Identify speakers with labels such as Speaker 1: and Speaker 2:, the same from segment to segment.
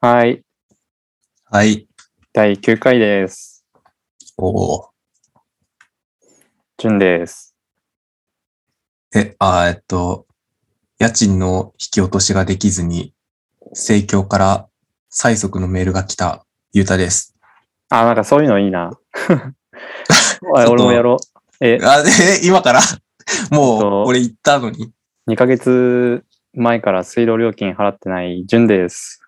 Speaker 1: はい。
Speaker 2: はい。
Speaker 1: 第9回です。
Speaker 2: おお。
Speaker 1: じゅんです。
Speaker 2: え、あー、えっと、家賃の引き落としができずに、生協から催促のメールが来た、ゆうたです。
Speaker 1: あ、なんかそういうのいい な。おい
Speaker 2: ちょっと
Speaker 1: 俺もやろう。え、
Speaker 2: あ、で、今から
Speaker 1: えっと
Speaker 2: もう、俺行ったのに。
Speaker 1: 2ヶ月前から水道料金払ってないじゅんです。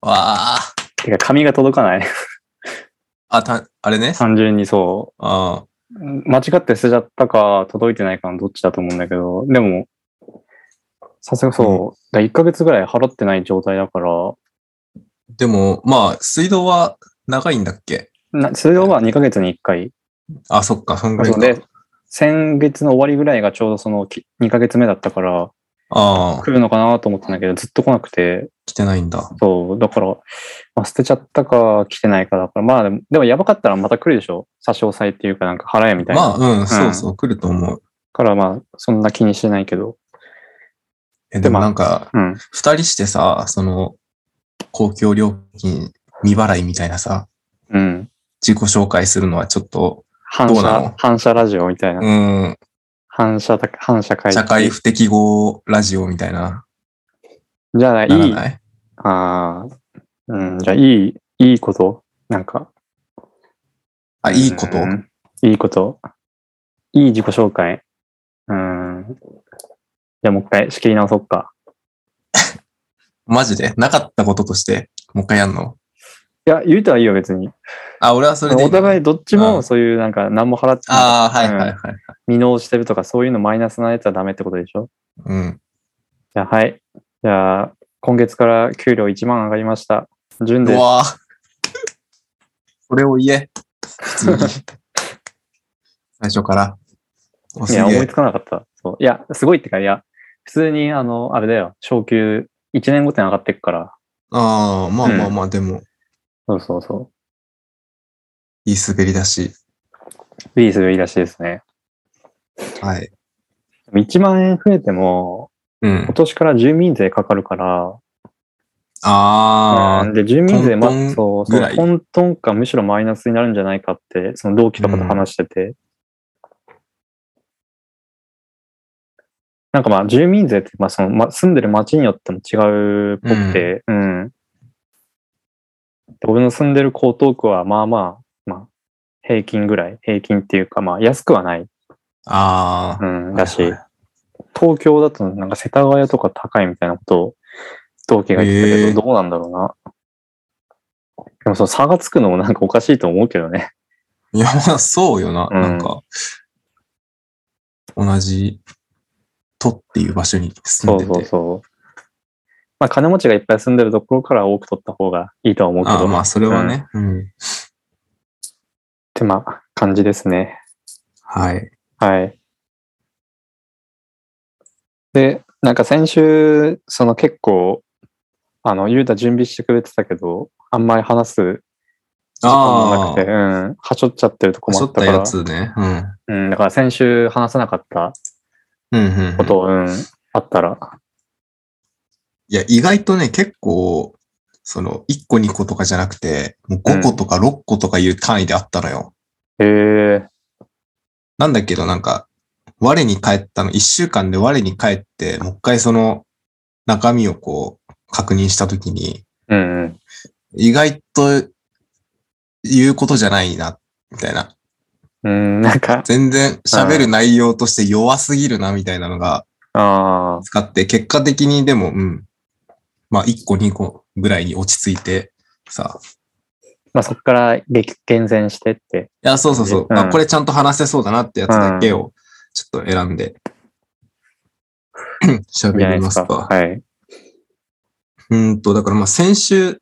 Speaker 2: わあ。
Speaker 1: てか、髪が届かない。
Speaker 2: あ、た、あれね。
Speaker 1: 単純にそ
Speaker 2: あ
Speaker 1: う。間違って捨てちゃったか、届いてないかのどっちだと思うんだけど、でも、さすがそう。だ1ヶ月ぐらい払ってない状態だから、
Speaker 2: ーでも、まあ、水道は長いんだっけ
Speaker 1: な水道は2ヶ月に1回。
Speaker 2: あ、そっか、そんぐら
Speaker 1: そう
Speaker 2: い
Speaker 1: で
Speaker 2: か。、
Speaker 1: 先月の終わりぐらいがちょうどそのき2ヶ月目だったから、
Speaker 2: ああ、
Speaker 1: 来るのかなと思ったんだけど、ずっと来なくて、
Speaker 2: 来てないんだ。
Speaker 1: そう、だから、まあ、捨てちゃったか、来てないかだから、まあでも、でもやばかったらまた来るでしょ差し押さえっていうか、なんか払えみたいな。
Speaker 2: まあ、うん、そうそう、来ると思う。
Speaker 1: からまあ、そんな気にしてないけど。
Speaker 2: え、で
Speaker 1: ま
Speaker 2: も
Speaker 1: あ
Speaker 2: なんか、
Speaker 1: うん。
Speaker 2: 二人してさ、その、公共料金未払いみたいなさ、
Speaker 1: うん。
Speaker 2: 自己紹介するのはちょっと、
Speaker 1: 反
Speaker 2: どうなの
Speaker 1: 射、反射ラジオみたいな。
Speaker 2: うん、
Speaker 1: 反射だ、反射会。
Speaker 2: 社会不適合ラジオみたいな、
Speaker 1: じゃあ、い
Speaker 2: なら
Speaker 1: い、
Speaker 2: ない
Speaker 1: ああ、うん、じゃあ、いい、いいことなんか。
Speaker 2: あ、いいこと、
Speaker 1: うんいいこと。いい自己紹介。うん。じゃあ、もう一回仕切り直そっか。
Speaker 2: マジでなかったこととして、もう一回やんの
Speaker 1: いや、言うたらいいよ、別に。
Speaker 2: あ、俺はそれでいい
Speaker 1: お互いどっち
Speaker 2: う
Speaker 1: も
Speaker 2: ん
Speaker 1: そういうなんか何も払ってない
Speaker 2: ああ、はいはいはい。
Speaker 1: 未納してるとかそういうのマイナスなやつはダメってことでしょ
Speaker 2: うん。
Speaker 1: じゃあはい。じゃあ今月から給料1万上がりました。順
Speaker 2: う
Speaker 1: で
Speaker 2: わぁ。それを言え。普 通に最初から。お
Speaker 1: す。い
Speaker 2: す
Speaker 1: や、
Speaker 2: げ
Speaker 1: 思い
Speaker 2: え
Speaker 1: つ。かなかった。そういや、すごいってか、いや、普通にあの、あれだよ、昇給1年ごとに上がってくから。
Speaker 2: ああ、まあまあまあ、でも、
Speaker 1: そうそうそ
Speaker 2: いい滑りだし。
Speaker 1: う。いい滑り出しですね。
Speaker 2: はい。
Speaker 1: でも1万円増えても、
Speaker 2: うん
Speaker 1: 今。年から住民税かかるから、
Speaker 2: ああ
Speaker 1: う、んで、住民税、ま
Speaker 2: トントン、
Speaker 1: そう、
Speaker 2: ぐ
Speaker 1: そ
Speaker 2: ら
Speaker 1: う、
Speaker 2: い
Speaker 1: 混沌かむしろマイナスになるんじゃないかって、その同期とかと話してて。なんかまあ、住民税って、まあ、その、まあ、住んでる町によっても違うっぽくて、うん。で俺の住んでる江東区は、まあまあ、まあ、平均ぐらい、平均っていうか、まあ、安くはない、
Speaker 2: あ
Speaker 1: う
Speaker 2: あ。
Speaker 1: ん、だし、
Speaker 2: はいはい
Speaker 1: 東京だとなんか世田谷とか高いみたいなことを同期が言ってた
Speaker 2: へ
Speaker 1: け
Speaker 2: え
Speaker 1: ど、どうなんだろうな。でもその差がつくのもなんかおかしいと思うけどね。
Speaker 2: いや、まあ、そうよな。
Speaker 1: うん
Speaker 2: なんか、同じ、都っていう場所に住
Speaker 1: そ
Speaker 2: ん
Speaker 1: う
Speaker 2: でて。
Speaker 1: そうそう。まあ金持ちがいっぱい住んでるところから多く取った方がいいとは思うけ
Speaker 2: あ
Speaker 1: ど。
Speaker 2: あ、まあ、それはね。うん。
Speaker 1: ってまあ感じですね。
Speaker 2: はい。
Speaker 1: はい。で、なんか先週、その結構、あの、ゆうた準備してくれてたけど、あんまり話す時間もなく
Speaker 2: あ
Speaker 1: て、うん、はしょっちゃってるとこも
Speaker 2: あ、ち
Speaker 1: あ
Speaker 2: ょ
Speaker 1: っ
Speaker 2: ったた
Speaker 1: から。
Speaker 2: やつね。うん。
Speaker 1: うん、だから先週話さなかった
Speaker 2: うんうんう
Speaker 1: こ
Speaker 2: ん。
Speaker 1: と、うん、あったら。
Speaker 2: いや、意外とね、結構、その、1個2個とかじゃなくて、もう5個とか6個とかいう単位であったのよ。
Speaker 1: へえ
Speaker 2: なんだけど、なんか、我に返ったの、1週間で我に返って、もう一回その、中身をこう、確認したときに、
Speaker 1: うんうん。
Speaker 2: 意外と言うことじゃないな、みたいな。
Speaker 1: うん、なんか、
Speaker 2: 全然喋る内容として弱すぎるな、みたいなのが
Speaker 1: ああ、
Speaker 2: 使って、結果的にでも、うん。まあ、1個2個ぐらいに落ち着いて、さ。
Speaker 1: まあそこから激厳選してって。
Speaker 2: いや、そうそうそう。あ、
Speaker 1: うん
Speaker 2: これちゃんと話せそうだなってやつだけを、ちょっと選 んで、
Speaker 1: じゃな
Speaker 2: 喋
Speaker 1: い
Speaker 2: り
Speaker 1: で
Speaker 2: ますす
Speaker 1: か。
Speaker 2: か。
Speaker 1: はい。
Speaker 2: うーんと、だからまあ先週、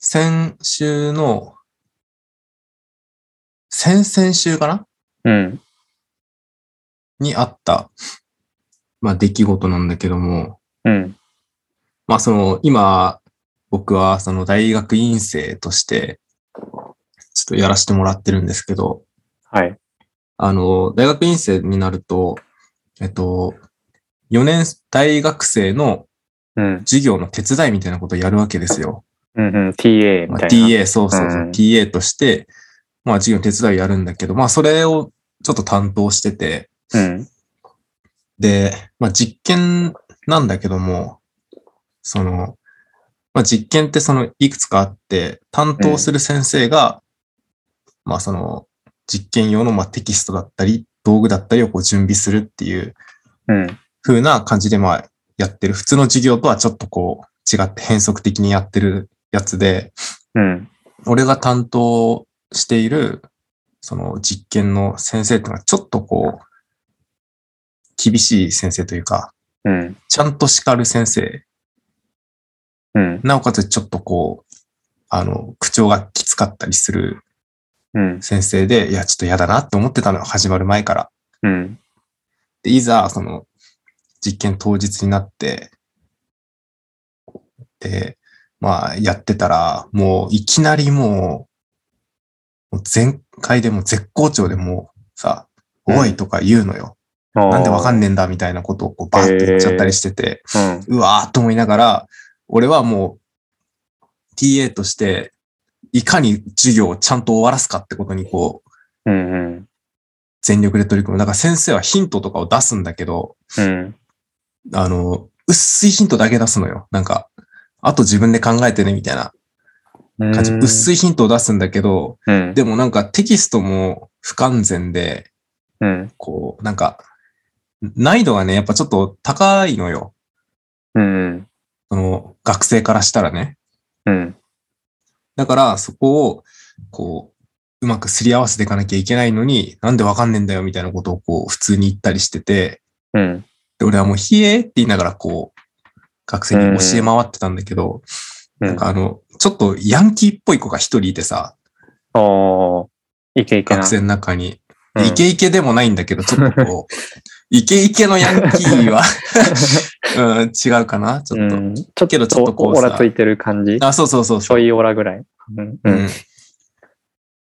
Speaker 2: 先週の、先々週かな
Speaker 1: うん。
Speaker 2: にあった、まあ、出来事なんだけども、
Speaker 1: うん。
Speaker 2: まあ、その、今、僕は、その、大学院生として、ちょっとやらせてもらってるんですけど、
Speaker 1: はい。
Speaker 2: あの、大学院生になると、えっと、4年大学生の
Speaker 1: うん。
Speaker 2: 授業の手伝いみたいなことをやるわけですよ。
Speaker 1: うんうん、TA み
Speaker 2: まあ、
Speaker 1: たいな。
Speaker 2: TA、そうそうそう、
Speaker 1: うん
Speaker 2: TA として、まあ授業の手伝いやるんだけど、まあそれをちょっと担当してて、
Speaker 1: うん。
Speaker 2: で、まあ実験なんだけども、その、まあ実験ってそのいくつかあって、担当する先生が、まあその実験用のまあテキストだったり、道具だったりをこう準備するっていう
Speaker 1: うん。
Speaker 2: 風な感じでまあやってる。普通の授業とはちょっとこう違って変則的にやってるやつで、
Speaker 1: うん。
Speaker 2: 俺が担当している、その実験の先生っていうのは、ちょっとこう、厳しい先生というか、
Speaker 1: うん。
Speaker 2: ちゃんと叱る先生。
Speaker 1: うん。
Speaker 2: なおかつちょっとこう、あの、口調がきつかったりする
Speaker 1: うん。
Speaker 2: 先生で、いや、ちょっと嫌だなって思ってたのよ、始まる前から。
Speaker 1: うん。
Speaker 2: で、いざ、その、実験当日になって、で、まあ、やってたら、もう、いきなりもう、もう全開でもう絶好調でもう、さ、
Speaker 1: うん
Speaker 2: おいとか言うのよ。なんでわかん
Speaker 1: ね
Speaker 2: ねえんだみたいなことをこうバーって言っちゃったりしてて、
Speaker 1: え。
Speaker 2: うわーっと思いながら、俺はもう、TA として、いかに授業をちゃんと終わらすかってことにこう、
Speaker 1: うん。うん。うん。
Speaker 2: 全力で取り組む。だから先生はヒントとかを出すんだけど、
Speaker 1: うん。
Speaker 2: あの、薄いヒントだけ出すのよ。なんか、あと自分で考えてね、みたいな
Speaker 1: うん。
Speaker 2: 感じ。
Speaker 1: い。
Speaker 2: 薄いヒントを出すんだけど、
Speaker 1: うん。
Speaker 2: でもなんかテキストも不完全で、
Speaker 1: うん。
Speaker 2: こう、なんか、難易度がね、やっぱちょっと高いのよ。
Speaker 1: うん。
Speaker 2: その、学生からしたらね。
Speaker 1: うん。
Speaker 2: だから、そこを、こう、うまくすり合わせていかなきゃいけないのに、なんでわかんねえんだよ、みたいなことをこう、普通に言ったりしてて、
Speaker 1: うん。
Speaker 2: で、俺はもう、ひえーって言いながら、こう、学生に教え回ってたんだけど、
Speaker 1: う
Speaker 2: なん
Speaker 1: ん。
Speaker 2: かあの、ちょっとヤンキーっぽい子が一人いてさ、
Speaker 1: ああ。いけいけな。
Speaker 2: 学生の中に。
Speaker 1: うん
Speaker 2: イケイケでもないんだけど、ちょっとこ う、イケイケのヤンキーは、 うん、違うかなちょっと。
Speaker 1: うん。ちょっ
Speaker 2: けどちょっと
Speaker 1: と、
Speaker 2: こう
Speaker 1: オ
Speaker 2: さ
Speaker 1: ラついてる感じ。
Speaker 2: あ、そうそうそう
Speaker 1: ちょ
Speaker 2: そう。
Speaker 1: いオラぐらい。うん。う。
Speaker 2: うんん、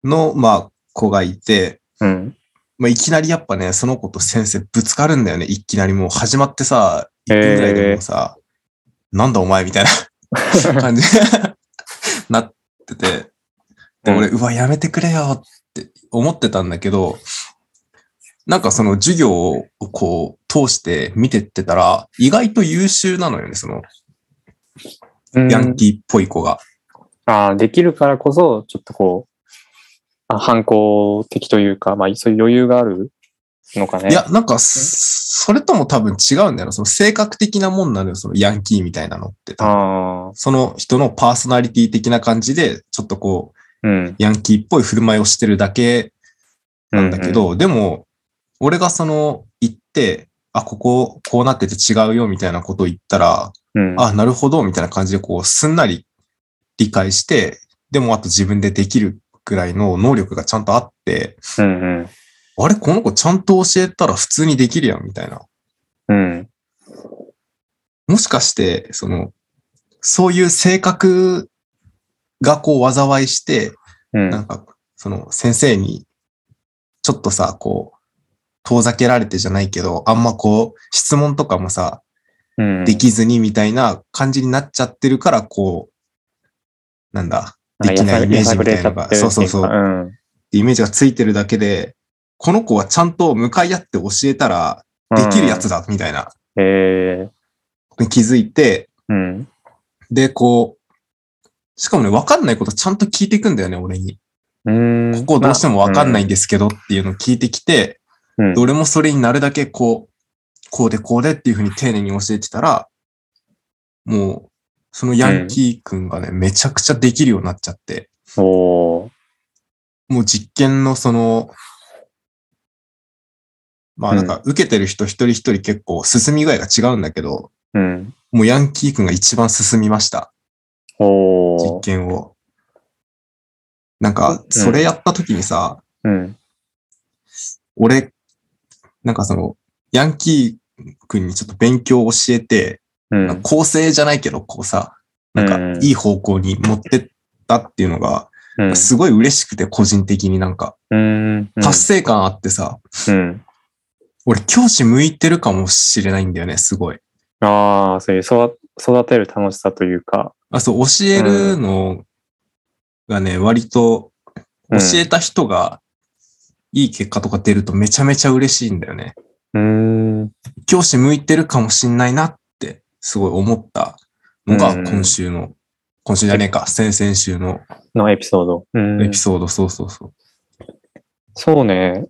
Speaker 2: の、まあ、子がいて、
Speaker 1: うん。
Speaker 2: まあ、いきなりやっぱね、その子と先生ぶつかるんだよね。いきなりもう始まってさ、1分ぐらいでもうさ、なんだお前みたい な感じなってて。で、俺、うわ、やめてくれよって思ってたんだけど、なんかその授業をこう通して見てってたら、意外と優秀なのよね、その
Speaker 1: うん
Speaker 2: ヤンキーっぽい子が。
Speaker 1: ああ、できるからこそ、ちょっとこう、あ反抗的というか、まあ、そういう余裕があるのかね。
Speaker 2: いや、なんか、それとも多分違うんだよな。その性格的なもんなのよ、そのヤンキーみたいなのって。
Speaker 1: ああ、
Speaker 2: その人のパーソナリティ的な感じで、ちょっとこう、
Speaker 1: うん。
Speaker 2: ヤンキーっぽい振る舞いをしてるだけなんだけど、でも、俺がその、行って、あ、ここ、こうなってて違うよ、みたいなことを言ったら、
Speaker 1: うん、うん、
Speaker 2: あ、なるほど、みたいな感じで、こう、すんなり理解して、でも、あと自分でできるくらいの能力がちゃんとあって、
Speaker 1: うん、
Speaker 2: あれ、この子ちゃんと教えたら普通にできるやん、みたいな。
Speaker 1: うん、
Speaker 2: もしかして、その、そういう性格がこう、災いして、
Speaker 1: うん、
Speaker 2: なんか、その先生に、ちょっとさ、こう、遠ざけられてじゃないけど、あんまこう、質問とかもさ、
Speaker 1: うん、
Speaker 2: できずにみたいな感じになっちゃってるから、こう、なんだ、できないイメージみたいなのが、そうそうそう、
Speaker 1: うん。
Speaker 2: イメージがついてるだけで、この子はちゃんと向かい合って教えたら、できるやつ
Speaker 1: だ。
Speaker 2: だ、みたいな、
Speaker 1: ええ
Speaker 2: 気づいて、
Speaker 1: うん。
Speaker 2: で、こう、しかもね、わかんないことちゃんと聞いていくんだよね、俺に。
Speaker 1: うん。
Speaker 2: ここどうしてもわかんないん
Speaker 1: で。
Speaker 2: ですけどっていうのを聞いてきて、
Speaker 1: うん
Speaker 2: で。俺もそれになるだけこう、こうでこうでっていうふうに丁寧に教えてたら、もう、そのヤンキーくんがね、めちゃくちゃできるようになっちゃって、
Speaker 1: おー
Speaker 2: もう実験のその、まあなんか受けてる人一人一人結構進み具合が違うんだけど、
Speaker 1: うん。
Speaker 2: もうヤンキーくんが一番進みました、
Speaker 1: お
Speaker 2: 実
Speaker 1: ー
Speaker 2: 験を。なんか、それやった時にさ、
Speaker 1: うん。
Speaker 2: 俺、なんかその、ヤンキーくんにちょっと勉強を教えて、
Speaker 1: うん。
Speaker 2: なんか構成じゃないけど、こうさ、なん
Speaker 1: う
Speaker 2: か
Speaker 1: ん
Speaker 2: いい方向に持ってったっていうの
Speaker 1: う
Speaker 2: が、
Speaker 1: ん
Speaker 2: すごい嬉しくて、個人的になんか、
Speaker 1: うん。
Speaker 2: 達成感あってさ、
Speaker 1: うん。
Speaker 2: 俺教師向いてるかもしれないんだよね、すごい。
Speaker 1: ああ、そういう育育てる楽しさというか。
Speaker 2: あ、そう、教えるのがね、割と、
Speaker 1: うん
Speaker 2: 教えた人がいい結果とか出るとめちゃめちゃ嬉しいんだよね。
Speaker 1: うーん。
Speaker 2: 教師向いてるかもしんないなって、すごい思ったのが
Speaker 1: うん
Speaker 2: 今週の、今週じゃねえか、先々週の
Speaker 1: のエピソード。うん
Speaker 2: エピソード、そうそうそう。
Speaker 1: そうね。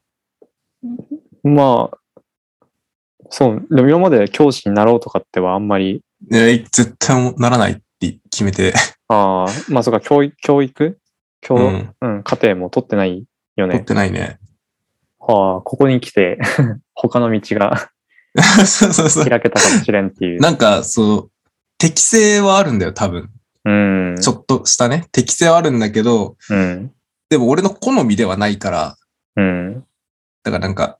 Speaker 1: まあ、そう、でも今まで教師になろうとかってはあんまり、
Speaker 2: えー絶対ならないって決めて、
Speaker 1: ああ、まあそうか、教育、教育教、
Speaker 2: う
Speaker 1: うん、
Speaker 2: ん、
Speaker 1: 課程も取ってないよ
Speaker 2: 取っ
Speaker 1: ね。
Speaker 2: てないね。
Speaker 1: ああ、ここに来て、 他の道 が
Speaker 2: そうそうそう。
Speaker 1: 開けたかもしれんっていう。
Speaker 2: なんか、そう、適性はあるんだよ、多分。
Speaker 1: うん。
Speaker 2: ちょっとしたね。適性はあるんだけど、
Speaker 1: うん。
Speaker 2: でも俺の好みではないから、
Speaker 1: うん。
Speaker 2: だからなんか、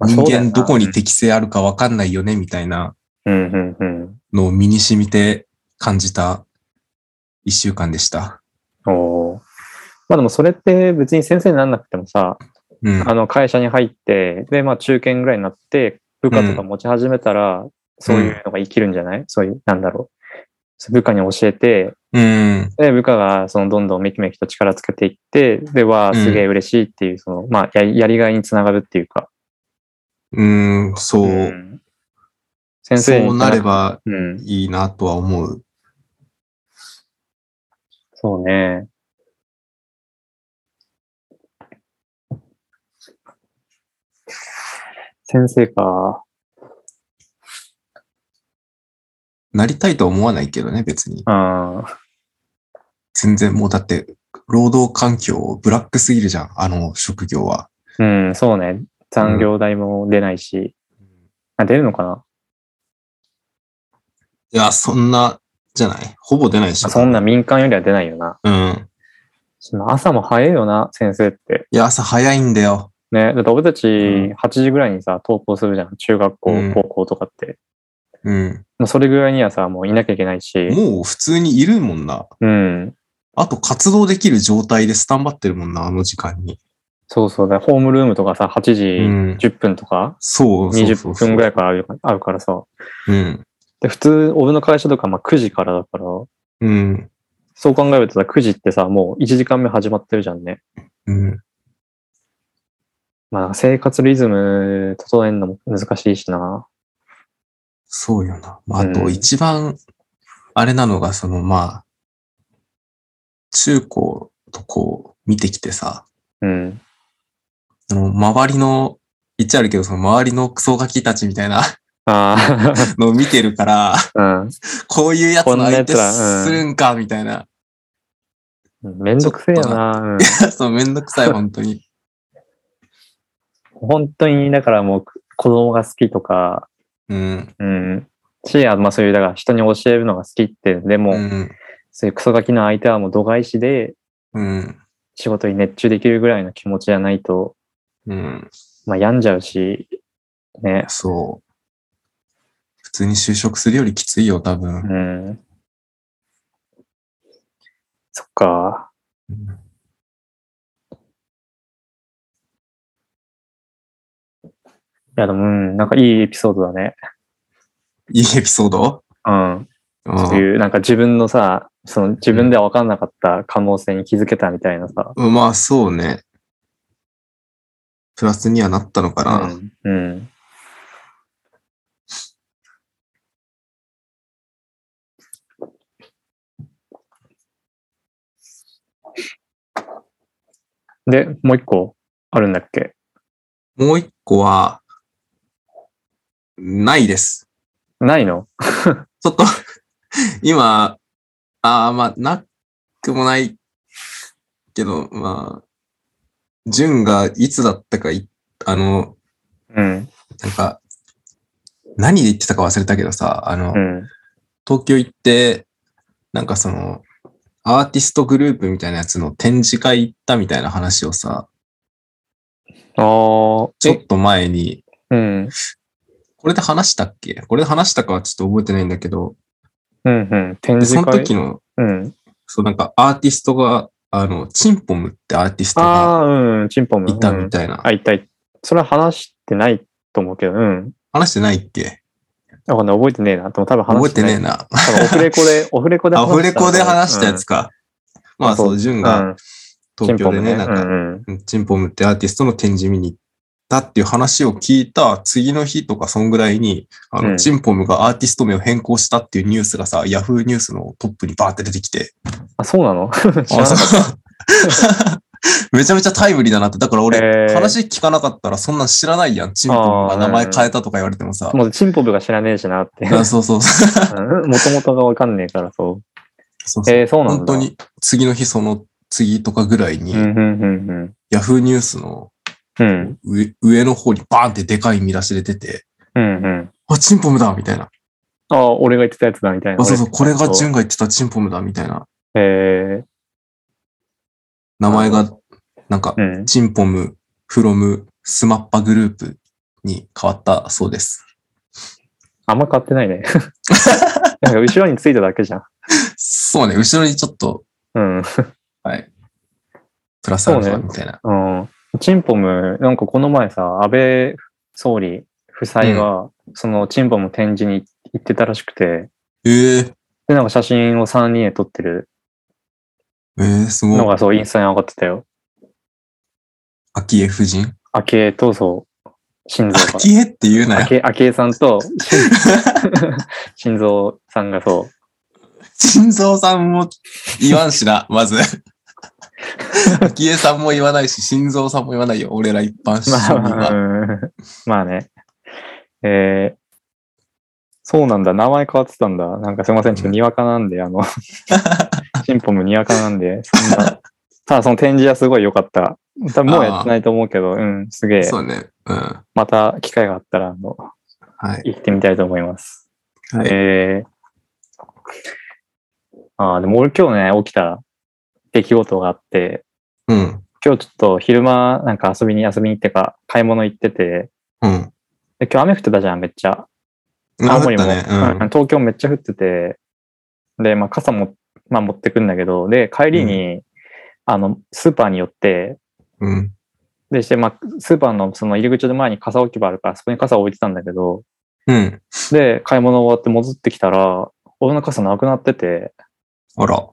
Speaker 1: まあ
Speaker 2: 人
Speaker 1: そうだよな
Speaker 2: 間どこに適性あるかわかんないよね、みたいな
Speaker 1: うん、うん、うん。
Speaker 2: のを身に染みて感じた一週間でした。
Speaker 1: おーまあでもそれって別に先生にならなくてもさ、
Speaker 2: うん。
Speaker 1: あの会社に入って、で、まあ中堅ぐらいになって、部下とか持ち始めたら、そういうのが生きるんじゃない、そういう、なんだろう。部下に教えて、
Speaker 2: うん。
Speaker 1: で、部下がそのどんどんめきめきと力つけていって、で、わあ、
Speaker 2: うん
Speaker 1: すげえ嬉しいっていう、その、まあや、やりがいにつながるっていうか。
Speaker 2: うん、そう。
Speaker 1: ん先生に
Speaker 2: そうなれ。ば
Speaker 1: うん。
Speaker 2: いいなとは思う。
Speaker 1: そうね。先生か。
Speaker 2: なりたいとは思わないけどね、別に。
Speaker 1: うん。
Speaker 2: 全然もうだって、労働環境ブラックすぎるじゃん、あの職業は。
Speaker 1: うん、そうね。残業代も出ないし。あ、出るのかない
Speaker 2: や、そんな、じゃないほぼ出ないし。
Speaker 1: あそんな。民間よりは出ないよな。
Speaker 2: うん。
Speaker 1: その朝も早いよな、先生って。
Speaker 2: いや、朝早いんだよ。
Speaker 1: ね。だって俺たち
Speaker 2: うん
Speaker 1: 8時ぐらいにさ、登校するじゃん。中学校、
Speaker 2: うん
Speaker 1: 高校とかって。
Speaker 2: うん。
Speaker 1: もうそれぐらいにはさ、もういなきゃいけないし。
Speaker 2: もう普通にいるもんな。
Speaker 1: うん。
Speaker 2: あと活動できる状態でスタンバってるもんな、あの時間に。
Speaker 1: そうそうだ。ホームルームとかさ、8
Speaker 2: うん
Speaker 1: 時10分とか、
Speaker 2: そうそうそ
Speaker 1: 20
Speaker 2: うそう。
Speaker 1: 分ぐらいからあるあるからさ。
Speaker 2: うん。
Speaker 1: で、普通、俺の会社とかまあ9時からだから、
Speaker 2: うん。
Speaker 1: そう考えるとさ、9時ってさ、もう1時間目始まってるじゃんね。
Speaker 2: うん。
Speaker 1: まあ、生活リズム整えるのも難しいしな。
Speaker 2: そうよな。まあ、あ
Speaker 1: う
Speaker 2: と
Speaker 1: ん
Speaker 2: 一番、あれなのが、その、まあ、中高とこう見てきてさ、
Speaker 1: うん。
Speaker 2: その周りの、言っちゃあるけど、その周りのクソガキたちみたいな
Speaker 1: あ
Speaker 2: のを見てるから、
Speaker 1: あ、
Speaker 2: こういうやつ
Speaker 1: こん
Speaker 2: の
Speaker 1: なや
Speaker 2: 相
Speaker 1: つ
Speaker 2: 手
Speaker 1: らうん
Speaker 2: するんか、みたいな。
Speaker 1: うん。めんどくせえよな。うん
Speaker 2: そう、めんどくさい、本 当に。
Speaker 1: 本当に、だからもう、子供が好きとか、
Speaker 2: うん。
Speaker 1: うん。し、あまあそういう、だから人に教えるのが好きって、でも、
Speaker 2: うん。
Speaker 1: そういうクソガキの相手はもう度外視で、
Speaker 2: うん。
Speaker 1: 仕事に熱中できるぐらいの気持ちじゃないと、
Speaker 2: うん。
Speaker 1: まあ病んじゃうし、ね。
Speaker 2: そう。普通に就職するよりきついよ、多分。
Speaker 1: うん。そっか。いや、でも、うん、なんかいいエピソードだね。
Speaker 2: いいエピソード
Speaker 1: うん。
Speaker 2: う
Speaker 1: そういう、なんか自分のさ、その自分では分かんなかった可能性に気づけたみたいなさ。
Speaker 2: ん。まあ、そうね。プラスにはなったのかな。
Speaker 1: うん。うん。で、もう一個あるんだっけ
Speaker 2: もう一個は、ないです。
Speaker 1: ないの
Speaker 2: ちょっと、今、ああ、まあ、なくもないけど、まあ、ジュンがいつだったかい、あの、
Speaker 1: うん。
Speaker 2: なんか、何で言ってたか忘れたけどさ、あの、
Speaker 1: うん。
Speaker 2: 東京行って、なんかその、アーティストグループみたいなやつの展示会行ったみたいな話をさ、
Speaker 1: ああ、
Speaker 2: ちょっと前に、
Speaker 1: うん。
Speaker 2: これで話したっけこれで話したかはちょっと覚えてないんだけど、
Speaker 1: うんうん。展
Speaker 2: で
Speaker 1: 示
Speaker 2: その
Speaker 1: 会。
Speaker 2: 時の、
Speaker 1: うん。
Speaker 2: そうなんかアーティストが、あの、チンポムってアーティストが
Speaker 1: ああ、うん。チンポム。
Speaker 2: いた
Speaker 1: うん
Speaker 2: みたいな。
Speaker 1: あ、いたい。それは話してないと思うけど、うん。
Speaker 2: 話してないっけ
Speaker 1: わかんない、覚えてねえな。でも多分
Speaker 2: 覚
Speaker 1: 話
Speaker 2: え
Speaker 1: して
Speaker 2: て
Speaker 1: な
Speaker 2: ね
Speaker 1: い
Speaker 2: え。な。
Speaker 1: 多分オフレコで、オフレコで話
Speaker 2: あ、ア
Speaker 1: した
Speaker 2: フレコで話したやつか。まあそう、
Speaker 1: う
Speaker 2: 潤
Speaker 1: ん。
Speaker 2: が
Speaker 1: うん。
Speaker 2: 東京で
Speaker 1: チ
Speaker 2: ね、
Speaker 1: ンポも
Speaker 2: なん
Speaker 1: う
Speaker 2: か、
Speaker 1: んうん。
Speaker 2: チンポムってアーティストの展示見に行ったっていう話を聞いた次の日とかそんぐらいに、あ
Speaker 1: うん
Speaker 2: の、チンポムがアーティスト名を変更したっていうニュースがさ、ヤフーニュースのトップにバーって出てきて、
Speaker 1: あ、そうなの 知らなか
Speaker 2: あ
Speaker 1: った。
Speaker 2: そう めちゃめちゃタイムリーだなって。だから俺、
Speaker 1: えー
Speaker 2: 話聞かなかったらそんなん知らないやん。チンポムが名前変えたとか言われてもさ。
Speaker 1: もうチンポブが知らねえしな って。
Speaker 2: あそ うそうそう。
Speaker 1: もともとがわかんねえからそ
Speaker 2: そう
Speaker 1: う。
Speaker 2: そう
Speaker 1: えー、そうなんだ。
Speaker 2: 本当。に次の日その次とかぐらいに、
Speaker 1: うん、うん、
Speaker 2: ヤフーニュースの
Speaker 1: うん。うん、
Speaker 2: 上上の方にバーンってでかい見出しで出て、
Speaker 1: うん、うん。
Speaker 2: あ、チンポムだみたいな。
Speaker 1: ああ、俺が言ってたやつだ、みたいな。
Speaker 2: あ、そうそう、これが
Speaker 1: そう
Speaker 2: 純が言ってたチンポムだみたいな。
Speaker 1: え
Speaker 2: 名前が、なんか
Speaker 1: ー、、うん。
Speaker 2: チンポム、フロム、スマッパグループに変わったそうです。
Speaker 1: あんま変わってない ね。なんか後ろについただけじゃん。
Speaker 2: そうね、後ろにちょっと、
Speaker 1: うん。
Speaker 2: はい。プラスアルフ
Speaker 1: そう
Speaker 2: ァ
Speaker 1: ね
Speaker 2: みたいな。
Speaker 1: うん。チンポム、なんかこの前さ、安倍総理夫妻が、そのチンポム展示に行ってたらしくて、
Speaker 2: ええ
Speaker 1: で、なんか写真を3人で撮ってる
Speaker 2: ええす
Speaker 1: の
Speaker 2: ごい。
Speaker 1: がそう、インスタに上がってたよ。
Speaker 2: 昭恵夫人
Speaker 1: 昭恵と、そう、心臓が。
Speaker 2: 昭恵って言うなよ。
Speaker 1: 昭恵昭恵さん と、心臓さんがそ
Speaker 2: 心臓さんも言わん しな、まず。昭恵さんも言わないし、心臓さんも言わないよ。俺ら一般
Speaker 1: う、
Speaker 2: 市民
Speaker 1: まあまあ、
Speaker 2: は。
Speaker 1: うんまあね。えーそうなんだ。名前変わってたんだ。なんかすいません。ちょっとにわかなんで、あの、 チンポもにわかなんで、そんな。ただその展示はすごい良かった。多分もうやってないと思うけど、うん、すげえ。
Speaker 2: そうね。うん。は
Speaker 1: また機会があったら、あの、
Speaker 2: い。
Speaker 1: 行ってみたいと思います。
Speaker 2: はい
Speaker 1: えーああ、でも俺今日ね、起きた出来事があって、
Speaker 2: うん。
Speaker 1: 今日ちょっと昼間なんか遊びに遊びに行ってか、買い物行ってて、
Speaker 2: うん。
Speaker 1: で今日雨降ってたじゃん、めっちゃ。
Speaker 2: あ
Speaker 1: 青森も、
Speaker 2: ね。う
Speaker 1: うん
Speaker 2: ん。
Speaker 1: 東京めっちゃ降ってて、で、まあ傘も、まあ持ってくんだけど、で、帰りに、あの、スーパーに寄って、
Speaker 2: うん。
Speaker 1: でして、まあ、スーパーのその入り口の前に傘置き場あるから、そこに傘置いてたんだけど、
Speaker 2: うん。
Speaker 1: で、買い物終わって戻ってきたら、俺の傘なくなってて、
Speaker 2: あら。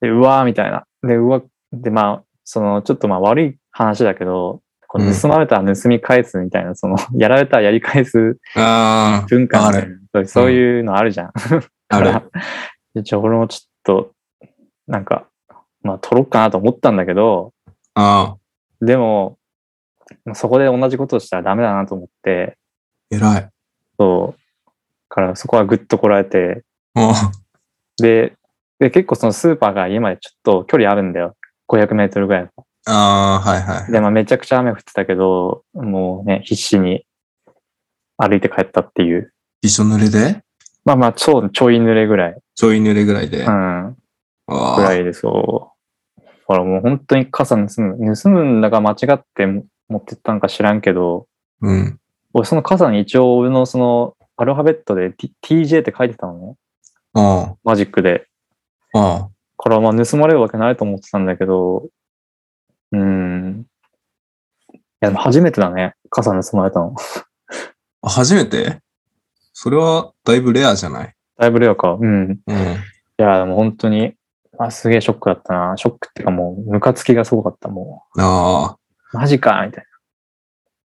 Speaker 1: で、うわーみたいな。で、うわ、で、まあ、その、ちょっとまあ悪い話だけど、こ
Speaker 2: う
Speaker 1: うん盗まれたら盗み返すみたいな、その、 やられたらやり返す
Speaker 2: あ
Speaker 1: 文化みたいな
Speaker 2: あ
Speaker 1: そうそういうのあるじゃん。
Speaker 2: あ。あれ。
Speaker 1: でちょ、俺もちょっと、なんか、まあ、取ろうかなと思ったんだけど、
Speaker 2: ああ。
Speaker 1: でも、そこで同じことをしたらダメだなと思って、
Speaker 2: 偉い。
Speaker 1: そう。からそこはぐっとこらえて、
Speaker 2: う
Speaker 1: で、で、結構そのスーパーが家までちょっと距離あるんだよ。500メートルぐらいの。
Speaker 2: ん。ああ、はいはい。
Speaker 1: で、まあめちゃくちゃ雨降ってたけど、もうね、必死に歩いて帰ったっていう。
Speaker 2: びしょ濡れで
Speaker 1: まあまあ、ちょ、ちょい濡れぐらい。
Speaker 2: ちょい濡れぐらいで。
Speaker 1: う
Speaker 2: あ
Speaker 1: ん。ぐら
Speaker 2: あ。
Speaker 1: いでそう。ほらもう本当に傘盗む。盗むんだか間違って持ってったんか知らんけど、
Speaker 2: うん。
Speaker 1: 俺その傘に一応俺のそのアルファベットで T- TJ って書いてたのね。
Speaker 2: あ
Speaker 1: マジックで。
Speaker 2: あ。あ
Speaker 1: からまあ盗まれるわけないと思ってたんだけど、うーん。いや、でも初めてだね。傘盗まれたの。
Speaker 2: あ。初めてそれはだいぶレアじゃない
Speaker 1: だいぶレアか。うん。い
Speaker 2: うん。
Speaker 1: や、でも本当に、あ、すげえショックだったな。ショックっていうかもう、ムカつきがすごかった。も
Speaker 2: ああ。
Speaker 1: う、マジかみたい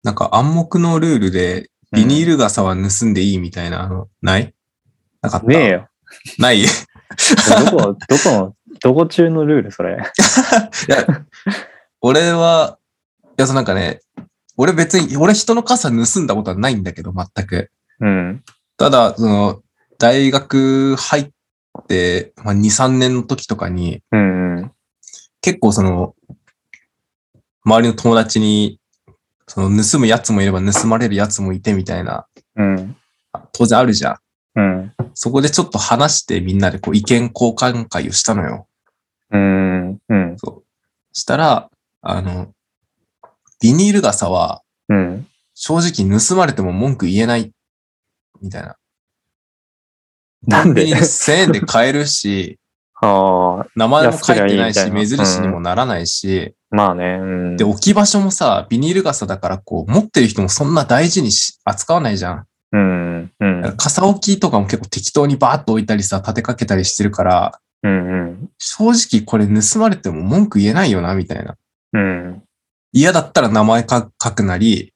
Speaker 2: なんか暗黙のルールで、
Speaker 1: な。
Speaker 2: ビニー
Speaker 1: ル
Speaker 2: ル傘は盗んでいいみたいなの、ないなかった。
Speaker 1: ねえよ。
Speaker 2: ない い
Speaker 1: どこ、どこの、 どこ中のルール、それ。
Speaker 2: や、俺は、いや、そうなんかね、俺別に、俺人の傘盗んだことはないんだけど、全く。
Speaker 1: うん。
Speaker 2: ただ、その、大学入って、まあ、2、3年の時とかに、
Speaker 1: うんうん。
Speaker 2: 結構その、周りの友達に、その、盗むやつもいれば盗まれるやつもいてみたいな、
Speaker 1: うん。
Speaker 2: 当然あるじゃん。
Speaker 1: うん。
Speaker 2: そこでちょっと話してみんなでこう意見交換会をしたのよ。
Speaker 1: うん。うん。
Speaker 2: そう。したら、あの、ビニール傘は
Speaker 1: うん。
Speaker 2: 正直盗まれても文句言えない。みたいな。
Speaker 1: なんで
Speaker 2: コンビニ1000円で買え るし、
Speaker 1: ああ、
Speaker 2: 名前も書いてない
Speaker 1: 安
Speaker 2: し、
Speaker 1: けりゃいい
Speaker 2: 目
Speaker 1: みたいな
Speaker 2: 印にもならないし、
Speaker 1: まあね。うん。
Speaker 2: で、置き場所もさ、ビニール傘だからこう、持ってる人もそんな大事にし扱わないじゃん。
Speaker 1: うん。うん。
Speaker 2: 傘置きとかも結構適当にバーッと置いたりさ、立てかけたりしてるから、
Speaker 1: うん
Speaker 2: 正直これ盗まれても文句言えないよな、みたいな。
Speaker 1: うん。うん。
Speaker 2: 嫌だったら名前か書くなり、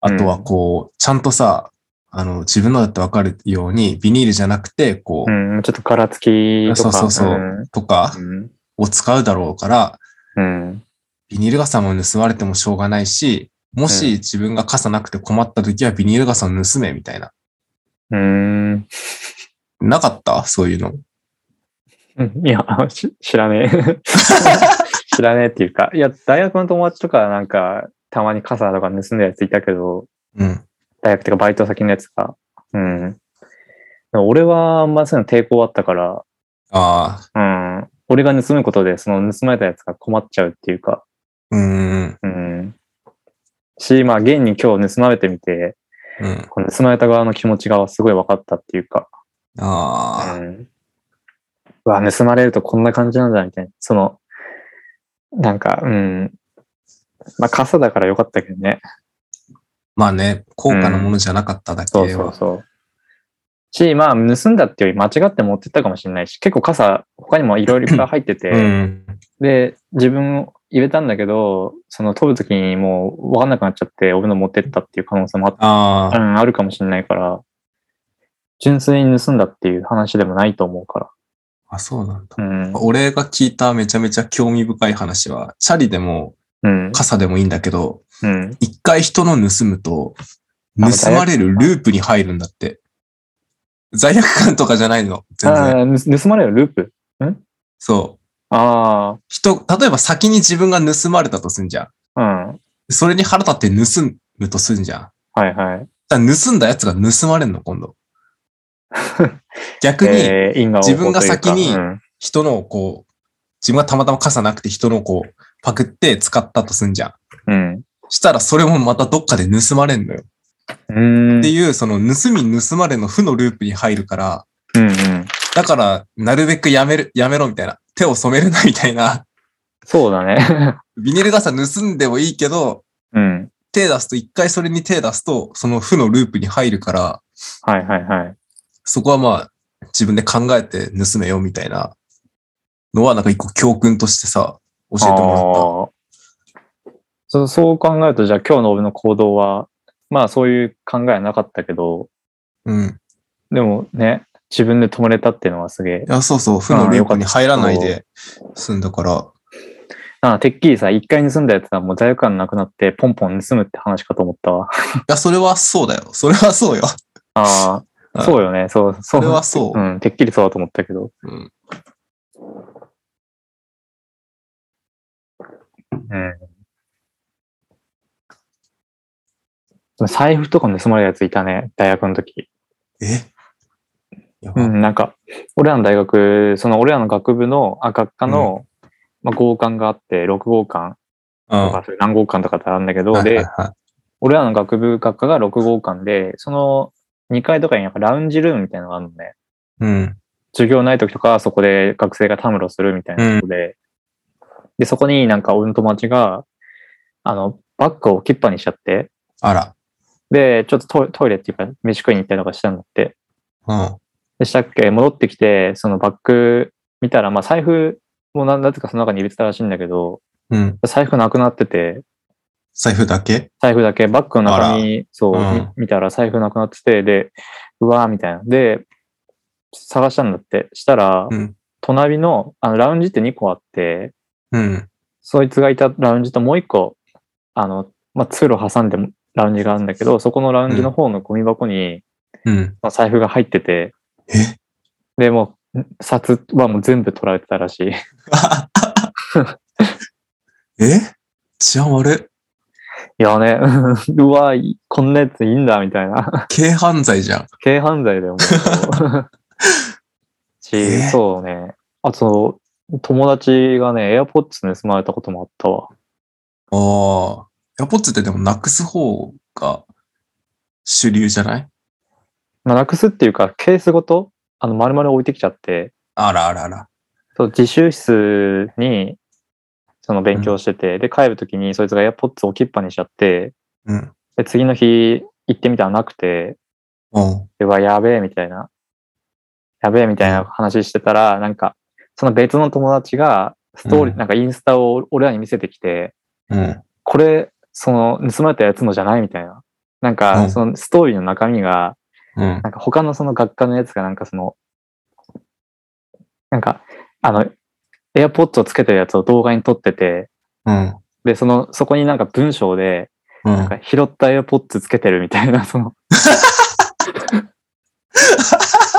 Speaker 2: あとはこう、ちゃんとさ、あの、自分のだってわかるように、ビニールじゃなくて、こう、
Speaker 1: うん、ちょっと殻付きとか。
Speaker 2: そうそうそうとか
Speaker 1: うん。
Speaker 2: を使うだろうから、
Speaker 1: うん。
Speaker 2: ビニール傘も盗まれてもしょうがないし、も
Speaker 1: うん
Speaker 2: し自分が傘なくて困った時はビニール傘を盗め、みたいな。
Speaker 1: うん。うん
Speaker 2: なかったそういうの。
Speaker 1: いや、 し知らねえ。 知らねえっていうか、いや、大学の友達とかなんか、たまに傘とか盗んだやついたけど、
Speaker 2: うん。
Speaker 1: 大学っていうかバイト先のやつが。うん。でも俺はあんまそういうの抵抗あったから、
Speaker 2: ああ、
Speaker 1: うん。俺が盗むことで、その盗まれたやつが困っちゃうっていうか、
Speaker 2: うーん。
Speaker 1: うん。し、まあ、現に今日盗まれてみて、
Speaker 2: うん。
Speaker 1: この盗まれた側の気持ちがすごい分かったっていうか、う
Speaker 2: ああ、
Speaker 1: ん。うわ、盗まれるとこんな感じなんだ、みたいな。その、なんか、うん。まあ、傘だからよかったけどね。
Speaker 2: まあね、高価なものじゃなかっただけ
Speaker 1: そう
Speaker 2: は。
Speaker 1: そうそう。し、まあ、盗んだっていうより間違って持ってったかもしれないし、結構傘、他にもいろいろいっぱい入ってて、
Speaker 2: うん。
Speaker 1: で、自分を入れたんだけど、その飛ぶときにもう分かんなくなっちゃって、俺の持ってったっていう可能性もあっ
Speaker 2: あ
Speaker 1: う
Speaker 2: あ、
Speaker 1: ん、あるかもしれないから、純粋に盗んだっていう話でもないと思うか
Speaker 2: あ、そうなんだ。
Speaker 1: ら。うん。
Speaker 2: 俺が聞いためちゃめちゃ興味深い話は、チャリでも
Speaker 1: うん。
Speaker 2: 傘でもいいんだけど、
Speaker 1: うん。
Speaker 2: 一回人の盗むと、盗まれるループに入るんだって。罪悪感とかじゃないの。全然。
Speaker 1: ああ、ぬ盗まれるループ
Speaker 2: そう。
Speaker 1: あ
Speaker 2: 人、例えば先に自分が盗まれたとすんじゃん。
Speaker 1: あ、うん。
Speaker 2: それに腹立って盗むとすんじゃん。
Speaker 1: はいはい。
Speaker 2: だから盗んだやつが盗まれんの、今度。逆に、
Speaker 1: えー因果応報
Speaker 2: 自分が
Speaker 1: というか
Speaker 2: 先に
Speaker 1: うん
Speaker 2: 人のをこう、自分がたまたま傘なくて人のをこう、パクって使ったとすんじゃん。
Speaker 1: うん。
Speaker 2: したらそれもまたどっかで盗まれんのよ。
Speaker 1: うん。
Speaker 2: っていう、その盗み盗まれの負のループに入るから、
Speaker 1: うんうん。
Speaker 2: だから、なるべくやめる、やめろみたいな。手を染めるなみたいな。
Speaker 1: そうだね。
Speaker 2: ビニール傘盗んでもいいけど、
Speaker 1: うん。
Speaker 2: 手出すと、一回それに手出すと、その負のループに入るから、
Speaker 1: はいはいはい。
Speaker 2: そこはまあ、自分で考えて盗めよみたいなのは、なんか一個教訓としてさ、教えても
Speaker 1: あーそうそう考えると、じゃあ今日の俺の行動は、まあそういう考えはなかったけど、
Speaker 2: らった。うん。
Speaker 1: でもね、自分で止めれたっていうのはすげえ
Speaker 2: いや、そうそう、負のループに入らないで済んだから、
Speaker 1: あてっきりさ、一回盗んだやつはもう罪悪感なくなって、ポンポン盗むって話かと思ったわ。
Speaker 2: いや、それはそうだよ。それはそうよ。
Speaker 1: ああ、そうよね。そう、そ。
Speaker 2: そうれはそうう。
Speaker 1: ん、てっきりそうだと思ったけど。
Speaker 2: うん
Speaker 1: うん。財布とか盗まれるやついたね、大学の時。
Speaker 2: えや
Speaker 1: う
Speaker 2: ば
Speaker 1: ん、なんか、俺らの大学、その俺らの学部の、あ、学科の、まあ、合管があって、6号館
Speaker 2: うん
Speaker 1: とか、そういう何号館とかってあるんだけ
Speaker 2: は
Speaker 1: ど、
Speaker 2: いはい
Speaker 1: で、
Speaker 2: は
Speaker 1: 俺らの学部学科が6号館で、その2階とかになんかラウンジルームみたいなのがあるのね。
Speaker 2: い。うん。
Speaker 1: 授業ない時とか、そこで学生がたむろするみたいなことで、で、そこになんか俺の友達が、あの、バッグを置きっぱにしちゃって、
Speaker 2: あら。
Speaker 1: で、ちょっとトイトイレっていうか、飯食いに行ったりとかしたんだって。
Speaker 2: うん。
Speaker 1: でしたっけ戻ってきて、そのバッグ見たら、まあ財布もなんだとかその中に入れてたらしいんだけど、
Speaker 2: うん。
Speaker 1: 財布なくなってて、
Speaker 2: 財布だけ
Speaker 1: 財布だけ、バッグの中に、そう、
Speaker 2: うん
Speaker 1: み見たら財布なくなってて、で、うわーみたいな。で、探したんだって。したら、
Speaker 2: うん
Speaker 1: 隣の、あの、ラウンジって2個あって、
Speaker 2: うん。
Speaker 1: そいつがいたラウンジともう1個、あの、まあ、通路挟んでもラウンジがあるんだけど、そこのラウンジの方のゴミ箱に、
Speaker 2: うん。
Speaker 1: まあ財布が入ってて、
Speaker 2: え
Speaker 1: で、もう、札はもう全部取られてたらしい。
Speaker 2: え治安悪
Speaker 1: い
Speaker 2: い。
Speaker 1: やね、 うわーこんなやついいんだ、みたいな。
Speaker 2: 軽犯罪じゃん。
Speaker 1: 軽犯罪だよ、もう。し、
Speaker 2: え
Speaker 1: そうね。あと、友達がね、AirPods 盗まれたこともあったわ。
Speaker 2: ああ。ヤポッツってでもなくす方が主流じゃない
Speaker 1: まあなくすっていうか、ケースごと、あの、丸々置いてきちゃって、
Speaker 2: あらあらあら。
Speaker 1: そう自習室に、その勉強してて、で、帰るときに、そいつが AirPods 置きっぱにしちゃって、
Speaker 2: うん。
Speaker 1: で、次の日行ってみたらなくて、
Speaker 2: うん。
Speaker 1: うわ、やべえ、みたいな。やべえ、みたいな話してたら、なんか、その別の友達が、ストーリー、
Speaker 2: うん
Speaker 1: なんかインスタを俺らに見せてきて、
Speaker 2: うん。
Speaker 1: これ、その、盗まれたやつのじゃないみたいな。なん
Speaker 2: う
Speaker 1: か、
Speaker 2: ん
Speaker 1: そのストーリーの中身が、
Speaker 2: うん。
Speaker 1: なんか他のその学科のやつがなんかその、なんか、あの、エアポッ d をつけてるやつを動画に撮ってて、
Speaker 2: うん。
Speaker 1: で、その、そこになんか文章で、
Speaker 2: う
Speaker 1: なん
Speaker 2: ん。
Speaker 1: か拾ったエアポッ d つけてるみたいな、その、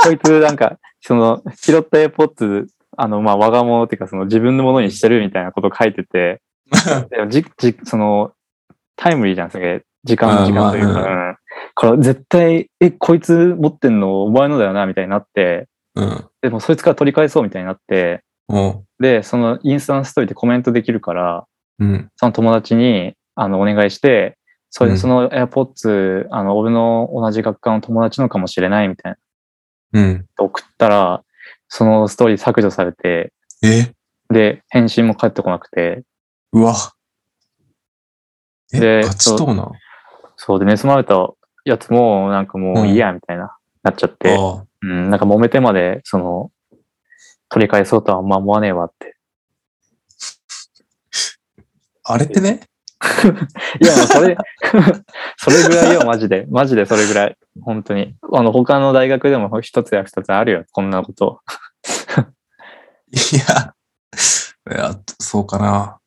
Speaker 1: こいつなんか、その、拾ったエアポッ d あの、まあ、我が物っていうか、その自分のものにしてるみたいなこと書いてて、でもじ、じ、その、タイムリーじゃん、それ。時間
Speaker 2: あー
Speaker 1: 時間というか、
Speaker 2: ま
Speaker 1: うん。これ絶対、え、こいつ持ってんのお前のだよな、みたいになって、
Speaker 2: うん。
Speaker 1: でもそいつから取り返そうみたいになって、
Speaker 2: うん。
Speaker 1: で、そのインスタンストーリーでコメントできるから、
Speaker 2: うん。
Speaker 1: その友達に、あの、お願いして、それ
Speaker 2: うん
Speaker 1: その AirPods、あの、俺の同じ学科の友達のかもしれないみたいな、
Speaker 2: うん。
Speaker 1: 送ったら、そのストーリー削除されて、
Speaker 2: え
Speaker 1: で、返信も返ってこなくて、
Speaker 2: うわ。え、
Speaker 1: で
Speaker 2: ガチとうな。
Speaker 1: そうで、盗まれたやつも、なんかもういいや、みたいな、なっちゃって、
Speaker 2: ああ
Speaker 1: うん、なんか揉めてまで、その、取り返そうとはあんま思わねえわって。
Speaker 2: あれってね、
Speaker 1: いや、もうそ れ、それぐらい よ、マジで。マジでそれぐらい。本当に。あの、他の大学でも一つや二つあるよ、こんなこと。
Speaker 2: いや、いや、そうかな。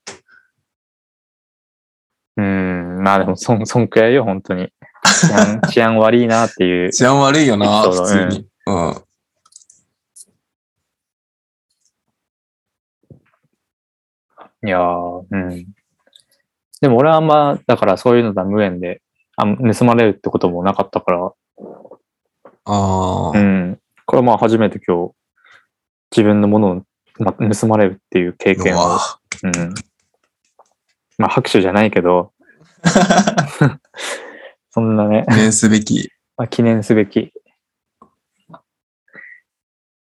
Speaker 1: うん、まあでも、そん、 そんくらいよ、本当に。治 安、治安悪いなっていう。
Speaker 2: 治安悪いよな、
Speaker 1: そう
Speaker 2: 普
Speaker 1: だ
Speaker 2: 通
Speaker 1: ね
Speaker 2: に。うん。
Speaker 1: いやーうん。でも俺はあんま、だからそういうのとは無縁で、あん盗まれるってこともなかったから、
Speaker 2: あ
Speaker 1: う
Speaker 2: あ、
Speaker 1: ん。これはまあ初めて今日、自分のものをま盗まれるっていう経験
Speaker 2: う
Speaker 1: を
Speaker 2: わ。
Speaker 1: うん。まあ、拍手じゃないけ ど、そんなね、
Speaker 2: 記念すべき。
Speaker 1: まあ、記念すべき。い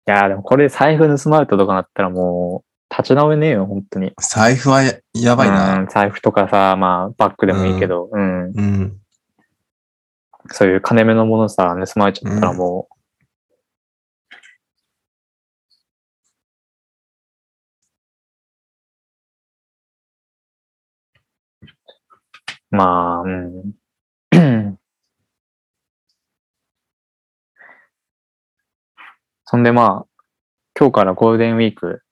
Speaker 1: やー、でもこれ財布盗まれたとかなったらもう、立ち直れねえよ、本当に。
Speaker 2: 財布はややばいな。
Speaker 1: うん財布とかさ、まあ、バッグでもいいけど、うん、
Speaker 2: うん。
Speaker 1: そういう金目のものさ、盗まれちゃったらもう、まあ、うん。 そんでまあ、今日からゴールデンウィーク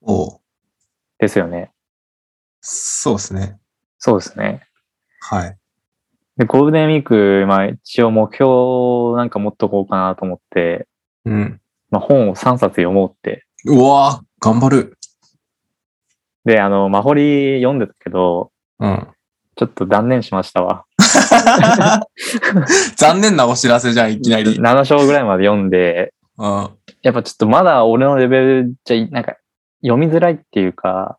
Speaker 2: おう
Speaker 1: ですよね。
Speaker 2: そうですね。
Speaker 1: そうですね。
Speaker 2: はい。
Speaker 1: で、ゴールデンウィーク、まあ一応目標をなんか持っとこうかなと思って、
Speaker 2: うん。
Speaker 1: まあ、本を3冊読もうって。
Speaker 2: うわー頑張る。
Speaker 1: で、あの、マホリ読んでたけど、
Speaker 2: うん。
Speaker 1: ちょっと断念しましたわ。
Speaker 2: 残念なお知らせじゃん、いきなり。
Speaker 1: 7章ぐらいまで読んで、
Speaker 2: うん。
Speaker 1: やっぱちょっとまだ俺のレベルじゃい、なんか、読みづらいっていうか、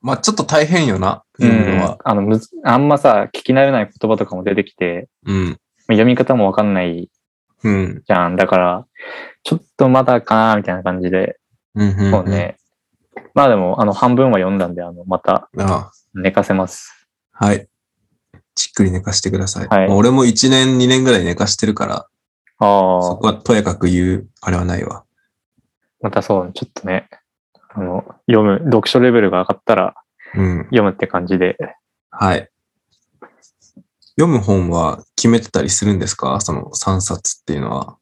Speaker 2: まあちょっと大変よな、
Speaker 1: う
Speaker 2: 読むの
Speaker 1: ん
Speaker 2: は。、
Speaker 1: あのむず、あんまさ、聞き慣れない言葉とかも出てきて、
Speaker 2: うん。
Speaker 1: 読み方もわかんない
Speaker 2: うん。
Speaker 1: じゃん。だから、ちょっとまだかな、みたいな感じで、
Speaker 2: うん。ん
Speaker 1: そう。ね。まあでも、あの、半分は読んだんで、あの、また
Speaker 2: あ
Speaker 1: 寝かせます。
Speaker 2: あはい。じっくり寝かしてください。
Speaker 1: はい
Speaker 2: まあ俺も1年、2年ぐらい寝かしてるから、
Speaker 1: あ
Speaker 2: そ
Speaker 1: あ、
Speaker 2: こはとやかく言う、あれはないわ。
Speaker 1: またそう、ちょっとね、あの、読む、読書レベルが上がったら
Speaker 2: うん。
Speaker 1: 読むって感じで、
Speaker 2: はい。読む本は決めてたりするんですかその3冊っていうのは。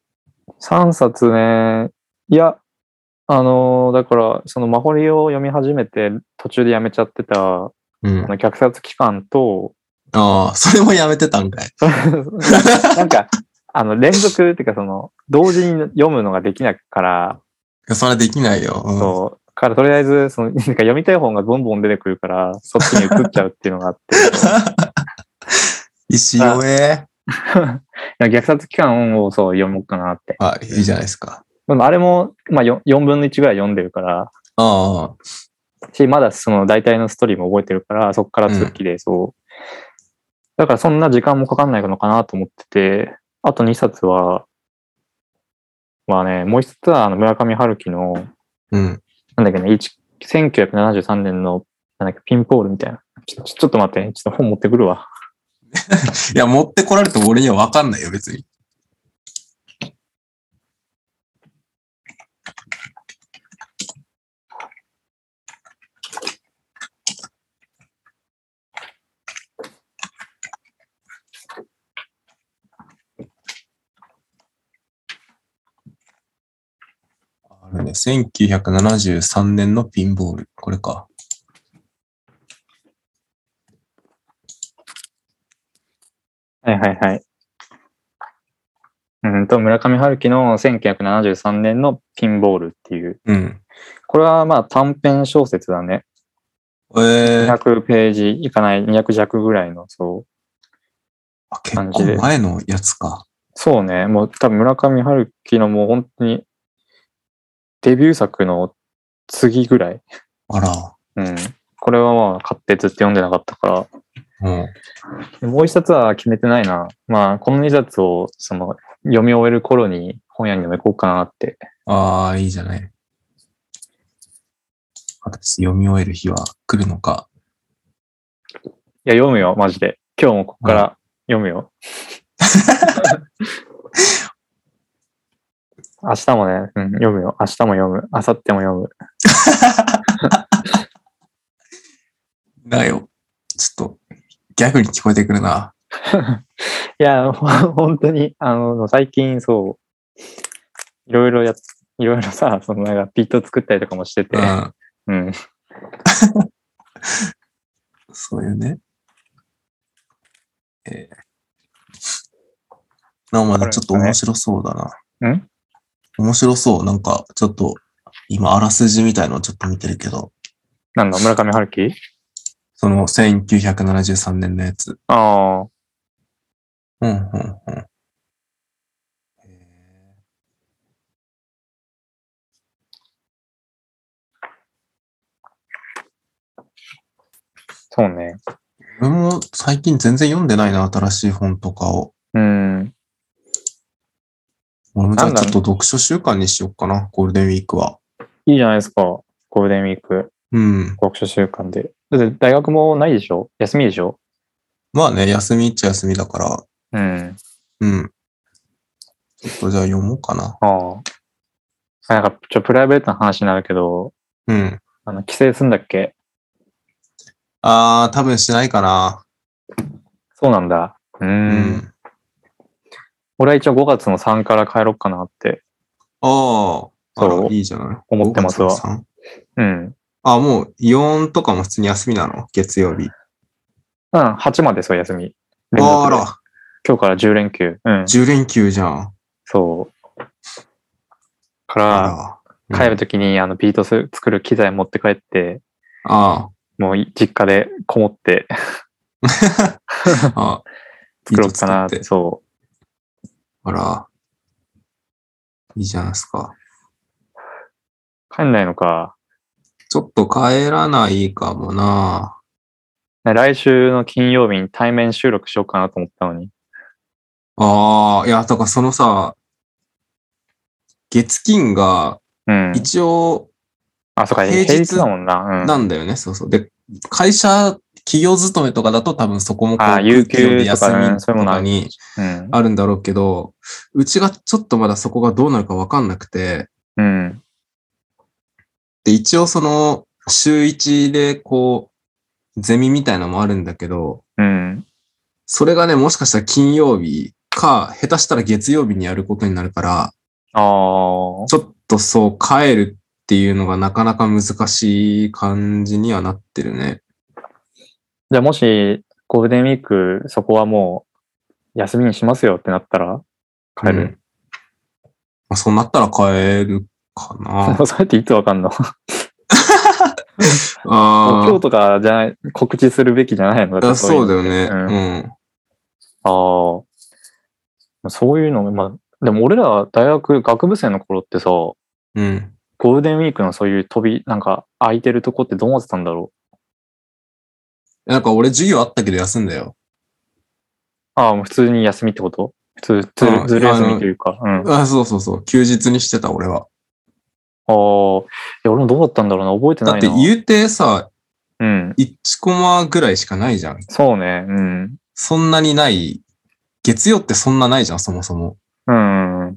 Speaker 1: 3冊ね、いや、あのーだから、その、マホリを読み始めて、途中でやめちゃってた、あ
Speaker 2: うん。
Speaker 1: の、虐殺期間と、
Speaker 2: ああ、それもやめてたんかい。
Speaker 1: なんか、あの、連続っていうか、その、同時に読むのができないから、
Speaker 2: それはできないよ。うん
Speaker 1: そう、から、とりあえず、その、なんか読みたい本がどんどん出てくるから、そっちに移っちゃうっていうのがあって、
Speaker 2: 石弱え。
Speaker 1: いや虐殺期間をそう、読もうかなって。
Speaker 2: あ、いいじゃないですか。
Speaker 1: でもあれも、まあ、よ4分の1ぐらい読んでるから、
Speaker 2: ああ、
Speaker 1: し、まだその大体のストーリーも覚えてるから、そこから続きで、そう。だからそんな時間もかかんないのかなと思ってて、あと2冊は、まあね、もう一冊はあの村上春樹の、
Speaker 2: うん。
Speaker 1: なんだっけね、一1973年の、なんだっけ、ピンポールみたいな。ちょちょちょっと待ってね、ちょっと本持ってくるわ。
Speaker 2: いや、持ってこられても俺にはわかんないよ、別に。ね。1973年のピンボール。これか。
Speaker 1: はいはいはい。うんと、村上春樹の1973年のピンボールっていう。
Speaker 2: うん。
Speaker 1: これはまあ短編小説だね。
Speaker 2: えー、
Speaker 1: 200ページいかない、200弱ぐらいの、そう。
Speaker 2: あ結構前のやつか。
Speaker 1: そうね、もう多分村上春樹のもう本当に、デビュー作の次ぐらい。
Speaker 2: あら。
Speaker 1: うん。これはまあ買ってずっと読んでなかったから、
Speaker 2: うん。
Speaker 1: もう一冊は決めてないな。まあ、この二冊を、その、読み終える頃に本屋に読めこうかなって。
Speaker 2: ああ、いいじゃない。私、読み終える日は来るのか。
Speaker 1: いや、読むよ、マジで。今日もここから読むよ。明日もね、うん、読むよ。明日も読む。明後日も読む。
Speaker 2: だよ。ちょっと、ギャグに聞こえてくるな。
Speaker 1: いや、 ほ本当に、あの、最近そう、いろいろやっ、いろいろさ、そのなんかビート作ったりとかもしてて、
Speaker 2: うん。
Speaker 1: うん。
Speaker 2: そうよね。えーなおまだちょっと面白そうだな。
Speaker 1: ん
Speaker 2: 面白そう。なんか、ちょっと、今、あらすじみたいのをちょっと見てるけど、
Speaker 1: なんだ、村上春樹
Speaker 2: その1973年のやつ。
Speaker 1: ああ、
Speaker 2: うん、うん、うん。へー
Speaker 1: そうね。
Speaker 2: 俺も最近全然読んでないな、新しい本とかを。
Speaker 1: うん。
Speaker 2: 俺もじゃあ
Speaker 1: なんだ
Speaker 2: ち
Speaker 1: ろ
Speaker 2: ょっ
Speaker 1: う
Speaker 2: と読書習慣にしようかな、ゴールデンウィークは。
Speaker 1: いいじゃないですか。ゴールデンウィーク、
Speaker 2: うん。
Speaker 1: 読書週間で。だって大学もないでしょ休みでしょ
Speaker 2: まあね、休みっちゃ休みだから、
Speaker 1: うん。
Speaker 2: うん。ちょっとじゃあ読もうかな。
Speaker 1: ああ。なんか、ちょ、プライベートな話になるけど、
Speaker 2: うん。
Speaker 1: あの、帰省すんだっけ
Speaker 2: あー、多分しないかな。
Speaker 1: そうなんだ。うー。
Speaker 2: うんん。
Speaker 1: 俺は一応5月の3から帰ろっかなって。
Speaker 2: ああ、あ
Speaker 1: そ
Speaker 2: ら
Speaker 1: う
Speaker 2: いいじゃない。
Speaker 1: 思ってますわ
Speaker 2: 5月の三
Speaker 1: うん。
Speaker 2: あ、もう4とかも普通に休みなの月曜日。
Speaker 1: うん、8までそう、休み。連
Speaker 2: あー
Speaker 1: 続で
Speaker 2: ら、
Speaker 1: 今日から10連休。うん。
Speaker 2: 10連休じゃん。
Speaker 1: そう。か
Speaker 2: あ
Speaker 1: ら、
Speaker 2: ら。うん
Speaker 1: 帰るときに、あの、ビートス作る機材持って帰って、
Speaker 2: あ
Speaker 1: もうい実家でこもって
Speaker 2: ーあ。
Speaker 1: 作ろうかなっ
Speaker 2: いいとこ作って
Speaker 1: て。そう。
Speaker 2: あら。いいじゃないですか。
Speaker 1: 帰んないのか。
Speaker 2: ちょっと帰らないかもな。
Speaker 1: ね来週の金曜日に対面収録しようかなと思ったのに。
Speaker 2: ああ、いや、だからそのさ、月金が
Speaker 1: うん。
Speaker 2: 一応
Speaker 1: あ、そうか、
Speaker 2: 平
Speaker 1: 平
Speaker 2: 日
Speaker 1: 日だもんな。うん。
Speaker 2: なんだよね、そうそう。で、会社、企業勤めとかだと多分そこもこ
Speaker 1: あ
Speaker 2: う、
Speaker 1: ー有給
Speaker 2: 空気読んで
Speaker 1: とかね
Speaker 2: 休み
Speaker 1: そういうも
Speaker 2: と
Speaker 1: のあ
Speaker 2: か
Speaker 1: る
Speaker 2: に
Speaker 1: うん。
Speaker 2: あるんだろうけど、うちがちょっとまだそこがどうなるかわかんなくて、
Speaker 1: うん。
Speaker 2: で、一応その、週一でこう、ゼミみたいなのもあるんだけど、
Speaker 1: うん。
Speaker 2: それがね、もしかしたら金曜日か、下手したら月曜日にやることになるから、
Speaker 1: ああ。
Speaker 2: ちょっとそう、帰るっていうのがなかなか難しい感じにはなってるね。
Speaker 1: じゃあもし、ゴールデンウィーク、そこはもう、休みにしますよってなったら、帰
Speaker 2: う
Speaker 1: る。
Speaker 2: んまあ、そうなったら帰るかな。
Speaker 1: そうやっていつわかんの もう
Speaker 2: あ
Speaker 1: 今日とかじゃない、告知するべきじゃないの
Speaker 2: あ、そうだ
Speaker 1: よ。
Speaker 2: よね。
Speaker 1: うん
Speaker 2: うん。
Speaker 1: あーまあ。そういうの、まあ、でも俺ら大学、学部生の頃ってさ、
Speaker 2: うん。
Speaker 1: ゴールデンウィークのそういう飛び、なんか空いてるとこってどう思ってたんだろ
Speaker 2: なんか俺授業あったけど休んだ
Speaker 1: う
Speaker 2: よ。
Speaker 1: ああ、もう普通に休みってこと普通、ず
Speaker 2: ああ
Speaker 1: ずる休
Speaker 2: あの
Speaker 1: みというか。うん。ああ。い
Speaker 2: あそうそうそう。休日にしてた俺は。
Speaker 1: や、俺もどうだったんだろうな。覚えて
Speaker 2: だ
Speaker 1: な
Speaker 2: っ
Speaker 1: い
Speaker 2: て
Speaker 1: な。
Speaker 2: 言うてさ、
Speaker 1: うん。
Speaker 2: 1コマぐらいしかないじゃん。
Speaker 1: そうね。うん。
Speaker 2: そんなにない。月曜ってそんなないじゃん、そもそも。
Speaker 1: うん。うん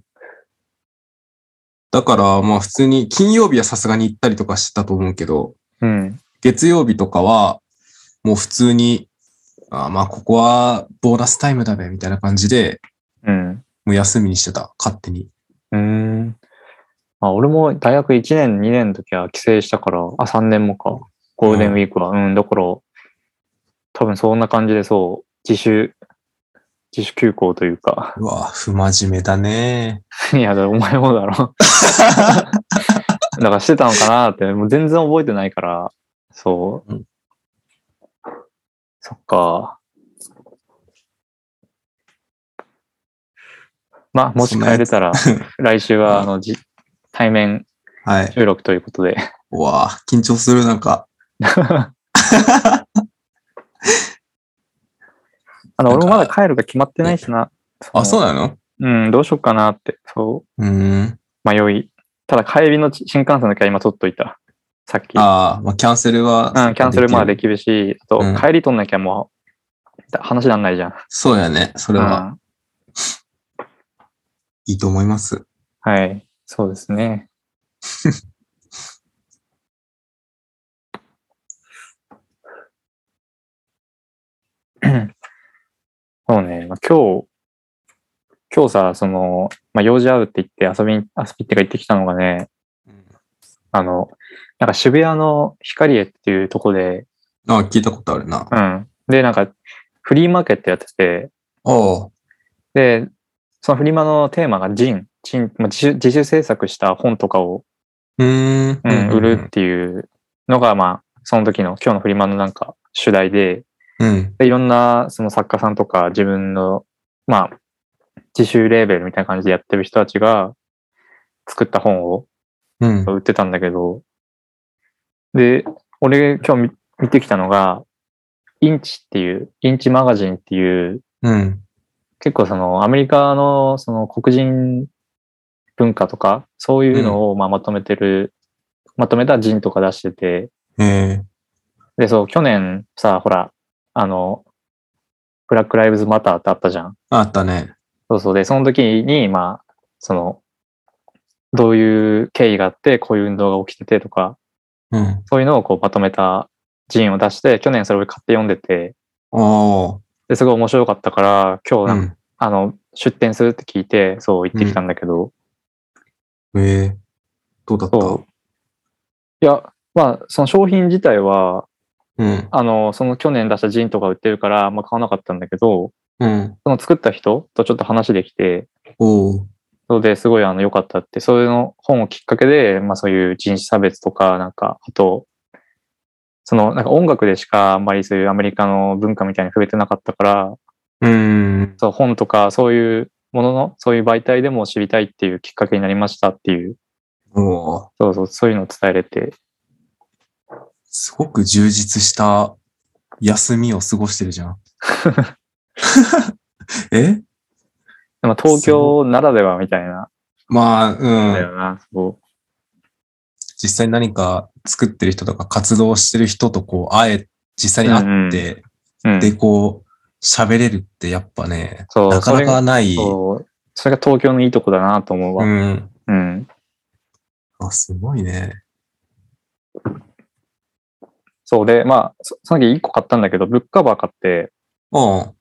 Speaker 2: だから、まあ普通に、金曜日はさすがに行ったりとかしてたと思うけど、
Speaker 1: うん。
Speaker 2: 月曜日とかは、もう普通に、あまあ、ここはボーナスタイムだべ、みたいな感じで、
Speaker 1: うん。
Speaker 2: もう休みにしてた、勝手に。
Speaker 1: うん。あ、俺も大学1年、2年の時は帰省したから、あ、3年もか。ゴールデンウィークは。うん、だから、多分そんな感じでそう、自主、自主休校というか。
Speaker 2: うわ、不真面目だね。
Speaker 1: いや、だからお前もだ ろ。だからしてたのかなって、もう全然覚えてないから、そう。
Speaker 2: うん
Speaker 1: そっか。まあ、もし帰れた ら、来週は、あの、じ対面
Speaker 2: はい。
Speaker 1: 収録ということで。
Speaker 2: うわ、緊張する、なんか。
Speaker 1: あの、
Speaker 2: なん
Speaker 1: 俺
Speaker 2: か
Speaker 1: もまだ帰るか決まってないしな。
Speaker 2: あ、そう
Speaker 1: う
Speaker 2: なの
Speaker 1: うん、どうしようかなって、そう
Speaker 2: ーん。
Speaker 1: う、迷い。ただ、帰りの新幹線の時は今取っといた。さっき。
Speaker 2: ああ、まあ、キャンセルは。
Speaker 1: うん、キャンセルまあできるし、あと
Speaker 2: うん、
Speaker 1: 帰り取んなきゃもう、話なんないじゃん。
Speaker 2: そうだよね。それは、
Speaker 1: うん
Speaker 2: いいと思います。
Speaker 1: はい、そうですね。 そうね、まあ、今日、今日さ、その、まあ、用事あるって言って遊びに、遊びってか行ってきたのがね、あの、なんか渋谷のヒカリエっていうとこで、
Speaker 2: ああ、聞いたことあるな。あ
Speaker 1: うん。で、なんか、フリーマーケットやってて、
Speaker 2: あ、
Speaker 1: で、そのフリマのテーマがジン、ジン、まあ、自主自主制作した本とかを、
Speaker 2: うーん。
Speaker 1: うん、売るっていうのが、まあ、その時の今日のフリマのなんか主題で、
Speaker 2: うん。
Speaker 1: でいろんなその作家さんとか自分の、まあ、自主レーベルみたいな感じでやってる人たちが作った本を
Speaker 2: うん。
Speaker 1: 売ってたんだけど、で、俺今日見見てきたのが、インチっていう、インチマガジンっていう
Speaker 2: うん。
Speaker 1: 結構そのアメリカのその黒人文化とか、そういうのをまあまとめてる、まとめた人とか出してて、
Speaker 2: ええ
Speaker 1: で、そう、去年さ、ほら、あの、ブラック・ライブズ・マターってあったじゃん。
Speaker 2: あったね。
Speaker 1: そうそう。で、その時に、まあ、その、どういう経緯があって、こういう運動が起きててとか、
Speaker 2: うん。
Speaker 1: そういうのをこうまとめた人を出して、去年それを買って読んでて、
Speaker 2: ああ。
Speaker 1: で、すごい面白かったから、今日
Speaker 2: う
Speaker 1: なんか
Speaker 2: ん。
Speaker 1: あの、出店するって聞いて、そう行ってきたんだけど、
Speaker 2: ええどうだった
Speaker 1: そういや、まあ、その商品自体は、
Speaker 2: うん。
Speaker 1: あの、その去年出したジンとか売ってるから、まあ買わなかったんだけど、
Speaker 2: うん。
Speaker 1: その作った人とちょっと話できて、
Speaker 2: おお。
Speaker 1: そうですごいあの良かったって、そういうの本をきっかけで、まあそういう人種差別とか、なんか、あと、そのなんか音楽でしかあんまりそういうアメリカの文化みたいに触れてなかったから、
Speaker 2: うーん。
Speaker 1: そう本とかそういうものの、そういう媒体でも知りたいっていうきっかけになりましたっていう、
Speaker 2: おお。
Speaker 1: そうそう、そういうのを伝えれて、
Speaker 2: すごく充実した休みを過ごしてる じゃん。え
Speaker 1: まあ東京ならではみたいな、
Speaker 2: まあ、うん。
Speaker 1: だよな、そう。
Speaker 2: 実際に何か作ってる人とか活動してる人とこう、あえ、実際に会って、
Speaker 1: うん
Speaker 2: で、こう、喋れるってやっぱね、
Speaker 1: そう
Speaker 2: なかなかない。う
Speaker 1: そう。それが東京のいいとこだなと思うわ。
Speaker 2: ん。
Speaker 1: うん。
Speaker 2: あ、すごいね。
Speaker 1: そうで、まあ、そその時1個買ったんだけど、ブックカバー買って、
Speaker 2: うん。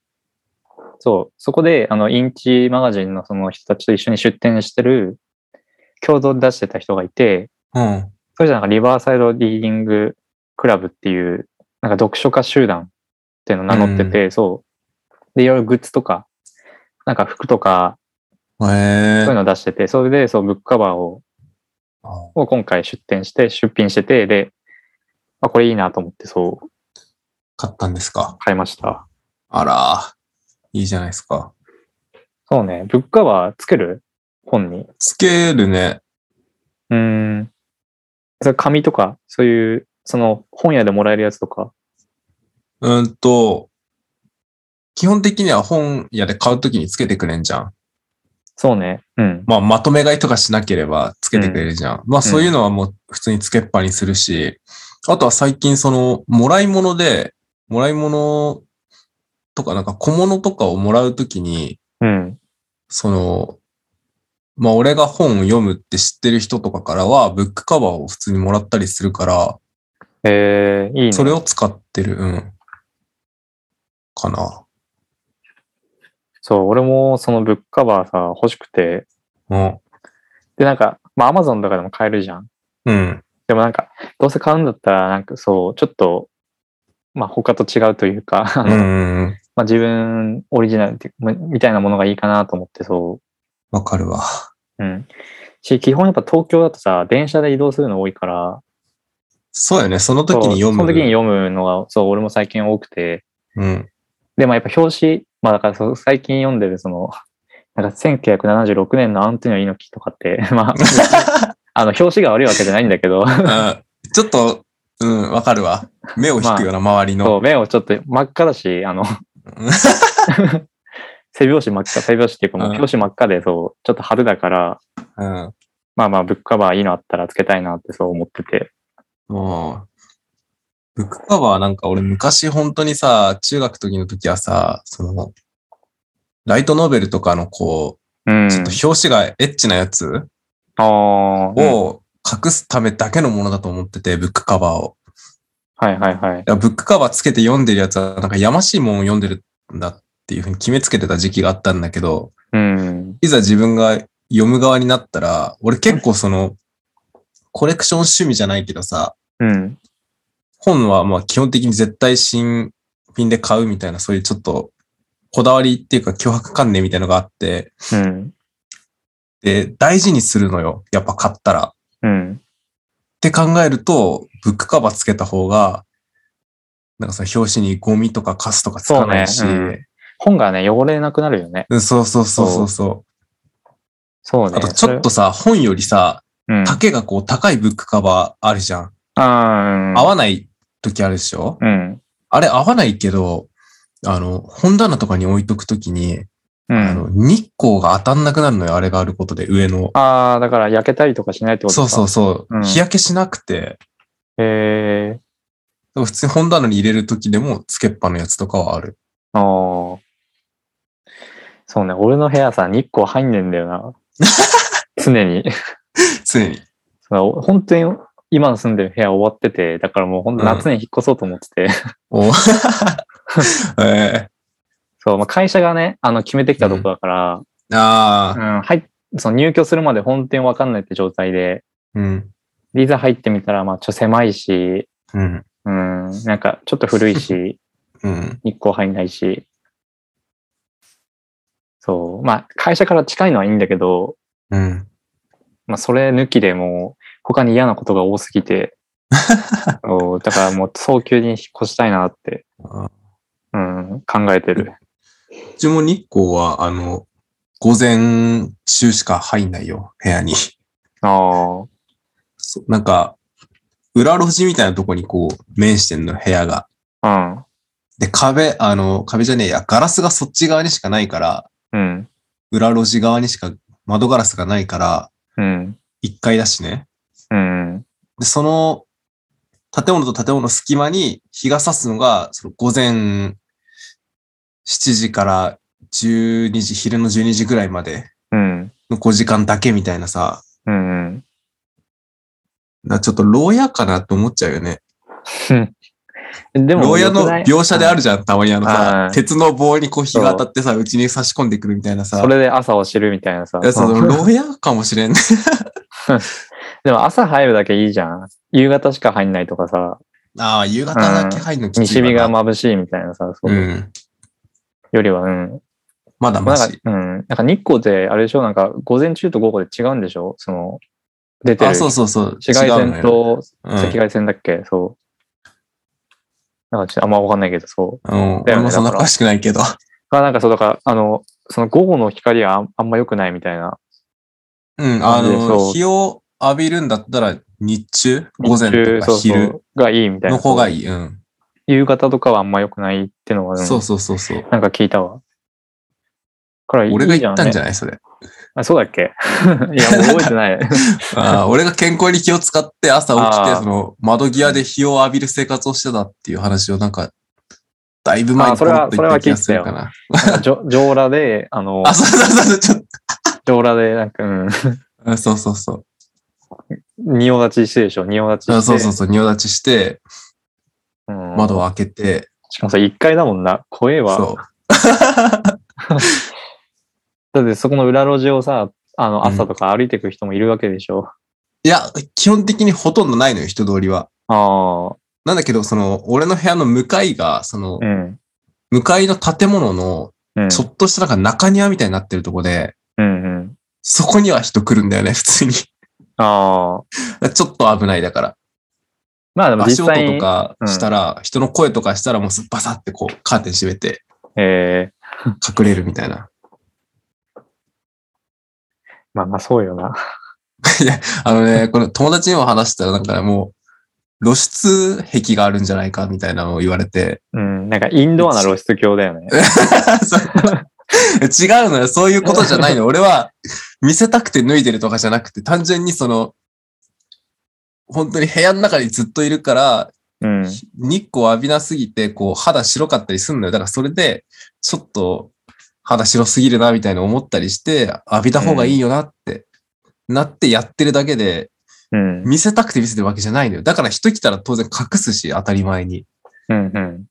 Speaker 1: そう、そこで、あの、インチマガジンのその人たちと一緒に出店してる、共同で出してた人がいて、
Speaker 2: うん。
Speaker 1: それじゃなんかリバーサイドリーディングクラブっていう、なんか読書家集団っていうのを名乗ってて、そう。で、いろいろグッズとか、なんか服とか、
Speaker 2: へえ
Speaker 1: そういうのを出してて、それで、そう、ブックカバーを
Speaker 2: あ
Speaker 1: を今回出店して、出品してて、で、あ、これいいなと思って、そう、
Speaker 2: 買ったんですか。
Speaker 1: 買いました。
Speaker 2: あら、いいじゃないですか。
Speaker 1: そうね、ブックカバーつける本に。
Speaker 2: つけるね。
Speaker 1: うーん。それ紙とか、そういう、その本屋でもらえるやつとか。
Speaker 2: うんと、基本的には本屋で買うときにつけてくれんじゃん。
Speaker 1: そうね、うん。
Speaker 2: まあ、まとめ買いとかしなければつけてくれるじゃん。まあ、そういうのはもう普通につけっぱにするし、あとは最近その、もらい物で、もらい物とかなんか小物とかをもらうときに、
Speaker 1: うん。
Speaker 2: その、まあ、俺が本を読むって知ってる人とかからは、ブックカバーを普通にもらったりするから、
Speaker 1: えー、いいね。
Speaker 2: それを使ってる、うん。かな。
Speaker 1: そう、俺もそのブックカバーさ、欲しくて、
Speaker 2: うん。
Speaker 1: で、なんか、まあ、アマゾンとかでも買えるじゃん。
Speaker 2: うん。
Speaker 1: でもなんか、どうせ買うんだったら、なんかそう、ちょっと、まあ、他と違うというか、あ
Speaker 2: う
Speaker 1: の
Speaker 2: ん。
Speaker 1: まあ、自分オリジナルっていうまみたいなものがいいかなと思って、そ
Speaker 2: わかるわ。
Speaker 1: う。うん。し、基本やっぱ東京だとさ、電車で移動するの多いから、
Speaker 2: そうよね。その時に
Speaker 1: そ
Speaker 2: 読
Speaker 1: う
Speaker 2: む。
Speaker 1: その時に読むのが、そう、俺も最近多くて、
Speaker 2: うん。
Speaker 1: でもやっぱ表紙、まあだからそう最近読んでるその、なんか1976年のアントニオ猪木とかって、 まあ、あの、表紙が悪いわけじゃないんだけ ど、
Speaker 2: うんちょっと、うん、わかるわ。目を引くような周
Speaker 1: そ
Speaker 2: りの。
Speaker 1: う、目をちょっと真っ赤だし、あの、背拍子真っ赤、背拍子っていうかもう
Speaker 2: うん
Speaker 1: 表紙真っ赤で、そう、ちょっと派手だから、
Speaker 2: うん。
Speaker 1: まあまあ、ブックカバーいいのあったらつけたいなってそう思ってて。
Speaker 2: もう、ブックカバーはなんか俺昔本当にさ、中学時の時はさ、その、ライトノベルとかのこ
Speaker 1: うん。
Speaker 2: う、ちょっと表紙がエッチなやつ
Speaker 1: ああ、うん
Speaker 2: を隠すためだけのものだと思ってて、ブックカバーを。
Speaker 1: はいはいはい。
Speaker 2: だからブックカバーつけて読んでるやつは、なんかやましいもんを読んでるんだっていうふうに決めつけてた時期があったんだけど、
Speaker 1: うん。
Speaker 2: いざ自分が読む側になったら、俺結構その、コレクション趣味じゃないけどさ、
Speaker 1: うん。
Speaker 2: 本はまあ基本的に絶対新品で買うみたいな、そういうちょっと、こだわりっていうか脅迫観念みたいなのがあって、
Speaker 1: うん。
Speaker 2: で、大事にするのよ。やっぱ買ったら。っ
Speaker 1: うん。
Speaker 2: て考えると、ブックカバーつけた方が、なんかその表紙にゴミとかカスとかつかないし、
Speaker 1: そうね本がね、汚れなくなるよね。
Speaker 2: うんそうそうそうそうそう。
Speaker 1: そうね。
Speaker 2: あとちょっとさ、本よりさ、
Speaker 1: それ、うん。
Speaker 2: 丈がこう高いブックカバーあるじゃん。
Speaker 1: ああ、
Speaker 2: 合わない時あるでしょ
Speaker 1: うん。
Speaker 2: あれ合わないけど、あの、本棚とかに置いとくときに、
Speaker 1: う
Speaker 2: あ
Speaker 1: ん。
Speaker 2: の、日光が当たんなくなるのよ、あれがあることで、上の。
Speaker 1: ああ、だから焼けたりとかしないってこと。
Speaker 2: そうそううそう、
Speaker 1: うん
Speaker 2: 日焼けしなくて、
Speaker 1: へえ。
Speaker 2: 普通に本棚に入れるときでも、つけっぱのやつとかはある。
Speaker 1: ああ。そうね、俺の部屋さ、日光入んねんだよ な。常に。
Speaker 2: 常に。
Speaker 1: その本当に今の住んでる部屋終わってて、だからもう本当夏に引っ越そうと思ってて。
Speaker 2: お え
Speaker 1: そう、まあ、会社がね、あの、決めてきたとこだから、
Speaker 2: ー、ああ、
Speaker 1: うん、はい、その入居するまで本店わかんないって状態で、
Speaker 2: うん、
Speaker 1: リザ入ってみたら、まあ、ちょ、狭いし、
Speaker 2: うん、
Speaker 1: うん、なんか、ちょっと古いし、
Speaker 2: うん、
Speaker 1: 日光入んないし。そう、まあ、会社から近いのはいいんだけど、
Speaker 2: うん。
Speaker 1: まあ、それ抜きでもう、他に嫌なことが多すぎて、そうだからもう、早急に引っ越したいなって、
Speaker 2: あー
Speaker 1: うん、考えてる。
Speaker 2: うちも日光は、あの、午前中しか入んないよ、部屋に。
Speaker 1: ああ、
Speaker 2: そうなんか、裏路地みたいなとこにこう、面してんの、部屋が。
Speaker 1: うん、
Speaker 2: で、壁、あの、壁じゃねえや、ガラスがそっち側にしかないから、
Speaker 1: うん、
Speaker 2: 裏路地側にしか窓ガラスがないから、
Speaker 1: うん、
Speaker 2: 1階だしね。
Speaker 1: うん、
Speaker 2: で、その、建物と建物の隙間に日が差すのが、その午前7時から12時、昼の12時ぐらいまで
Speaker 1: うん、
Speaker 2: の5時間だけみたいなさ、
Speaker 1: うん、うん。
Speaker 2: なちょっと牢屋かなって思っちゃうよね。
Speaker 1: でも、
Speaker 2: 牢屋の描写である
Speaker 1: じ
Speaker 2: じゃん、たまにあのさ
Speaker 1: う、ん
Speaker 2: 鉄の棒にこう日が当たってさ、うちに差し込んでくるみたいなさ。
Speaker 1: それで朝を知るみたいなさ
Speaker 2: い。や、その、牢屋かもしれんね。
Speaker 1: でも朝入るだけいいじゃん。夕方しか入んないとかさ、
Speaker 2: ああ、夕方だけ入るのきつい
Speaker 1: 西
Speaker 2: わな。
Speaker 1: 日が眩しいみたいなさ、そううんよりは、うん。
Speaker 2: まだ
Speaker 1: な
Speaker 2: マ
Speaker 1: んか
Speaker 2: シ。、
Speaker 1: うん。なんか日光って、あれでしょなんか、午前中と午後で違うんでしょその、出てる。
Speaker 2: あ、そうそうそう。
Speaker 1: 紫外
Speaker 2: 違うの
Speaker 1: 線
Speaker 2: よ
Speaker 1: と
Speaker 2: うん
Speaker 1: 赤外線だっけ、そう。なんかちょっとあんまわかんないけど、そう。
Speaker 2: う
Speaker 1: だ
Speaker 2: ん。
Speaker 1: よね
Speaker 2: 俺もそんな
Speaker 1: だから
Speaker 2: 詳しくないけど。
Speaker 1: まあなんかそう、だから、あの、その午後の光はあんあんま良くないみたいな。
Speaker 2: うん。あ
Speaker 1: そ
Speaker 2: の、
Speaker 1: う
Speaker 2: 日を浴びるんだったら、日中、午前
Speaker 1: 日中
Speaker 2: と
Speaker 1: そうそ
Speaker 2: か
Speaker 1: う
Speaker 2: 昼
Speaker 1: がいいみたいな。
Speaker 2: の方が
Speaker 1: い。
Speaker 2: いい。うん。
Speaker 1: 夕方とかはあんま良くないってのは、うん
Speaker 2: そうそうそうそう。
Speaker 1: なんか聞いたわ。からいい
Speaker 2: 俺が言ったんじ
Speaker 1: ゃんね
Speaker 2: ゃないそれ。
Speaker 1: あ、そうだっけ いや、もう覚えて ない。
Speaker 2: あー俺が健康に気を使って朝起き
Speaker 1: あ
Speaker 2: て、
Speaker 1: ー
Speaker 2: その、窓際で日を浴びる生活をしてたっていう話をなんか、だいぶ前
Speaker 1: あー
Speaker 2: に
Speaker 1: それは
Speaker 2: ポロッと言った気がするかな。
Speaker 1: なんかじょ上裸で、あの、
Speaker 2: あ、そうそうそう、ちょっと
Speaker 1: 上裸で、なんか、うん、
Speaker 2: うん。そうそうそう。
Speaker 1: 仁王立ちしてるでしょ、仁王立ちして。
Speaker 2: あそうそうそう、仁王立ちして、
Speaker 1: うん
Speaker 2: 窓を開けて、
Speaker 1: しかもさ、1階だもんな、怖えわ。
Speaker 2: そ
Speaker 1: だってそこの裏路地をさ、あの、朝とか歩いてく人もいるわけでしょ。
Speaker 2: いや、基本的にほとんどないのよ、人通りは。
Speaker 1: ああ、
Speaker 2: なんだけど、その、俺の部屋の向かいが、その
Speaker 1: う、ん。
Speaker 2: 向かいの建物の、
Speaker 1: うん。
Speaker 2: ちょっとしたなんか中庭みたいになってるとこで、
Speaker 1: うんうん。
Speaker 2: そこには人来るんだよね、普通に。
Speaker 1: ああ。
Speaker 2: ちょっと危ないだから。
Speaker 1: まあでも
Speaker 2: 足
Speaker 1: 実
Speaker 2: 音
Speaker 1: 際に。
Speaker 2: とかしたら、人の声とかしたらもうすっバサってこうカーテン閉めて
Speaker 1: ええ
Speaker 2: 隠れるみたいな。
Speaker 1: まあまあそうよな。
Speaker 2: あのね、この友達にも話したらなんかもう露出癖があるんじゃないかみたいなのを言われて。
Speaker 1: うん。なんかインドアな露出狂だよね。
Speaker 2: そう違うのよ。そういうことじゃない の。俺は見せたくて脱いでるとかじゃなくて、単純にその、本当に部屋の中にずっといるから、
Speaker 1: うん。
Speaker 2: 日光浴びなすぎて、こう、肌白かったりすんのよ。だからそれで、ちょっと、肌白すぎるな、みたいな思ったりして、浴びた方がいいよなって、なってやってるだけで、
Speaker 1: うん。
Speaker 2: 見せたくて見せてるわけじゃないのよ。だから人来たら当然隠すし、当たり前に。
Speaker 1: うんうん。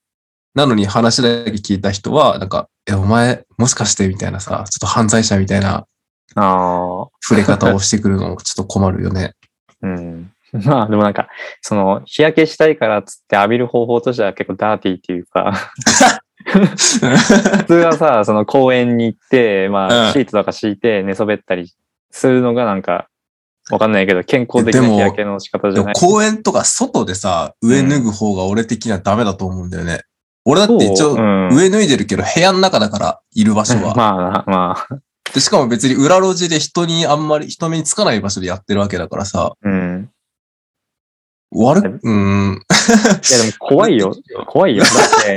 Speaker 2: なのに話だけ聞いた人は、なんか、え、お前、もしかして、みたいなさ、ちょっと犯罪者みたいな
Speaker 1: ああ。
Speaker 2: 触れ方をしてくるのもちょっと困るよね。
Speaker 1: うん。 まあでもなんか、その、日焼けしたいからっつって浴びる方法としては結構ダーティーっていうか、 普通はさ、その公園に行って、ま
Speaker 2: うん
Speaker 1: あシートとか敷いて寝そべったりするのがなんか、わかんないけど、健康的
Speaker 2: で
Speaker 1: な
Speaker 2: も
Speaker 1: 日焼けの仕方じ
Speaker 2: で
Speaker 1: ゃ
Speaker 2: も
Speaker 1: ない。
Speaker 2: 公園とか外でさ、上脱ぐ方が俺的にはダメだと思うんだよね。俺だって一
Speaker 1: そう
Speaker 2: 応
Speaker 1: うん
Speaker 2: 上脱いでるけど部屋の中だから、いる場所は。
Speaker 1: まあな、まあ、
Speaker 2: で、しかも別に裏路地で人にあんまり、人目につかない場所でやってるわけだからさ、
Speaker 1: うん。
Speaker 2: 悪く、うーん。
Speaker 1: いやでも怖い よ。怖いよ。だって、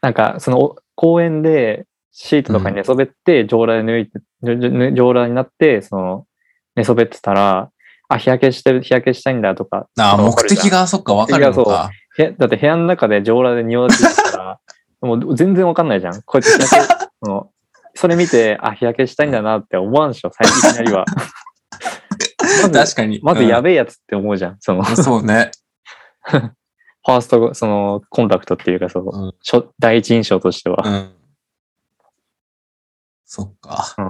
Speaker 1: なんか、そのお、公園でシートとかに寝そべって、上裸で脱いて、じょじょ上裸になって、その、寝そべってたら、あ、日焼けしてる、日焼けしたいんだとか。
Speaker 2: ああ、
Speaker 1: わかる
Speaker 2: 目
Speaker 1: じゃん
Speaker 2: 的。がそっか分かるのか。
Speaker 1: へだって部屋の中で上裸で仁王立ちしてたら、 もう全然わかんないじゃん。こうやって日焼 け、その、それ見て、あ、日焼けしたいんだなって思わんでしょ、最近なり は。まず、
Speaker 2: 確かに。
Speaker 1: まずやべ
Speaker 2: べ、
Speaker 1: えやつって思うじゃん。その、
Speaker 2: うんそうね。
Speaker 1: ファースト、その、コンタクトっていうか、その、
Speaker 2: うん
Speaker 1: 初第一印象として
Speaker 2: う
Speaker 1: は。
Speaker 2: ん。そっか。
Speaker 1: う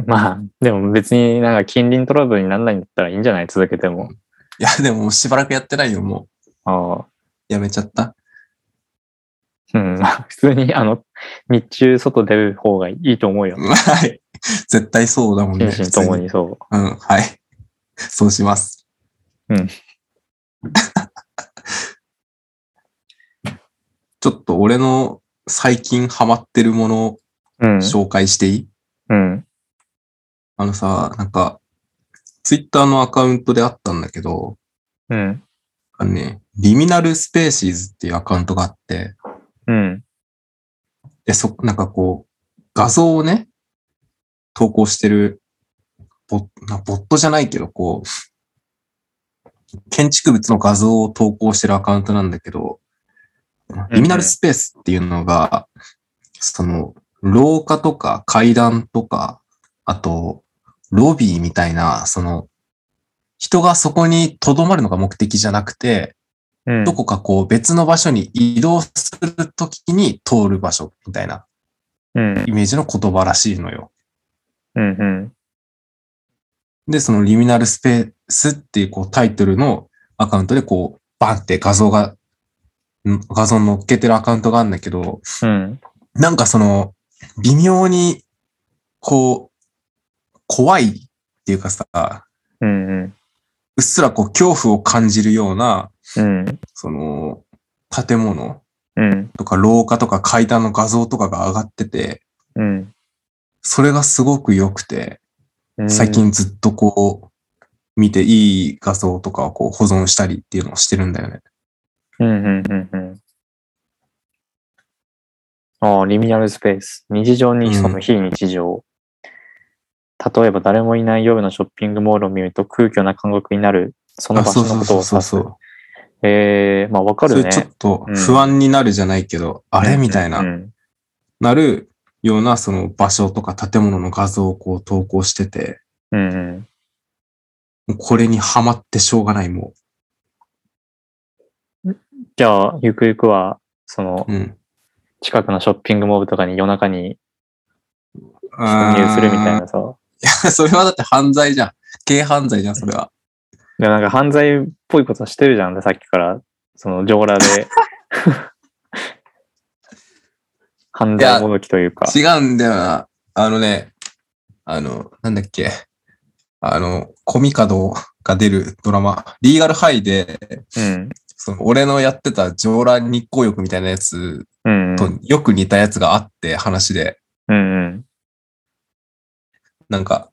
Speaker 1: んまあ、でも別になんか近隣トラブルにならないんだったらいいんじゃない続けても。
Speaker 2: いや、でももうしばらくやってないよ、もう。
Speaker 1: ああ
Speaker 2: やめちゃった。
Speaker 1: うん、まあ普通に、あの、日中外出る方がいいと思うよ。
Speaker 2: はい。絶対そうだもんね。
Speaker 1: 心身ともにそう。
Speaker 2: うん、はい。そうします。
Speaker 1: うん。
Speaker 2: ちょっと俺の最近ハマってるものを
Speaker 1: うん。
Speaker 2: 紹介していい、
Speaker 1: うん。
Speaker 2: あのさ、なんか、ツイッターのアカウントであったんだけど、
Speaker 1: うん。
Speaker 2: あのね、リミナルスペーシーズっていうアカウントがあって、
Speaker 1: うん。
Speaker 2: で、そ、なんかこう、画像をね、投稿してる、ボッなボットじゃないけど、こう、建築物の画像を投稿してるアカウントなんだけど、リミナルスペースっていうのが、その、廊下とか階段とか、あと、ロビーみたいな、その、人がそこに留まるのが目的じゃなくて、
Speaker 1: うん。
Speaker 2: どこかこう別の場所に移動するときに通る場所みたいな
Speaker 1: うん。
Speaker 2: イメージの言葉らしいのよ。
Speaker 1: うん。うん。
Speaker 2: で、そのリミナルスペースっていうこうタイトルのアカウントでこうバンって画像が、ん画像乗っけてるアカウントがあるんだけど、
Speaker 1: うん。
Speaker 2: なんかその微妙にこう怖いっていうかさ、
Speaker 1: うん。
Speaker 2: うっすらこう恐怖を感じるような、
Speaker 1: うん。
Speaker 2: その建物
Speaker 1: うん。
Speaker 2: とか廊下とか階段の画像とかが上がってて、
Speaker 1: うん。
Speaker 2: それがすごく良くて、
Speaker 1: うん。
Speaker 2: 最。近ずっとこう、見ていい画像とかをこう保存したりっていうのをしてるんだよね。
Speaker 1: うん。うん。うん。うん。ああ、リミナルスペース。日常に潜む非日常。例えば、誰もいない夜のショッピングモールを見ると空虚な感覚になる、その
Speaker 2: あ
Speaker 1: 場所
Speaker 2: そうそ
Speaker 1: の
Speaker 2: う
Speaker 1: ことを
Speaker 2: そう
Speaker 1: 指す。
Speaker 2: そうそう。
Speaker 1: ええまあ、わか
Speaker 2: そ
Speaker 1: る
Speaker 2: れ
Speaker 1: ね。
Speaker 2: ちょっと不安になるじゃないけど、あれみたいな、
Speaker 1: うん。
Speaker 2: なるようなその場所とか建物の画像をこう投稿してて、
Speaker 1: うん。うん
Speaker 2: もうこれにハマってしょうがない、も
Speaker 1: じゃあ、ゆくゆくは、その
Speaker 2: う。、うん。
Speaker 1: 近くのショッピングモールとかに夜中に侵入するみたいなさ。
Speaker 2: な。それはだって犯罪じゃん。軽犯罪じゃん、それは。
Speaker 1: いや、なんか犯罪っぽいことしてるじゃん、さっきから。その、上裸 で。犯罪もどきというか。
Speaker 2: 違うんだよな。あのね、あの、なんだっけ。あの、コミカドが出るドラマ、リーガルハイで、
Speaker 1: うん。
Speaker 2: その俺のやってた上裸日光浴みたいなやつ
Speaker 1: うん。
Speaker 2: とよく似たやつがあって話で、
Speaker 1: うんうん。
Speaker 2: なんか、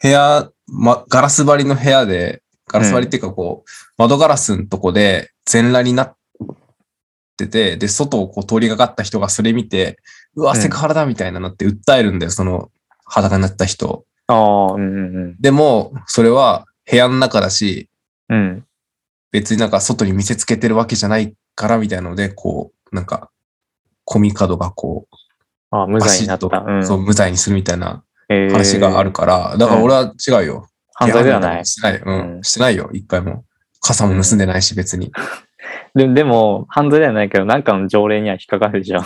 Speaker 2: 部屋、ま、ガラス張りの部屋で、ガラス張りっていうかこう、窓ガラスのとこで全裸になってて、で、外をこう通りがかった人がそれ見て、うわ、
Speaker 1: うん
Speaker 2: セクハラだみたいななって訴えるんだよ、その裸になった人。
Speaker 1: ああ、うんうんうん。
Speaker 2: でも、それは部屋の中だし、
Speaker 1: うん。
Speaker 2: 別になんか外に見せつけてるわけじゃないからみたいなので、こう、なんか、コミカドがこう、
Speaker 1: ああ、無
Speaker 2: バ
Speaker 1: 罪
Speaker 2: シ
Speaker 1: にな
Speaker 2: ッ
Speaker 1: った
Speaker 2: と。、
Speaker 1: うん。
Speaker 2: そう、無罪にするみたいな
Speaker 1: えー
Speaker 2: 話がある。から、だから俺は違うよ。
Speaker 1: 犯罪ではない。
Speaker 2: してない。うん。
Speaker 1: うん
Speaker 2: してないよ、一回も。傘も盗んでないし、別に。
Speaker 1: ででも、犯罪ではないけど、なんかの条例には引っかかる じゃん。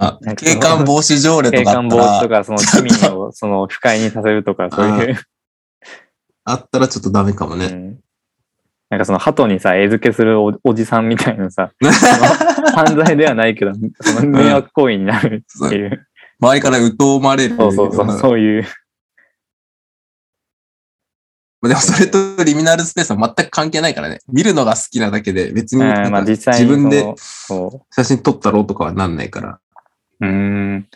Speaker 2: あ
Speaker 1: なんか
Speaker 2: 警官防止条例と
Speaker 1: 警
Speaker 2: かあ
Speaker 1: 官
Speaker 2: った
Speaker 1: 防止と
Speaker 2: ら、
Speaker 1: か、その市民 を、その、不快にさせるとか、そういう。
Speaker 2: あったらちょっとダメかも
Speaker 1: う
Speaker 2: ね。
Speaker 1: んなんかその、鳩にさ、餌付けするおおじさんみたいなさ、 犯罪ではないけど、その迷惑行為になるっていう。
Speaker 2: 周りから疎まれる。
Speaker 1: そうそうそう、そういう。
Speaker 2: でもそれとリミナルスペースは全く関係ないからね。見るのが好きなだけで、別に
Speaker 1: うん
Speaker 2: なん
Speaker 1: ま
Speaker 2: か
Speaker 1: あ実際
Speaker 2: 自
Speaker 1: にそ
Speaker 2: 分
Speaker 1: の
Speaker 2: で
Speaker 1: そ
Speaker 2: 写真撮ったろうとかはなんないから。
Speaker 1: う。うん。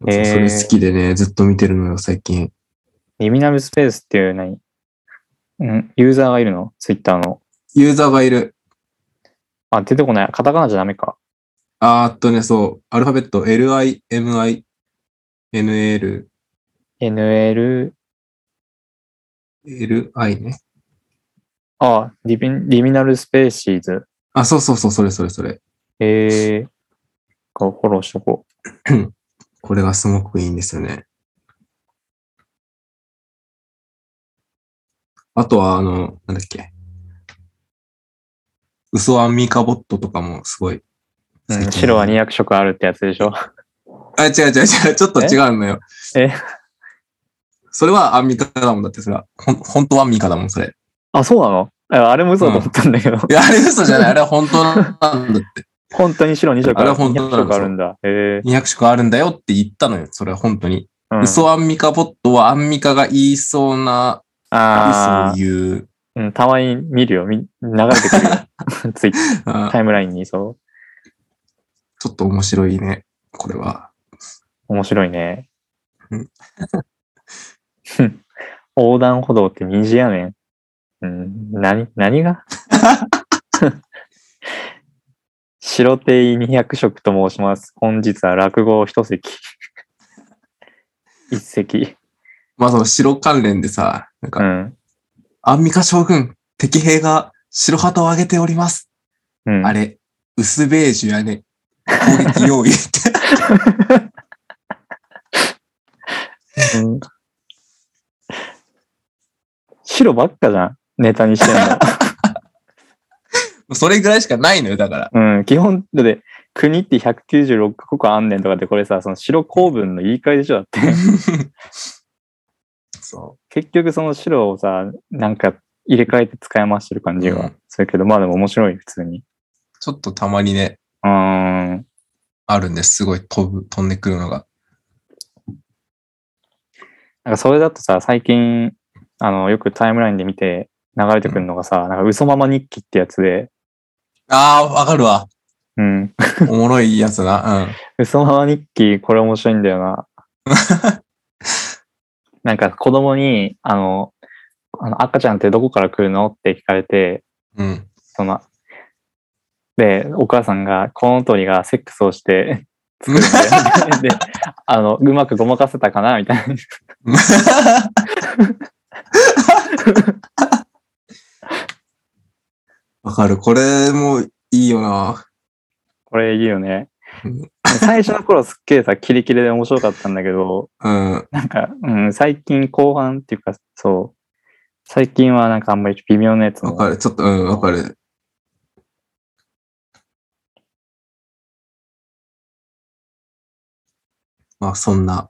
Speaker 2: そう
Speaker 1: へー
Speaker 2: それ好きでね、ずっと見てるのよ、最近。
Speaker 1: リミナルスペースっていう何うん、ユーザーがいるのツイッターの。
Speaker 2: ユーザーがいる。
Speaker 1: あ、出てこない。カタカナじゃダメか。
Speaker 2: あーっとね、そう、アルファベット LIMI、NL、
Speaker 1: NL、
Speaker 2: LI ね。
Speaker 1: あ、リビンリミナルスペーシーズ。
Speaker 2: あ、そうそうそう、それそれそれ。
Speaker 1: えー、こうフォローしとこ
Speaker 2: これがすごくいいんですよね。あとは、あの、なんだっけ。嘘アンミカボットとかもすごい。
Speaker 1: う。う
Speaker 2: 最
Speaker 1: ん、
Speaker 2: 近
Speaker 1: 白は200色あるってやつでしょ。
Speaker 2: あ、違う違う違う、ちょっと違うのよ。
Speaker 1: え
Speaker 2: それはアンミカだもんだって、それは。ほん、本当はアンミカだもん、それ。
Speaker 1: あ、そうなのああれも嘘だと思ったんだけど。
Speaker 2: いや、あれ嘘じゃない。あれは本当なんだって。
Speaker 1: 本当に白2色
Speaker 2: あ
Speaker 1: あ
Speaker 2: れ
Speaker 1: る
Speaker 2: は本当な
Speaker 1: 200
Speaker 2: ん
Speaker 1: 色
Speaker 2: ですよ
Speaker 1: あるんだ。え
Speaker 2: 200色あるんだよって言ったのよ。それは本当に。
Speaker 1: ー、うん、
Speaker 2: 嘘アンミカボットはアンミカが言いそうな、
Speaker 1: ああ
Speaker 2: 嘘を言う。
Speaker 1: うん、たまに見るよ。み流れてくる よ。ツイッ
Speaker 2: あー
Speaker 1: タイムラインにそう。
Speaker 2: ちょっと面白いね、これは。
Speaker 1: 面白いね
Speaker 2: うん。
Speaker 1: 横断歩道って虹やねん。うん、何、何 が白定200色と申します。本日は落語を一席。一席。
Speaker 2: まあその城関連でさ、なん
Speaker 1: う
Speaker 2: か、
Speaker 1: ん。
Speaker 2: アンミカ将軍、敵兵が白旗を上げております。
Speaker 1: うん、
Speaker 2: あれ、薄ベージュやね。攻撃 用意って。
Speaker 1: うん白ばっかじゃん。ネタにしてんの。
Speaker 2: それぐらいしかないのよ、だから。
Speaker 1: うん、基本、だって、国って196カ国あんねんとかって、これさ、その白公文の言い換えでしょだって。
Speaker 2: そ
Speaker 1: 結局その白をさ、なんか入れ替えて使い回してる感じ
Speaker 2: う
Speaker 1: が
Speaker 2: ん
Speaker 1: するけど、まあでも面白い、普通に。
Speaker 2: う。ちょっとたまにね、
Speaker 1: うーん。
Speaker 2: あるんです。すごい飛ぶ、飛んでくるのが。
Speaker 1: なんかそれだとさ、最近、あの、よくタイムラインで見て流れてくるのがさ、なんか嘘まま日記ってやつで、
Speaker 2: ああ、わかるわ。
Speaker 1: うん。
Speaker 2: おもろいやつな。うん。
Speaker 1: 嘘まま日記、これ面白いんだよ な。なんか子供に、あの、あの赤ちゃんってどこから来るのって聞かれて、
Speaker 2: うん。
Speaker 1: その、で、お母さんが、コウノトリがセックスを して、作るんだよで、あの、うまくごまかせたかなみたいな。
Speaker 2: わかる。これもいいよな。
Speaker 1: これいいよね
Speaker 2: うん。
Speaker 1: 最初の頃すっげえさ、キレキレで面白かったんだけど、
Speaker 2: うん。
Speaker 1: なんか、うん、最近後半っていうか、そう、最近はなんかあんまり微妙なやつ
Speaker 2: わ
Speaker 1: も
Speaker 2: かる。ちょっと、うん、わかる。まあそんな、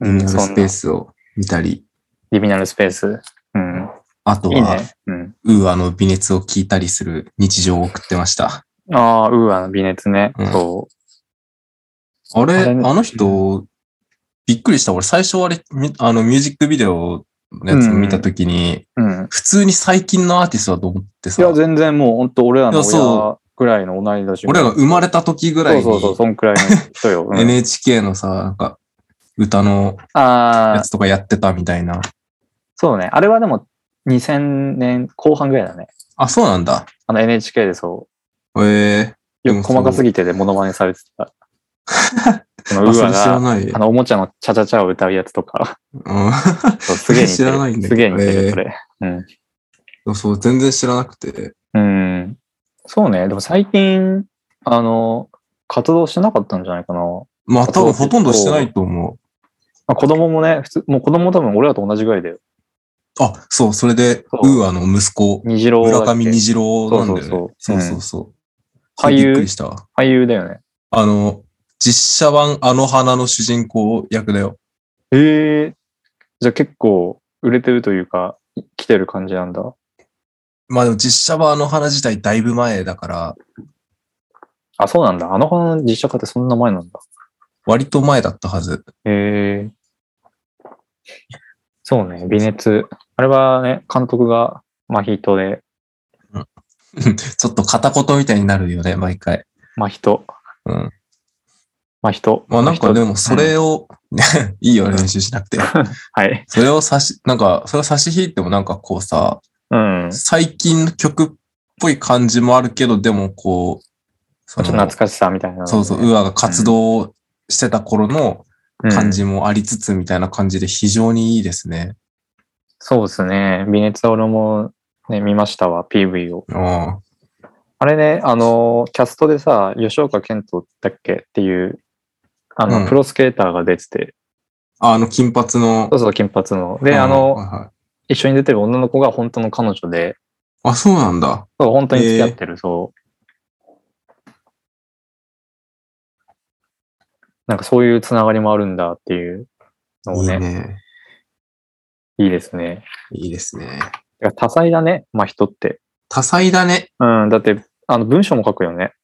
Speaker 2: リ
Speaker 1: う
Speaker 2: ニ
Speaker 1: ん、
Speaker 2: アル
Speaker 1: そ
Speaker 2: ス
Speaker 1: ん
Speaker 2: ペ
Speaker 1: な
Speaker 2: ー。スを見たり、
Speaker 1: リミナルスペース。うん。
Speaker 2: あと
Speaker 1: いい
Speaker 2: は、
Speaker 1: ね。うん。
Speaker 2: ウーアの微熱を聞いたりする日常を送ってました。
Speaker 1: ああ、ウーアの微熱ね。
Speaker 2: うん
Speaker 1: そ
Speaker 2: あれ、
Speaker 1: あ
Speaker 2: あ
Speaker 1: れね
Speaker 2: の人、びっくりした。俺最初あれ、みあのミュージックビデオのやつを見たときに、
Speaker 1: う。うん。
Speaker 2: 普通に最近のアーティストだと思って
Speaker 1: い
Speaker 2: さ、
Speaker 1: や、全然もう本当俺らの
Speaker 2: いやそう
Speaker 1: 親ぐらいの同い年。
Speaker 2: 俺らが生まれた時ぐらいに、
Speaker 1: そうそうそう、そんくらいの人 よ。うん
Speaker 2: NHK のさ、なんか、歌の
Speaker 1: あ
Speaker 2: や
Speaker 1: あ
Speaker 2: つ、とかやってたみたいな。
Speaker 1: そうね。あれはでも2000年後半ぐらいだね。
Speaker 2: あ、そうなんだ。
Speaker 1: あの NHK でそ
Speaker 2: え
Speaker 1: う、よ
Speaker 2: う
Speaker 1: く
Speaker 2: ん
Speaker 1: 細かすぎてでモノマネされて た。そ
Speaker 2: え
Speaker 1: のウ
Speaker 2: ー。あ、そ
Speaker 1: ーア
Speaker 2: れ知ら
Speaker 1: が、
Speaker 2: ない。
Speaker 1: あの、おもちゃのチャチャチャを歌うやつと か。
Speaker 2: う
Speaker 1: そうすげえ似て
Speaker 2: 知らないん
Speaker 1: る。
Speaker 2: だ
Speaker 1: す
Speaker 2: けど
Speaker 1: げえ似て
Speaker 2: え
Speaker 1: る、
Speaker 2: ー
Speaker 1: それ。うん。
Speaker 2: ん。 そう、全然知らなくて。
Speaker 1: うん。そうね。でも最近、あの、活動してなかったんじゃないかな。ま
Speaker 2: まあ多分ほとんどしてないと思
Speaker 1: あ、子供もね、普通、もう子供多分俺らと同じぐらいだよ。
Speaker 2: う。あ、そう、それで、
Speaker 1: そう
Speaker 2: ウーアの息子、
Speaker 1: 虹郎だっ
Speaker 2: 村
Speaker 1: け
Speaker 2: 上虹郎なんだよね。
Speaker 1: そうそ
Speaker 2: そ
Speaker 1: そう
Speaker 2: うう
Speaker 1: うん
Speaker 2: そうそう。
Speaker 1: 俳優
Speaker 2: びっくりしたわ。
Speaker 1: 俳優だよね。
Speaker 2: あの、実写版あの花の主人公役だよ。
Speaker 1: ええじゃあ結構売れてるというか、い来てる感じなんだ。
Speaker 2: まあでも実写版あの花自体だいぶ前だから、
Speaker 1: あ、そうなんだ。あの花の実写化ってそんな前なんだ。
Speaker 2: 割と前だったはず。
Speaker 1: ええそうね、微熱。あれはね、監督が真人で、
Speaker 2: ちょっと片言みたいになるよね、毎回。
Speaker 1: 真人、
Speaker 2: うん。
Speaker 1: 真人。
Speaker 2: まあなんかで
Speaker 1: も。
Speaker 2: もそれを、 いいよ、練習しなくて。
Speaker 1: はい。
Speaker 2: それを差し、なんか、それを差し引いてもなんかこうさ、
Speaker 1: うん。ち
Speaker 2: 最近の曲っぽい感じもあるけど、でもこう、そ
Speaker 1: ょっと懐かしさみたいなのね、
Speaker 2: そうそう、ウーアが活動してた頃の
Speaker 1: うん
Speaker 2: 感じもありつつみたいな感じで非常にいいですね。
Speaker 1: そうですね。微熱は俺も、ね、見ましたわ、PV を。
Speaker 2: うん。
Speaker 1: あれね、あの、キャストでさ、吉岡健人だっけっていう、あの、
Speaker 2: うん
Speaker 1: プロスケーターが出てて、
Speaker 2: ああの金髪の
Speaker 1: そう。そう、金髪の。で、
Speaker 2: うん
Speaker 1: あ
Speaker 2: はい
Speaker 1: の、
Speaker 2: はい
Speaker 1: 一緒に出てる女の子が本当の彼女で、
Speaker 2: あ、そうなんだ。
Speaker 1: そう本当に付き合ってる、そう。なんかそういうつながりもあるんだっていうのを
Speaker 2: いい
Speaker 1: ね、いい
Speaker 2: ね。
Speaker 1: ですね。
Speaker 2: いいですね。
Speaker 1: てか多彩だね、まあ人って。
Speaker 2: 多彩だね。
Speaker 1: うん、だって、あの文章も書くよね。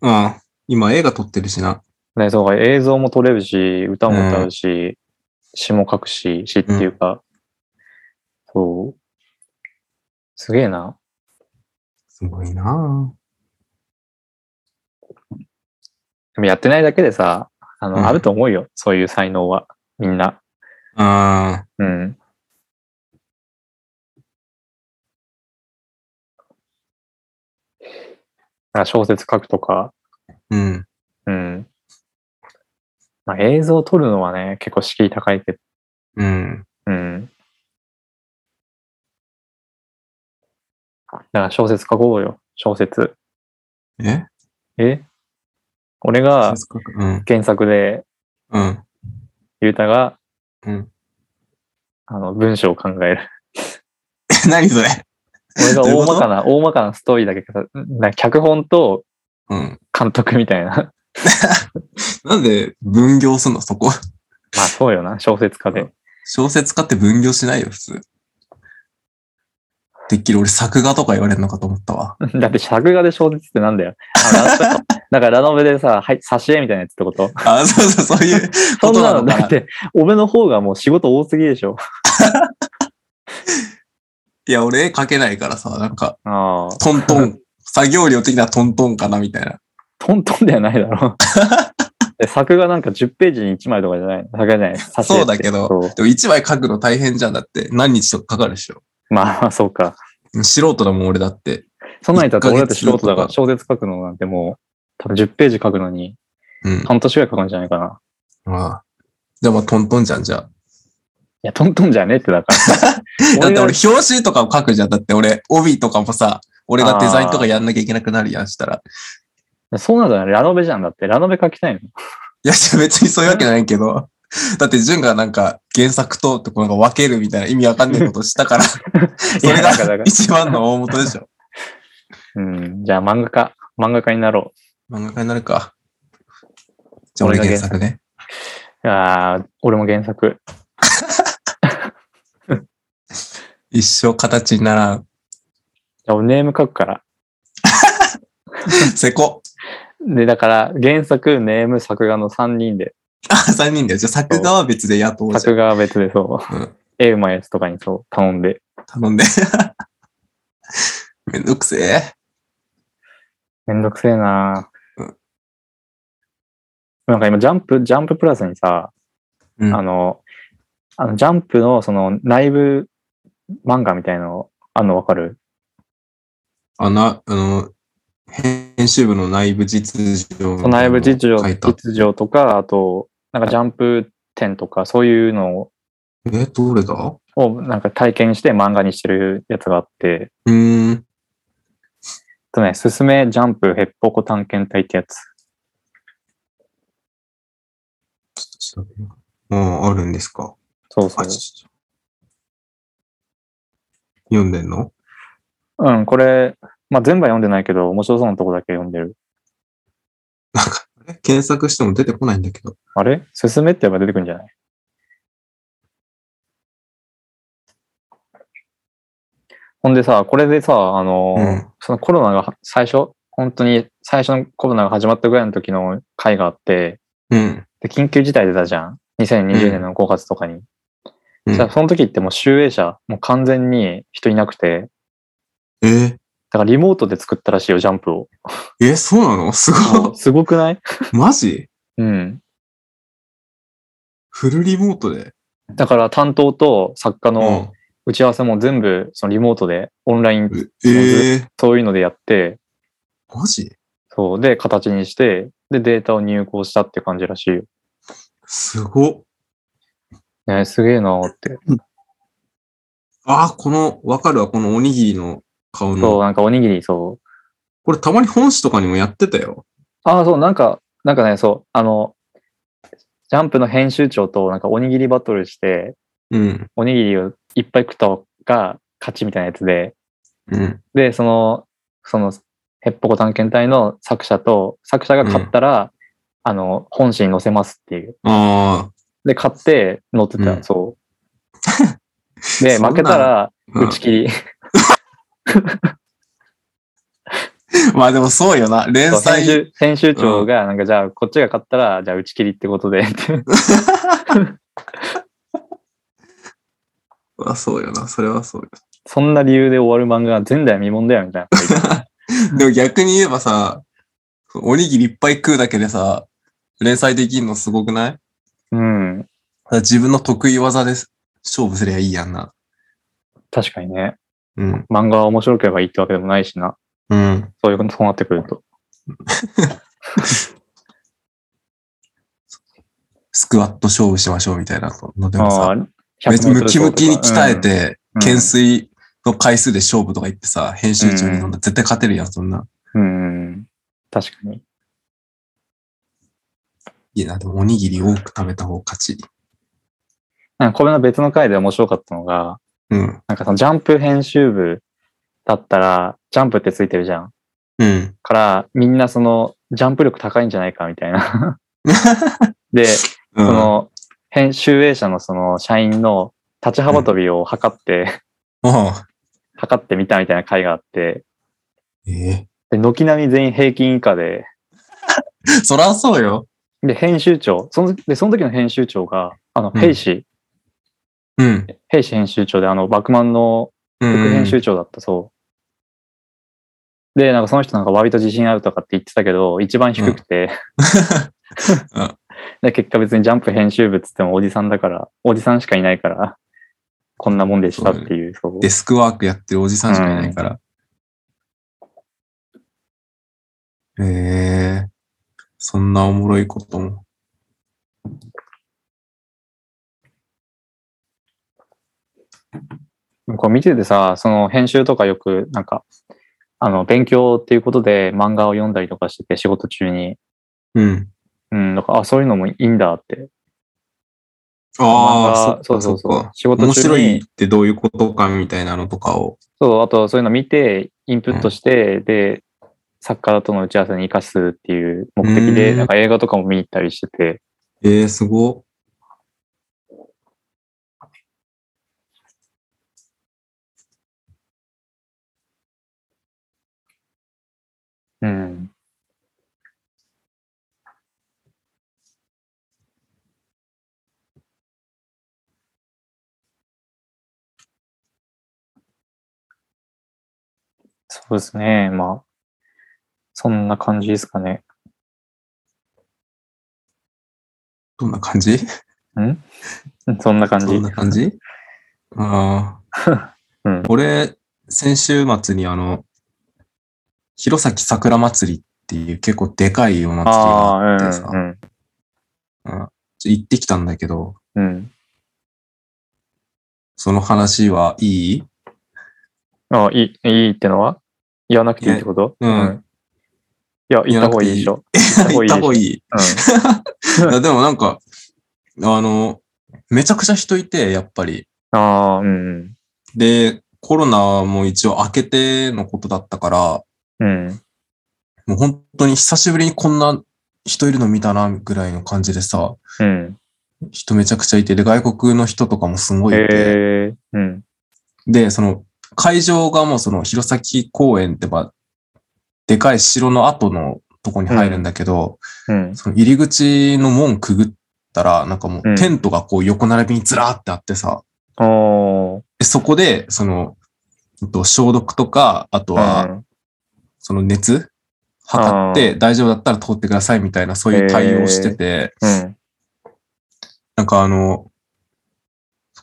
Speaker 2: うん。今映画撮ってるしな。
Speaker 1: ね、そう映像も撮れるし、歌も歌うし、詩も書くし、詩っていうか、そう。すげえな。
Speaker 2: すごいな
Speaker 1: でもやってないだけでさ、あの、
Speaker 2: うん
Speaker 1: あると思うよ。そういう才能は。みんな。
Speaker 2: ぁ。うん。
Speaker 1: うん。なんか小説書くとか、
Speaker 2: うん。
Speaker 1: うん。まあ、映像を撮るのはね、結構敷居高いけど、
Speaker 2: うん。
Speaker 1: うん。だから小説書こうよ、小説。
Speaker 2: え
Speaker 1: え俺が
Speaker 2: 静かうん。
Speaker 1: 原作で、
Speaker 2: うん。
Speaker 1: ゆうたが、
Speaker 2: うん
Speaker 1: あの、文章を考える。
Speaker 2: 何それ
Speaker 1: 俺が
Speaker 2: どういうこ
Speaker 1: 大
Speaker 2: と
Speaker 1: まかな、大まかなストーリーだけ語な脚本と
Speaker 2: うん。
Speaker 1: 監督みたい な。
Speaker 2: なんで分業すんのそこ。
Speaker 1: まあそうよな、小説家で。
Speaker 2: 小説家って分業しないよ、普通。てっきり俺作画とか言われるのかと思っ たわ。
Speaker 1: だって作画で小説ってなんだよ。あのラノだからラノベでさ、はい、挿絵みたいなやつって こと
Speaker 2: あ、そうそう、そういう
Speaker 1: そ
Speaker 2: こ
Speaker 1: ん
Speaker 2: と
Speaker 1: な
Speaker 2: な
Speaker 1: の、
Speaker 2: のか
Speaker 1: だ
Speaker 2: な
Speaker 1: っ。て、俺の方がもう仕事多すぎでしょ。
Speaker 2: いや、俺絵描けないからさ、なんか、
Speaker 1: ああ、
Speaker 2: トントン、作業量的なトントンかな、みたいな。
Speaker 1: トントンではないだ ろう。で作画なんか10ページに1枚とかじゃない。作画じゃない。挿絵って
Speaker 2: そうだけど
Speaker 1: そう
Speaker 2: でも一枚描くの大変じゃんだって。何日とかかかるでしょ。
Speaker 1: まあまあ、そうか。
Speaker 2: 素人だもん、俺だって。
Speaker 1: そんなにだって俺だって素人だから、
Speaker 2: 一ヶ月とか
Speaker 1: 小説書くのなんてもう、多分10ページ書くのに、
Speaker 2: うん。
Speaker 1: 半年ぐらいかかるんじゃないかな。
Speaker 2: ああ。じゃあまあトントンじゃん、じゃあ。
Speaker 1: いや、トントンじゃねえってだから。
Speaker 2: だって俺
Speaker 1: が、
Speaker 2: 表紙とかを書くじゃん。だって俺、帯とかもさ、俺がデザインとかやんなきゃいけなくなるやんしたら。
Speaker 1: そうなんだね。ラノベじゃんだって。ラノベ書きたいの。
Speaker 2: いや、じゃあ別にそういうわけないけど。だって、純がなんか原作ととこなんか分けるみたいな意味わかんないことしたから、それが
Speaker 1: いやだ からだから
Speaker 2: 一番の大元でしょ。
Speaker 1: うん。じゃあ漫画家。漫画家になろ
Speaker 2: 漫画家になるか。じゃあ
Speaker 1: 俺
Speaker 2: 俺
Speaker 1: が
Speaker 2: 原
Speaker 1: 原
Speaker 2: 作ね。
Speaker 1: う。ああ、俺も原作。
Speaker 2: 一生形にならん。
Speaker 1: じゃあ俺ネーム書くから。
Speaker 2: せこ。
Speaker 1: で、だから、原作、ネーム、作画の3人で、
Speaker 2: あ、3人だよ。じゃあ作画は別で雇おうじゃ
Speaker 1: 作画は別でそう、
Speaker 2: うん
Speaker 1: 絵うまいやつとかにそう、頼んで。
Speaker 2: ん。頼んで。 めんどくせえ。
Speaker 1: めんどくせえな、
Speaker 2: うん
Speaker 1: なんか今、ジャンプ、ジャンププラスにさ、
Speaker 2: うん。
Speaker 1: あの、あのジャンプのその内部漫画みたいの、あんのわかる
Speaker 2: あな、あの、編集部の内部実情
Speaker 1: その内部実情
Speaker 2: 書いた。
Speaker 1: 実情とか、あと、なんかジャンプ展とか、そういうの
Speaker 2: え、どれだう
Speaker 1: をなんか体験して漫画にしてるやつがあって、
Speaker 2: ーん。
Speaker 1: あとね、すすめジャンプヘッポコ探検隊ってやつ。
Speaker 2: ちょっと調べよう。ああ、あるんですか。
Speaker 1: そうそ
Speaker 2: あ
Speaker 1: う。
Speaker 2: ちょっと読んでんの
Speaker 1: うん、これ、まあ、全部は読んでないけど、面白そうなとこだけ読んでる。
Speaker 2: なんか、え検索しても出てこないんだけど。
Speaker 1: あれすすめって言えば出てくるんじゃないほんでさ、これでさ、あのー
Speaker 2: うん
Speaker 1: そのコロナが最初、本当に最初のコロナが始まったぐらいの時の回があって、
Speaker 2: うん。
Speaker 1: で、緊急事態出たじゃん。2020年の5月とかに。
Speaker 2: うん
Speaker 1: じゃあその時ってもう集英社、もう完全に人いなくて、
Speaker 2: えー
Speaker 1: だからリモートで作ったらしいよ、ジャンプ を。
Speaker 2: え、そうなのすごい。
Speaker 1: すごくない
Speaker 2: マジ
Speaker 1: うん。
Speaker 2: フルリモートで。
Speaker 1: だから担当と作家の
Speaker 2: う
Speaker 1: 打ち合わせも全部そのリモートで、オンライン、
Speaker 2: ん。ええ
Speaker 1: そういうのでやって、
Speaker 2: ー、マジ
Speaker 1: そう、で、形にして、で、データを入稿したって感じらしいよ。
Speaker 2: すごっ。
Speaker 1: ね、すげえなーって。
Speaker 2: ああ、この、わかるわ、このおにぎりの顔
Speaker 1: そう、
Speaker 2: の。
Speaker 1: なんかおにぎり、そう、
Speaker 2: これたまに本誌とかにもやってたよ。
Speaker 1: ああ、そう、なんか、なんかね、そう、あの、ジャンプの編集長となんかおにぎりバトルして、
Speaker 2: うん。
Speaker 1: おにぎりをいっぱい食った方が勝ちみたいなやつで、
Speaker 2: うん。
Speaker 1: で、その、その、ヘッポコ探検隊の作者と、作者が買ったら、あの、本誌に載せますっていう。
Speaker 2: ああ。
Speaker 1: で、買って載ってた、
Speaker 2: うん
Speaker 1: そう。で、
Speaker 2: そんな
Speaker 1: 負けたら、
Speaker 2: うん
Speaker 1: 打ち切り。
Speaker 2: まあでもそうよな。連
Speaker 1: そう編
Speaker 2: 載。
Speaker 1: 集編集長が、なんか、じゃあ、こっちが買ったら、じゃあ、打ち切りってことで、 って
Speaker 2: あそうよな。それはそうよ。
Speaker 1: そんな理由で終わる漫画は前代未聞だよ、みたいな。
Speaker 2: でも逆に言えばさ、おにぎりいっぱい食うだけでさ、連載できんのすごくない
Speaker 1: うん。
Speaker 2: 自分の得意技です。勝負すりゃいいやんな。
Speaker 1: 確かにね。
Speaker 2: うん。
Speaker 1: 漫画は面白ければいいってわけでもないしな。
Speaker 2: うん。
Speaker 1: そういうこと、そうなってくると。
Speaker 2: スクワット勝負しましょうみたいなのでも
Speaker 1: あ
Speaker 2: さ
Speaker 1: あ、、
Speaker 2: め
Speaker 1: 100
Speaker 2: ムキムキに鍛えて、
Speaker 1: うん、
Speaker 2: 懸垂の回数で勝負とか言ってさ、編集長に飲んだら絶対勝てるやん、そんな。
Speaker 1: うん。うん。確かに。
Speaker 2: いいな、でもおにぎり多く食べた方が勝ち。
Speaker 1: なんかこれの別の回で面白かったのが、
Speaker 2: うん。
Speaker 1: なんかそのジャンプ編集部だったら、ジャンプってついてるじゃん。
Speaker 2: うん。
Speaker 1: から、みんなその、ジャンプ力高いんじゃないか、みたい な。で、
Speaker 2: うん
Speaker 1: その、編集営者のその、社員の立ち幅跳びを測って、
Speaker 2: う
Speaker 1: 測ってみたみたいな回があって、
Speaker 2: ん。え
Speaker 1: で、軒並み全員平均以下で、
Speaker 2: え そらそうよ。
Speaker 1: で、編集長、そのでその時の編集長が、あの、
Speaker 2: うん
Speaker 1: 兵士、
Speaker 2: うん。
Speaker 1: 兵士編集長で、あの、バクマンの
Speaker 2: うん
Speaker 1: 副編集長だったそう。で、なんかその人なんか割と自信あるとかって言ってたけど、一番低くて、
Speaker 2: うん
Speaker 1: で、結果別にジャンプ編集部っつってもおじさんだから、おじさんしかいないから、こんなもんでしたっていう、そう。
Speaker 2: デスクワークやってるおじさんしかいないから。ええそんなおもろいことも。
Speaker 1: こう見ててさ、その編集とかよく、なんか、あの、勉強っていうことで漫画を読んだりとかしてて、仕事中に。
Speaker 2: うん。
Speaker 1: うん、なんか、あ、そういうのもいいんだって。漫
Speaker 2: ああ、
Speaker 1: 画そう
Speaker 2: っか
Speaker 1: そうそ
Speaker 2: っ
Speaker 1: う
Speaker 2: か。
Speaker 1: 仕事
Speaker 2: 面
Speaker 1: 中
Speaker 2: 白い
Speaker 1: に
Speaker 2: っ、てどういうことかみたいなのとかを。
Speaker 1: そう、あとそういうの見て、インプットして、で、作家との打ち合わせに活かすっていう目的
Speaker 2: う
Speaker 1: で、
Speaker 2: ん
Speaker 1: なんか映画とかも見に行ったりしてて、
Speaker 2: ええすご。
Speaker 1: そうですね。まあ、そんな感じですかね。
Speaker 2: どんな感じ
Speaker 1: そんな感じ。
Speaker 2: どんな感じああ。
Speaker 1: うん
Speaker 2: 俺、先週末にあの、弘前桜祭りっていう結構でかいお祭
Speaker 1: あ
Speaker 2: りがあって
Speaker 1: あ、
Speaker 2: さ、
Speaker 1: うん、
Speaker 2: 行ってきたんだけど、
Speaker 1: うん。うん。
Speaker 2: その話はいい
Speaker 1: ああ、いい、いいってのは言わなくていいってこと
Speaker 2: えうん。
Speaker 1: いや、行った方がいいでしょ。 行
Speaker 2: 行っ
Speaker 1: ったた方
Speaker 2: 方が
Speaker 1: が
Speaker 2: い い。いやでもなんか、あの、めちゃくちゃ人いて、やっぱり。
Speaker 1: うん。ああ、うん。
Speaker 2: で、コロナも一応明けてのことだったから、
Speaker 1: うん。
Speaker 2: もう本当に久しぶりにこんな人いるの見たな、ぐらいの感じでさ、
Speaker 1: うん。
Speaker 2: 人めちゃくちゃいて、で、外国の人とかもすごいいて、
Speaker 1: ええうん。
Speaker 2: で、その、会場がもうその、弘前公園ってば、でかい城の後のとこに入るんだけど、
Speaker 1: うん。
Speaker 2: その入り口の門くぐったら、なんかも
Speaker 1: う
Speaker 2: うんテントがこう横並びにずらーってあってさ、
Speaker 1: おー。
Speaker 2: でそこで、その、えっと消毒とか、あと
Speaker 1: う
Speaker 2: は、
Speaker 1: ん
Speaker 2: その熱測って、大丈夫だったら通ってくださいみたいな、そういう対応をしてて、
Speaker 1: うん。
Speaker 2: なんかあの、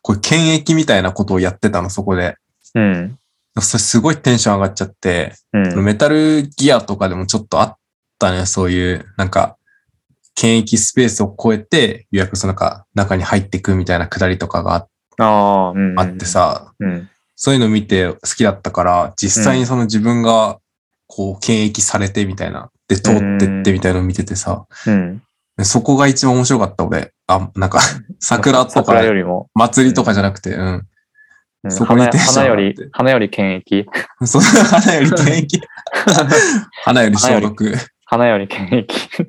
Speaker 2: これ検疫みたいなことをやってたの、そこで。
Speaker 1: うん。
Speaker 2: それすごいテンション上がっちゃって、
Speaker 1: うん。
Speaker 2: メタルギアとかでもちょっとあったね、そういう、なんか、検疫スペースを超えて、予約その中、中に入っていくみたいなくだりとかがあ
Speaker 1: ああ、うん。
Speaker 2: あって。さ、
Speaker 1: うん。
Speaker 2: そういうの見て好きだったから、実際にその自分が、こう、検疫されてみたいな、で、通ってってみたいなの見ててさ、
Speaker 1: うん。
Speaker 2: でそこが一番面白かった、俺。あ、なん か、桜と
Speaker 1: 桜よ
Speaker 2: か、
Speaker 1: りも。
Speaker 2: 祭りとかじゃなくて、うん。
Speaker 1: うん
Speaker 2: そこに
Speaker 1: 花
Speaker 2: テンション
Speaker 1: 花よ
Speaker 2: 上がっ
Speaker 1: り
Speaker 2: て、
Speaker 1: 花より検疫。
Speaker 2: その 花より検疫、花より消毒。
Speaker 1: 花より検疫。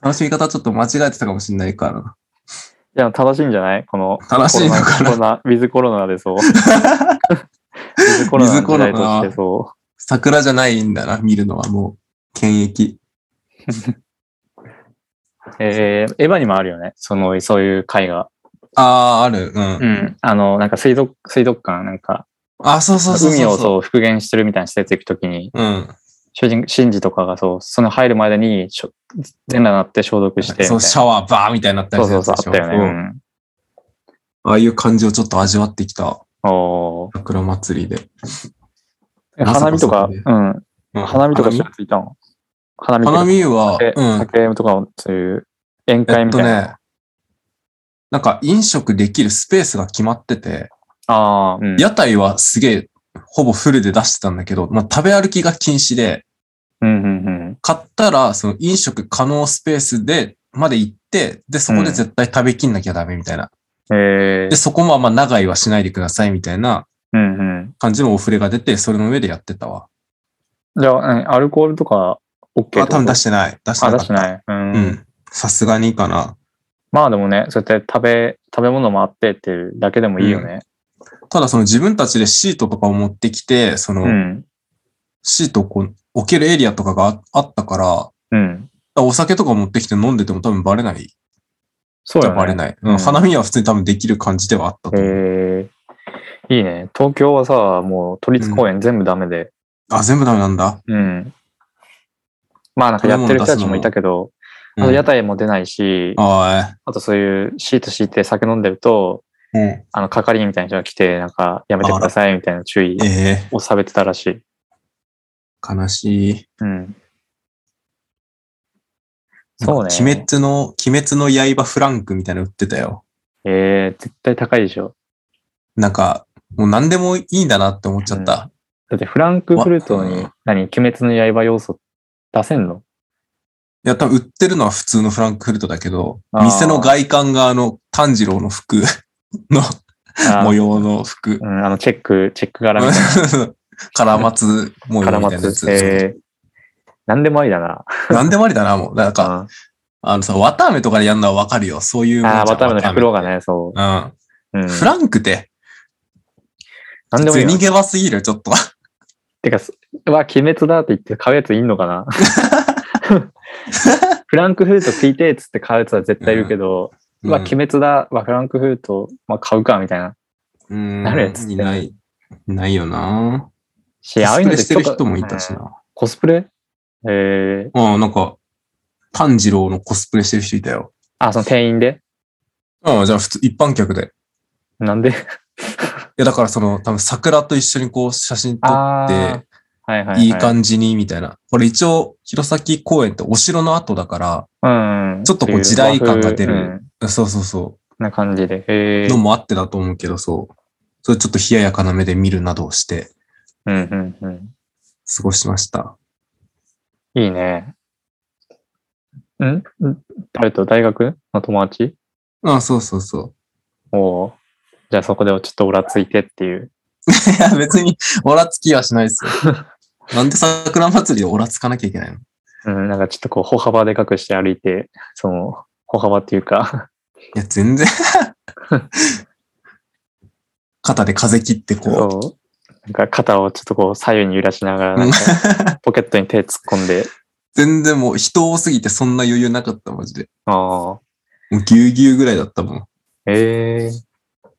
Speaker 2: 楽しみ方ちょっと間違えてたかもしれないからな。
Speaker 1: でも正しいんじゃないこの。
Speaker 2: 楽しいのか
Speaker 1: コロ
Speaker 2: な
Speaker 1: ナ、ウィズコロナで そう。ウィズコロナの時代としてそ
Speaker 2: 桜じゃないんだな、見るのはもう。検疫。
Speaker 1: う。えーエヴァにもあるよね。その、そういう会が。
Speaker 2: ああ、ある。うん。
Speaker 1: うん。あの、なんか水族、水族館、なんか、
Speaker 2: あ、そうそうそうそうそう。
Speaker 1: 海をそう復元してるみたいな施設行くときに、
Speaker 2: うん。
Speaker 1: 主人、シンジとかがそう、その入るまでにしょ、全裸になって消毒してみたい
Speaker 2: そう、
Speaker 1: な。
Speaker 2: シャワーバーみたいになったり
Speaker 1: そう
Speaker 2: す
Speaker 1: そ
Speaker 2: るや
Speaker 1: う
Speaker 2: つ
Speaker 1: そう、
Speaker 2: で
Speaker 1: あ
Speaker 2: しょ
Speaker 1: ったよね。
Speaker 2: う
Speaker 1: うんん。
Speaker 2: ああいう感じをちょっと味わってきた。
Speaker 1: おー
Speaker 2: 桜祭りで。
Speaker 1: え花見とか、
Speaker 2: まさ
Speaker 1: うん。
Speaker 2: うん
Speaker 1: 花見とかし
Speaker 2: 花
Speaker 1: らついたの花見
Speaker 2: 見
Speaker 1: とか
Speaker 2: 花見は、
Speaker 1: 酒
Speaker 2: うん。
Speaker 1: 酒とか、そういう宴
Speaker 2: え
Speaker 1: 会
Speaker 2: っ
Speaker 1: み
Speaker 2: と
Speaker 1: たいな。
Speaker 2: ね、なんか飲食できるスペースが決まってて、
Speaker 1: ああ、うん。
Speaker 2: 屋台はすげえ、ほぼフルで出してたんだけど、まあ、食べ歩きが禁止で、
Speaker 1: うんうんうん。
Speaker 2: 買ったら、その飲食可能スペースで、まで行って、で、そこで絶対食べきんなきゃダメみたいな。
Speaker 1: ええ
Speaker 2: で、そこもあんま長居はしないでくださいみたいな
Speaker 1: うんうん。
Speaker 2: 感じのお触れが出て、それの上でやってたわ。
Speaker 1: じゃあ、何アルコールとか OK って
Speaker 2: あ、
Speaker 1: こと
Speaker 2: 多分出してない。出して
Speaker 1: あ、
Speaker 2: な
Speaker 1: 出
Speaker 2: かっ
Speaker 1: して
Speaker 2: た。
Speaker 1: ない。うん。
Speaker 2: うん。さすがにかな。
Speaker 1: まあでもね、そうやって食べ、食べ物もあってっていうだけでもいいよね。
Speaker 2: ただその自分たちでシートとかを持ってきて、そうの
Speaker 1: ん。
Speaker 2: シートをこう置けるエリアとかがああったから、だか
Speaker 1: うん。
Speaker 2: らお酒とか持ってきて飲んでても多分バレない。
Speaker 1: そうよ
Speaker 2: バレ
Speaker 1: ね。
Speaker 2: ない。う。
Speaker 1: うんん
Speaker 2: 花見は普通に多分できる感じではあったと
Speaker 1: え
Speaker 2: 思う。
Speaker 1: えいいね。東京はさ、もう都立公園全部ダメで。
Speaker 2: あ、全部ダメなんだ。
Speaker 1: うん。まあなんかやってる人たちもいたけど、
Speaker 2: う
Speaker 1: あと
Speaker 2: ん、
Speaker 1: 屋台も出ないし、
Speaker 2: あ
Speaker 1: あとそういうシート敷いて酒飲んでると、
Speaker 2: ーうん。
Speaker 1: あの、係員みたいな人が来て、なんか、やめてくださいみたいな注意
Speaker 2: ええ
Speaker 1: をされてたらしい。
Speaker 2: 悲しい。
Speaker 1: うん。そうね。
Speaker 2: 鬼滅の、鬼滅の刃フランクみたいなの売ってたよ。
Speaker 1: ええ絶対高いでしょ。
Speaker 2: なんか、もう何でもいいんだなって思っちゃった。
Speaker 1: だってフランクフルト
Speaker 2: わう
Speaker 1: に
Speaker 2: ん、
Speaker 1: 何、鬼滅の刃要素出せんの
Speaker 2: いや、多分売ってるのは普通のフランクフルトだけど、
Speaker 1: あー
Speaker 2: 店の外観があの、炭治郎の服 の
Speaker 1: あ
Speaker 2: 模
Speaker 1: ー
Speaker 2: 様の服
Speaker 1: う。ん、あの、チェック、チェック柄みたい
Speaker 2: からまつ模
Speaker 1: な。
Speaker 2: 様
Speaker 1: 絡
Speaker 2: み
Speaker 1: ま
Speaker 2: たいなやつ。
Speaker 1: つ。ええ何でもありだな。
Speaker 2: 何でもありだな、もう。なんか、
Speaker 1: あ
Speaker 2: あのさ、綿飴とかでやるのはわかるよ。そういうもんじゃん
Speaker 1: あー、渡辺の袋がね、そ
Speaker 2: 綿飴
Speaker 1: う。うん
Speaker 2: うん。。フランクって、
Speaker 1: 何でもいい
Speaker 2: 銭
Speaker 1: よ
Speaker 2: ゲバすぎるよ、ちょっと。
Speaker 1: てか、うわ、鬼滅だって言って買うやついんのか なフランクフルト食いてえっつって買うやつは絶対いるけど、うわ、
Speaker 2: うん
Speaker 1: 鬼滅だ、うわ、フランクフルト、まあ買うか、みたいな。
Speaker 2: うん。
Speaker 1: なるやつって
Speaker 2: いない。いないよな
Speaker 1: し、
Speaker 2: コ
Speaker 1: ああ
Speaker 2: ス
Speaker 1: いう
Speaker 2: プ
Speaker 1: の
Speaker 2: レ
Speaker 1: で
Speaker 2: してる人もいたし
Speaker 1: うん
Speaker 2: な。
Speaker 1: コスプレえー、
Speaker 2: うん、なんか、炭治郎のコスプレしてる人いたよ。
Speaker 1: あ、その店員で
Speaker 2: うん、じゃあ普通、一般客で。い
Speaker 1: なんで
Speaker 2: や、だからその、多分桜と一緒にこう写真撮
Speaker 1: あ
Speaker 2: っ
Speaker 1: ー
Speaker 2: て、
Speaker 1: はいはい、はい。
Speaker 2: いい感じに、みたいな。これ一応、弘前公園ってお城の後だか
Speaker 1: うん
Speaker 2: ちょっとこう時代感が出る
Speaker 1: うん
Speaker 2: ら、そうそうそ
Speaker 1: な感じで。へ
Speaker 2: う、
Speaker 1: え
Speaker 2: の。もあってだと思うけど、そう。それちょっと冷ややかな目で見るなどをして、
Speaker 1: うんうんうん。
Speaker 2: 過ごしました。
Speaker 1: いいね。んん誰と大学の友達
Speaker 2: あそうそうそう。
Speaker 1: おお。じゃあそこでちょっとオラついてっていう。
Speaker 2: いや、別に、オラつきはしない ですよ。なんで桜祭りでオラつかなきゃいけないの
Speaker 1: うん、なんかちょっとこう歩幅でかくして歩いて、その、歩幅っていうか、
Speaker 2: いや、全 然。肩で風切ってこ
Speaker 1: そう。なんか肩をちょっとこう左右に揺らしながら、なんかポケットに手突っ込んで、
Speaker 2: う。全然もう人多すぎてそんな余裕なかった、マジで。
Speaker 1: ああ、
Speaker 2: もうぎゅうぎゅうぐらいだったもん。
Speaker 1: ええ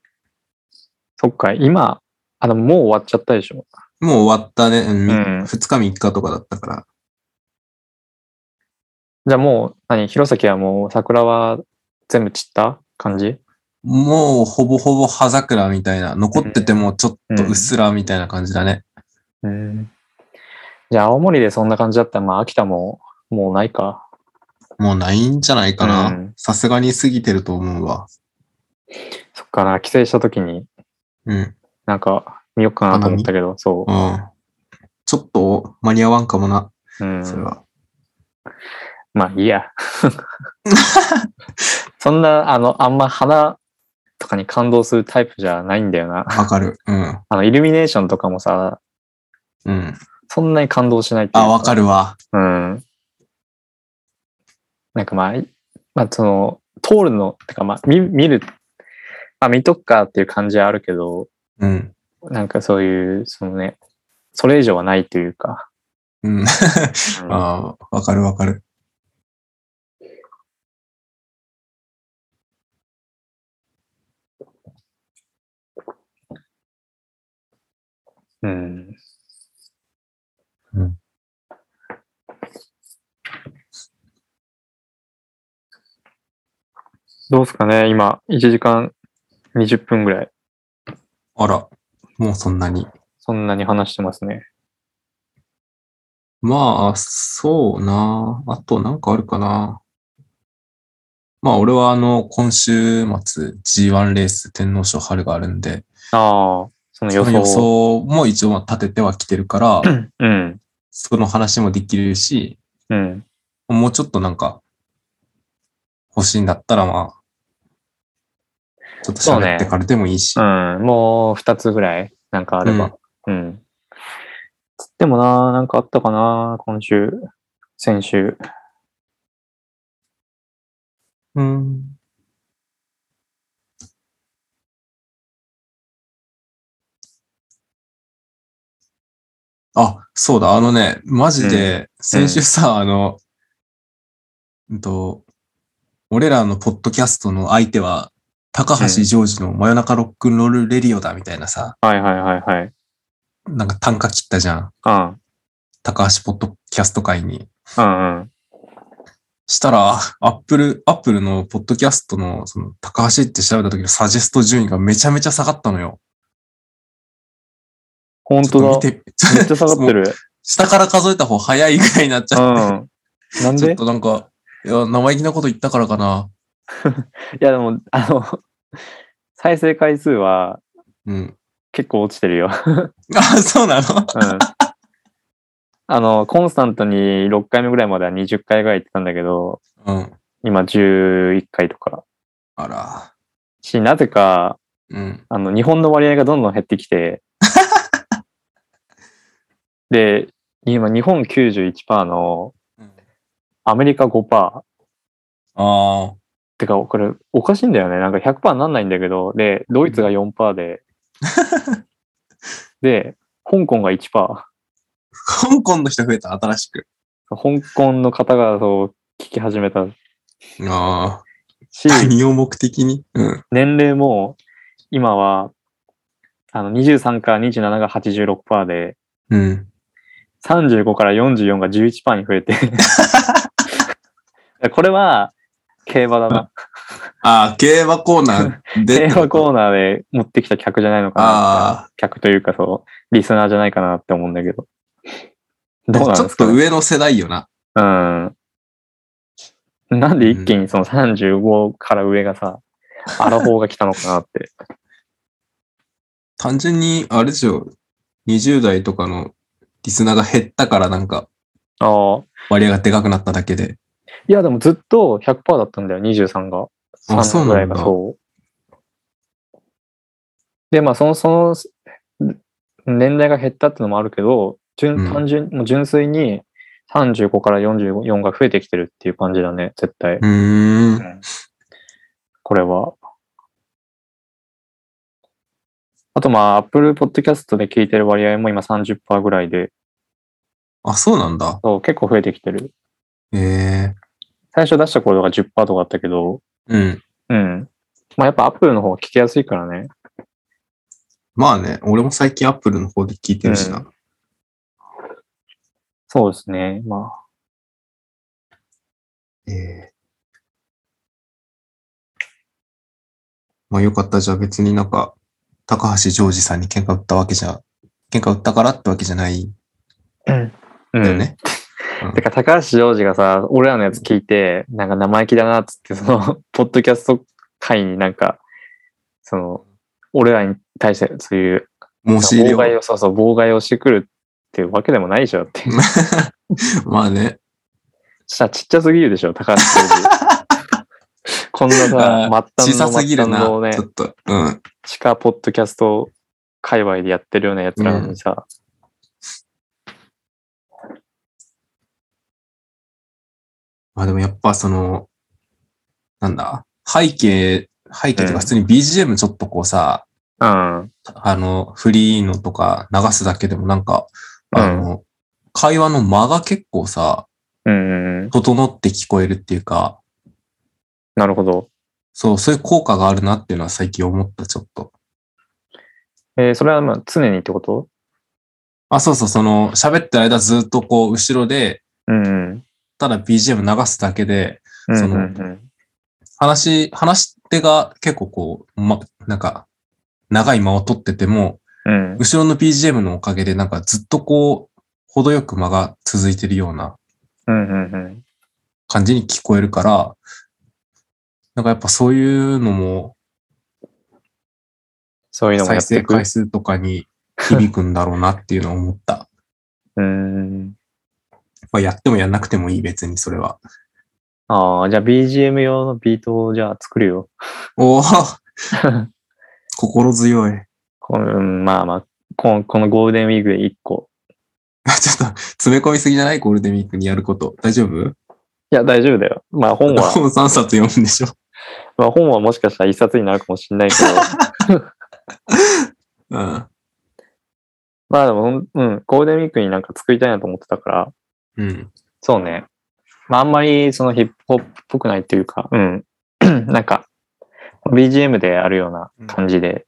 Speaker 1: そっか、今、あの、もう終わっちゃったでしょ。
Speaker 2: もう終わったね。うん
Speaker 1: うん
Speaker 2: 二日三日とかだったから。
Speaker 1: じゃあもう、何、弘前はもう桜は全部散った感じ
Speaker 2: もうほぼほぼ葉桜みたいな。残っててもちょっとうっすらみたいな感じだね。
Speaker 1: うん。じゃあ青森でそんな感じだったら、まあ秋田ももうないか。
Speaker 2: もうないんじゃないか
Speaker 1: う。
Speaker 2: なんさすがに過ぎてると思うわ。
Speaker 1: そっから帰省した時に
Speaker 2: うん。うん。
Speaker 1: なんか見よっかなと思ったけど、そ
Speaker 2: ちょっと間に合わんかもな、
Speaker 1: う。うん。
Speaker 2: それは。
Speaker 1: まあいいや。 そんな、あの、あんま花とかに感動するタイプじゃないんだよな。
Speaker 2: わかる。うん。
Speaker 1: あの、イルミネーションとかもさ、
Speaker 2: うん。
Speaker 1: そんなに感動しないっていう
Speaker 2: あ、わか
Speaker 1: る。
Speaker 2: るわ。
Speaker 1: うん。なんかまあ、いまあその、通るの、てかまあ、見、見る、あ、見とくかっていう感じはあるけど、
Speaker 2: うん。
Speaker 1: なんかそういう、そのね、それ以上はないというか。
Speaker 2: うん。
Speaker 1: うん
Speaker 2: ああ、わかるわかる。
Speaker 1: うん。
Speaker 2: うん
Speaker 1: どうすかね今、1時間20分ぐらい、
Speaker 2: あら、もうそんなに。
Speaker 1: そんなに話してますね。
Speaker 2: まあ、そうな。あとなんかあるかな。まあ、俺はあの、今週末 G1 レース天皇賞春があるんで、
Speaker 1: ああ、その予想。
Speaker 2: その予想も一応立ててはきてる から、
Speaker 1: うん、
Speaker 2: その話もできるし、
Speaker 1: うん、
Speaker 2: もうちょっとなんか、欲しいんだったらまあ、ちょっと喋ってからでもいいし。
Speaker 1: うん。もう2つぐらい、なんかあれば。うん。つってもな、なんかあったかな今週、先週。
Speaker 2: うん。あ、そうだ、あのね、マジで、先週さ、あの、うんと、俺らのポッドキャストの相手は、高橋ジョージの真夜中ロックンロールレディオだみたいなさ、
Speaker 1: はいはいはいはい。
Speaker 2: なんか単価切ったじゃん。
Speaker 1: うん、
Speaker 2: 高橋ポッドキャスト会に。
Speaker 1: うん、うん。
Speaker 2: したら、アップル、アップルのポッドキャストの、その、高橋って調べた時のサジェスト順位がめちゃめちゃ下がったのよ。
Speaker 1: 本当だ。
Speaker 2: ちょっと見て、
Speaker 1: めっちゃ下が ってる。
Speaker 2: 下から数えた方早いぐらいになっち
Speaker 1: う
Speaker 2: ゃって。
Speaker 1: ん。なん
Speaker 2: ちょ
Speaker 1: で
Speaker 2: っとなんか、いや、生意気なこと言ったからかな。
Speaker 1: いやでも、あの、再生回数は
Speaker 2: うん。
Speaker 1: 結構落ちてるよ。
Speaker 2: あ、そうなの
Speaker 1: うん。 あの、コンスタントに6回目ぐらいまでは20回ぐらい行ってたんだけど、
Speaker 2: うん。
Speaker 1: 今11回とか。
Speaker 2: あら。
Speaker 1: し、なぜか、
Speaker 2: うん。
Speaker 1: あの、日本の割合がどんどん減ってき て、で、今、日本91%の
Speaker 2: うん
Speaker 1: アメリカ5%。
Speaker 2: ああ。
Speaker 1: てか、これ、おかしいんだよね。なんか100%なんないんだけど、で、ドイツが4%で、 で、香港が1%。香
Speaker 2: 香港の人増えた、新しく。
Speaker 1: 港の方がそう聞き始めた
Speaker 2: ああ。
Speaker 1: し、
Speaker 2: 何を目的にうん。
Speaker 1: 年齢も、今は、あの、23から27が86%で、
Speaker 2: うん。
Speaker 1: 35から44が11%に増え て。これは、競馬だな。
Speaker 2: ああ、競馬コーナーで。
Speaker 1: 競馬コーナーで持ってきた客じゃないのかなみたいな。
Speaker 2: あ
Speaker 1: 客というか、そう、リスナーじゃないかなって思うんだけど。
Speaker 2: あ、
Speaker 1: どうなん
Speaker 2: ちょ
Speaker 1: で
Speaker 2: っ
Speaker 1: すか
Speaker 2: と
Speaker 1: ね、
Speaker 2: 上の世代よな。
Speaker 1: うん。なんで一気にその35から上がさ、アラフォーが来たのかなって。
Speaker 2: 単純に、あれでしょ、20代とかのリスナーが減ったからなんか
Speaker 1: ああ。
Speaker 2: 割合がでかくなっただけで。
Speaker 1: いや、でもずっと100%だったんだよ、23が。
Speaker 2: あそうなんだ
Speaker 1: ぐらいがそう。で、まあ、その、その、年代が減ったってのもあるけど、純
Speaker 2: うん
Speaker 1: 単純、もう純粋に35から44が増えてきてるっていう感じだね、絶対。
Speaker 2: うーん。
Speaker 1: これは。あと、まあ、Apple Podcast で聞いてる割合も今30%ぐらいで、
Speaker 2: あ、そうなんだ。
Speaker 1: そう結構増えてきてる。
Speaker 2: へえ。
Speaker 1: 最初出した頃が10%とかあったけど、
Speaker 2: うん。
Speaker 1: うん。まあやっぱアップルの方が聞きやすいからね。
Speaker 2: まあね、俺も最近アップルの方で聞いてるしな。
Speaker 1: そうですね。まあ。
Speaker 2: ええまあよかった。じゃあ別になんか、高橋ジョージさんに喧嘩売ったわけじゃ、喧嘩売ったからってわけじゃないん
Speaker 1: うん。
Speaker 2: だよね。
Speaker 1: てか、高橋ジョージがさ、俺らのやつ聞いて、なんか生意気だなっつって、その、 ポッドキャスト会になんか、その、俺らに対してそういう、
Speaker 2: 申し入れ
Speaker 1: 妨害
Speaker 2: を。
Speaker 1: を、そうそう、妨害をしてくるっていうわけでもないでしょって。
Speaker 2: まあね。
Speaker 1: さ、ちっちゃすぎるでしょ、高橋ジョー ジ。こんな
Speaker 2: あ
Speaker 1: さ、末
Speaker 2: 小
Speaker 1: 端の
Speaker 2: さすぎ
Speaker 1: 末端
Speaker 2: るな。ち
Speaker 1: のね
Speaker 2: ょ、っと。うん。
Speaker 1: 地下ポッドキャスト界隈でやってるようなやつらなのにさ、
Speaker 2: まあでもやっぱその、なんだ、背景、背景という
Speaker 1: うん
Speaker 2: か普通に BGM ちょっとこうさ、
Speaker 1: うん。
Speaker 2: あの、フリーのとか流すだけでもなんか、あの、会話の間が結構さ、
Speaker 1: うんうん。
Speaker 2: 整って聞こえるっていうか、
Speaker 1: なるほど。
Speaker 2: そう、そういう効果があるなっていうのは最近思った、ちょっと。
Speaker 1: えーそれはまあ常にってこと
Speaker 2: あ、そうそう、その、喋ってる間ずっとこう、後ろで、
Speaker 1: うんうん。
Speaker 2: ただ BGM 流すだけで、
Speaker 1: うん
Speaker 2: そ
Speaker 1: うん
Speaker 2: の
Speaker 1: うん
Speaker 2: 話、話し手が結構こう、ま、なんか、長い間を取ってても、
Speaker 1: うん。
Speaker 2: 後ろの BGM のおかげで、なんかずっとこう、程よく間が続いてるような
Speaker 1: うんうんうん。
Speaker 2: 感じに聞こえるから、なんかやっぱそういうのも、
Speaker 1: そういうのもや
Speaker 2: 再
Speaker 1: って
Speaker 2: 生
Speaker 1: いく
Speaker 2: 回。数とかに響くんだろうなっていうのを思った。
Speaker 1: うん。
Speaker 2: まあやってもやんなくてもいい、別にそれは。
Speaker 1: ああ、じゃあ BGM 用のビートをじゃあ作るよ。
Speaker 2: おお 心強い。
Speaker 1: このうん、まあまあこの、このゴールデンウィークで1個。
Speaker 2: ちょっと、詰め込みすぎじゃないゴールデンウィークにやること。大丈夫
Speaker 1: いや、大丈夫だよ。まあ本 は、
Speaker 2: 本3冊読むんでしょ。
Speaker 1: まあ本はもしかしたら1冊になるかもしれない けど、
Speaker 2: うん。
Speaker 1: まあでも、うん、ゴールデンウィークになんか作りたいなと思ってたから、
Speaker 2: うん。
Speaker 1: そうね。まあ、あんまりそのヒップホップっぽくないっていうか、うん。 なんか、BGM であるような感じで。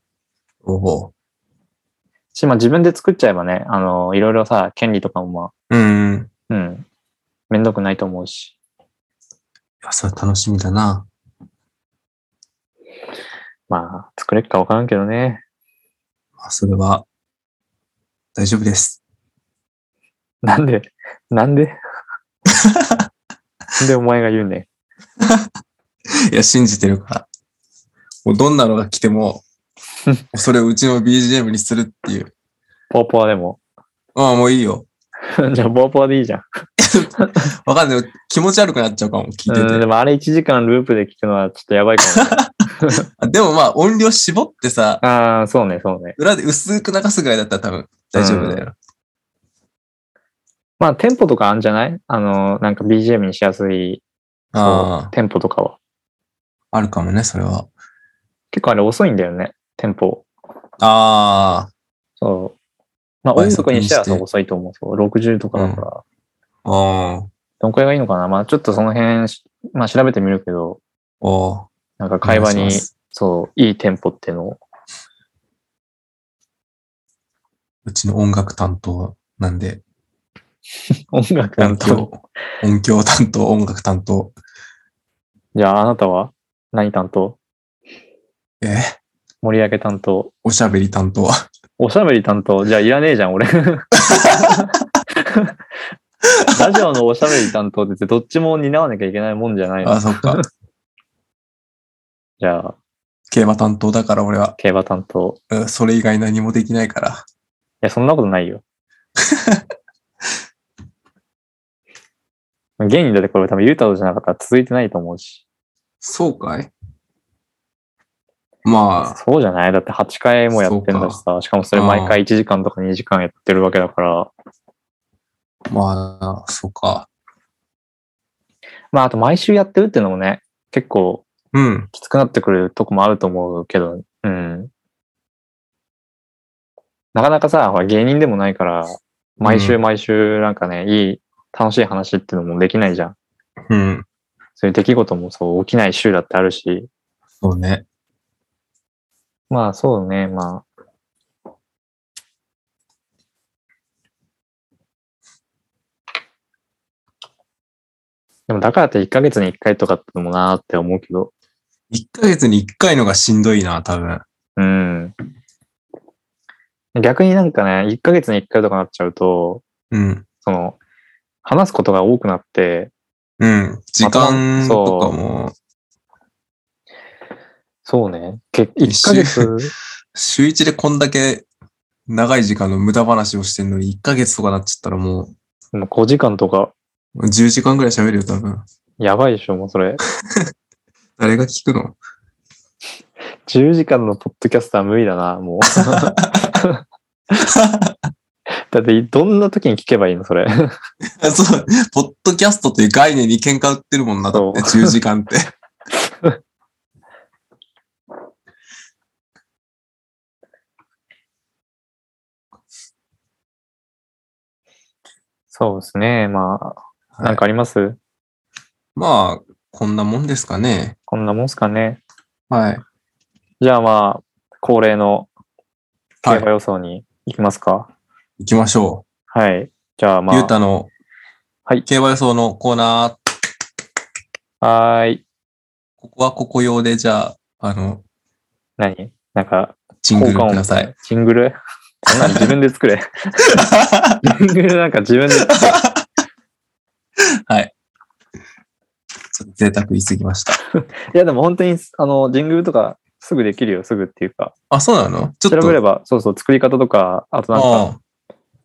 Speaker 2: おお。
Speaker 1: し、まあ自分で作っちゃえばね、あの、いろいろさ、権利とかもま
Speaker 2: うん。い
Speaker 1: あ、うん。めんどくないと思うし。
Speaker 2: や、それ楽しみだな。
Speaker 1: まあ、作れっかわからんけどね。
Speaker 2: まあ、それは、大丈夫です。
Speaker 1: なんで、なんで なんでお前が言うねん。
Speaker 2: いや、信じてるから。もうどんなのが来て も、それをうちの BGM にするっていう。
Speaker 1: ポワポワでも。
Speaker 2: ああ、もういいよ。
Speaker 1: じゃあ、ポワポワでいいじゃん。
Speaker 2: わかんない。気持ち悪くなっちゃうかも、聞いて
Speaker 1: うん、
Speaker 2: て
Speaker 1: でもあれ1時間ループで聞くのはちょっとやばいかも、 ね。
Speaker 2: あ。でもまあ、音量絞ってさ、
Speaker 1: ああ、そうね、そうね。
Speaker 2: 裏で薄く流すぐらいだったら多分大丈夫だよ。
Speaker 1: まあ、テンポとかあんじゃないあの、なんか BGM にしやすい
Speaker 2: あ
Speaker 1: テンポとかは。
Speaker 2: あ、あるかもね、それは。
Speaker 1: 結構あれ遅いんだよね、テンポ。
Speaker 2: あ
Speaker 1: そう。まあ
Speaker 2: 倍
Speaker 1: 音
Speaker 2: 速
Speaker 1: 楽
Speaker 2: に
Speaker 1: に
Speaker 2: し
Speaker 1: しててはそう遅いと思う。そう60とかだから。
Speaker 2: あ、うん、
Speaker 1: どんくらいがいいのかなまあちょっとその辺し、まあ調べてみるけど、
Speaker 2: おー
Speaker 1: なんか会話
Speaker 2: お願
Speaker 1: に
Speaker 2: いしま、す
Speaker 1: そう、いいテンポっていうのを。
Speaker 2: うちの音楽担当なんで、
Speaker 1: 音楽
Speaker 2: 音
Speaker 1: 担当。
Speaker 2: 響、音響担当、音楽担当。
Speaker 1: じゃあ、あなたは何担当
Speaker 2: え
Speaker 1: 盛り上げ担当。
Speaker 2: おしゃべり担当。
Speaker 1: おしゃべり担当。じゃあ、いらねえじゃん、俺。ラジオのおしゃべり担当ってどっちも担わなきゃいけないもんじゃないの
Speaker 2: あ、。そっか。
Speaker 1: じゃあ、
Speaker 2: 競馬担当だから俺は、
Speaker 1: 競馬担当。い
Speaker 2: うんそれ以外何もできないから。
Speaker 1: や、そんなことないよ。現にだってこれ多分ユータドじゃなかったら続いてないと思うし。
Speaker 2: そうかいまあ、
Speaker 1: そうじゃないだって8回もやってんだしさ。しかもそれ毎回1時間とか2時間やってるわけだから。
Speaker 2: まあ、そうか。
Speaker 1: まあ、あと毎週やってるっていうのもね、結構
Speaker 2: うん。
Speaker 1: きつくなってくるとこもあると思うけど、うん。なかなかさ、ほら芸人でもないから、毎週毎週なんかね、いい、楽しい話っていうのもできないじゃん。
Speaker 2: うん。
Speaker 1: そういう出来事もそう起きない週だってあるし、
Speaker 2: そうね。
Speaker 1: まあそうね、まあ。でもだからって1ヶ月に1回とかってのもなーって思うけど、
Speaker 2: 1ヶ月に1回のがしんどいな、多分。
Speaker 1: うん。逆になんかね、1ヶ月に1回とかなっちゃうと、
Speaker 2: うん。
Speaker 1: その、話すことが多くなって、
Speaker 2: うん。時間
Speaker 1: またそう
Speaker 2: とかも、
Speaker 1: そうね、け1ヶ月、
Speaker 2: 週1でこんだけ長い時間の無駄話をしてんのに、1ヶ月とかなっちゃったらも
Speaker 1: もう5時間とか、
Speaker 2: う、10時間ぐらい喋るよ、多分。
Speaker 1: やばいでしょ、もうそれ。
Speaker 2: 誰が聞くの
Speaker 1: 10時間のポッドキャスター無理だな、 もう。だって、どんな時に聞けばいいの、それ。
Speaker 2: そう、 ポッドキャストという概念に喧嘩売ってるもんな、だって
Speaker 1: そ
Speaker 2: 10時間って。
Speaker 1: そうですね、まあ、
Speaker 2: い
Speaker 1: なんかあります、
Speaker 2: まあ、こんなもんですかね。
Speaker 1: こんなもんすかね。
Speaker 2: はい。
Speaker 1: じゃあまあ、恒例の競馬
Speaker 2: は
Speaker 1: 予想に行きますか。
Speaker 2: い。行きましょ
Speaker 1: はい。じゃあ
Speaker 2: う。
Speaker 1: ま
Speaker 2: ゆうたの、
Speaker 1: はい
Speaker 2: 競馬予想のコーナー、
Speaker 1: あ、はーい。
Speaker 2: ここはここ用で、じゃあ、あの、
Speaker 1: 何なんか、
Speaker 2: ジングル
Speaker 1: 効果音
Speaker 2: ください。
Speaker 1: ジング ルそんなの自分で作れ。ジングルなんか自分で。
Speaker 2: ちょっと贅沢言いすぎました。
Speaker 1: いや、でも本当に、あの、ジングルとかすぐできるよ、すぐっていうか。
Speaker 2: あ、そうなのちょっ
Speaker 1: 調
Speaker 2: と。
Speaker 1: べれば、そうそう、作り方とか、あとなんか、
Speaker 2: あ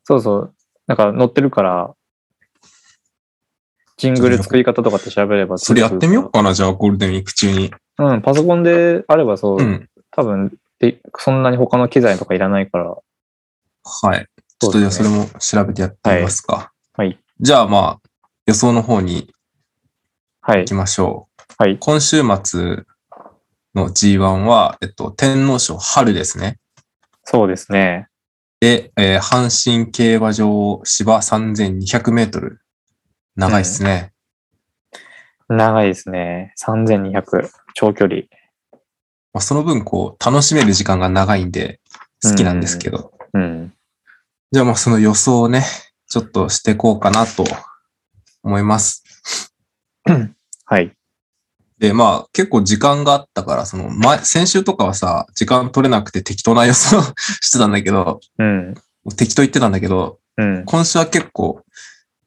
Speaker 1: そうそう。なんか載ってるから、ジングル作り方とかって調べれば
Speaker 2: あ、それやってみようかな、じゃあ、ゴールデンウィーク中に。
Speaker 1: う。うん、パソコンであればそう、
Speaker 2: うん。
Speaker 1: 多分で、そんなに他の機材とかいらないから。
Speaker 2: はい。ちょっとじゃあ、それも調べてやってみますか。
Speaker 1: はいはい。
Speaker 2: じゃあ、まあ、予想の方に
Speaker 1: はい
Speaker 2: 行き。ましょう。
Speaker 1: はい
Speaker 2: 今週末の G1 は、えっと、天皇賞春ですね。
Speaker 1: そうですね。
Speaker 2: で、えー阪神競馬場芝3200メートル。長いっすね。
Speaker 1: 長いですね。3200。長距離。
Speaker 2: まあ、その分、こう、楽しめる時間が長いんで、好きなんですけど。
Speaker 1: うん。
Speaker 2: じゃあ、まあ、その予想をね、ちょっとしていこうかなと思います。
Speaker 1: はい。
Speaker 2: で、まあ、結構時間があったから、その前、先週とかはさ、時間取れなくて適当な予想 してたんだけど、
Speaker 1: うん。
Speaker 2: 適当言ってたんだけど、
Speaker 1: うん。
Speaker 2: 今週は結構、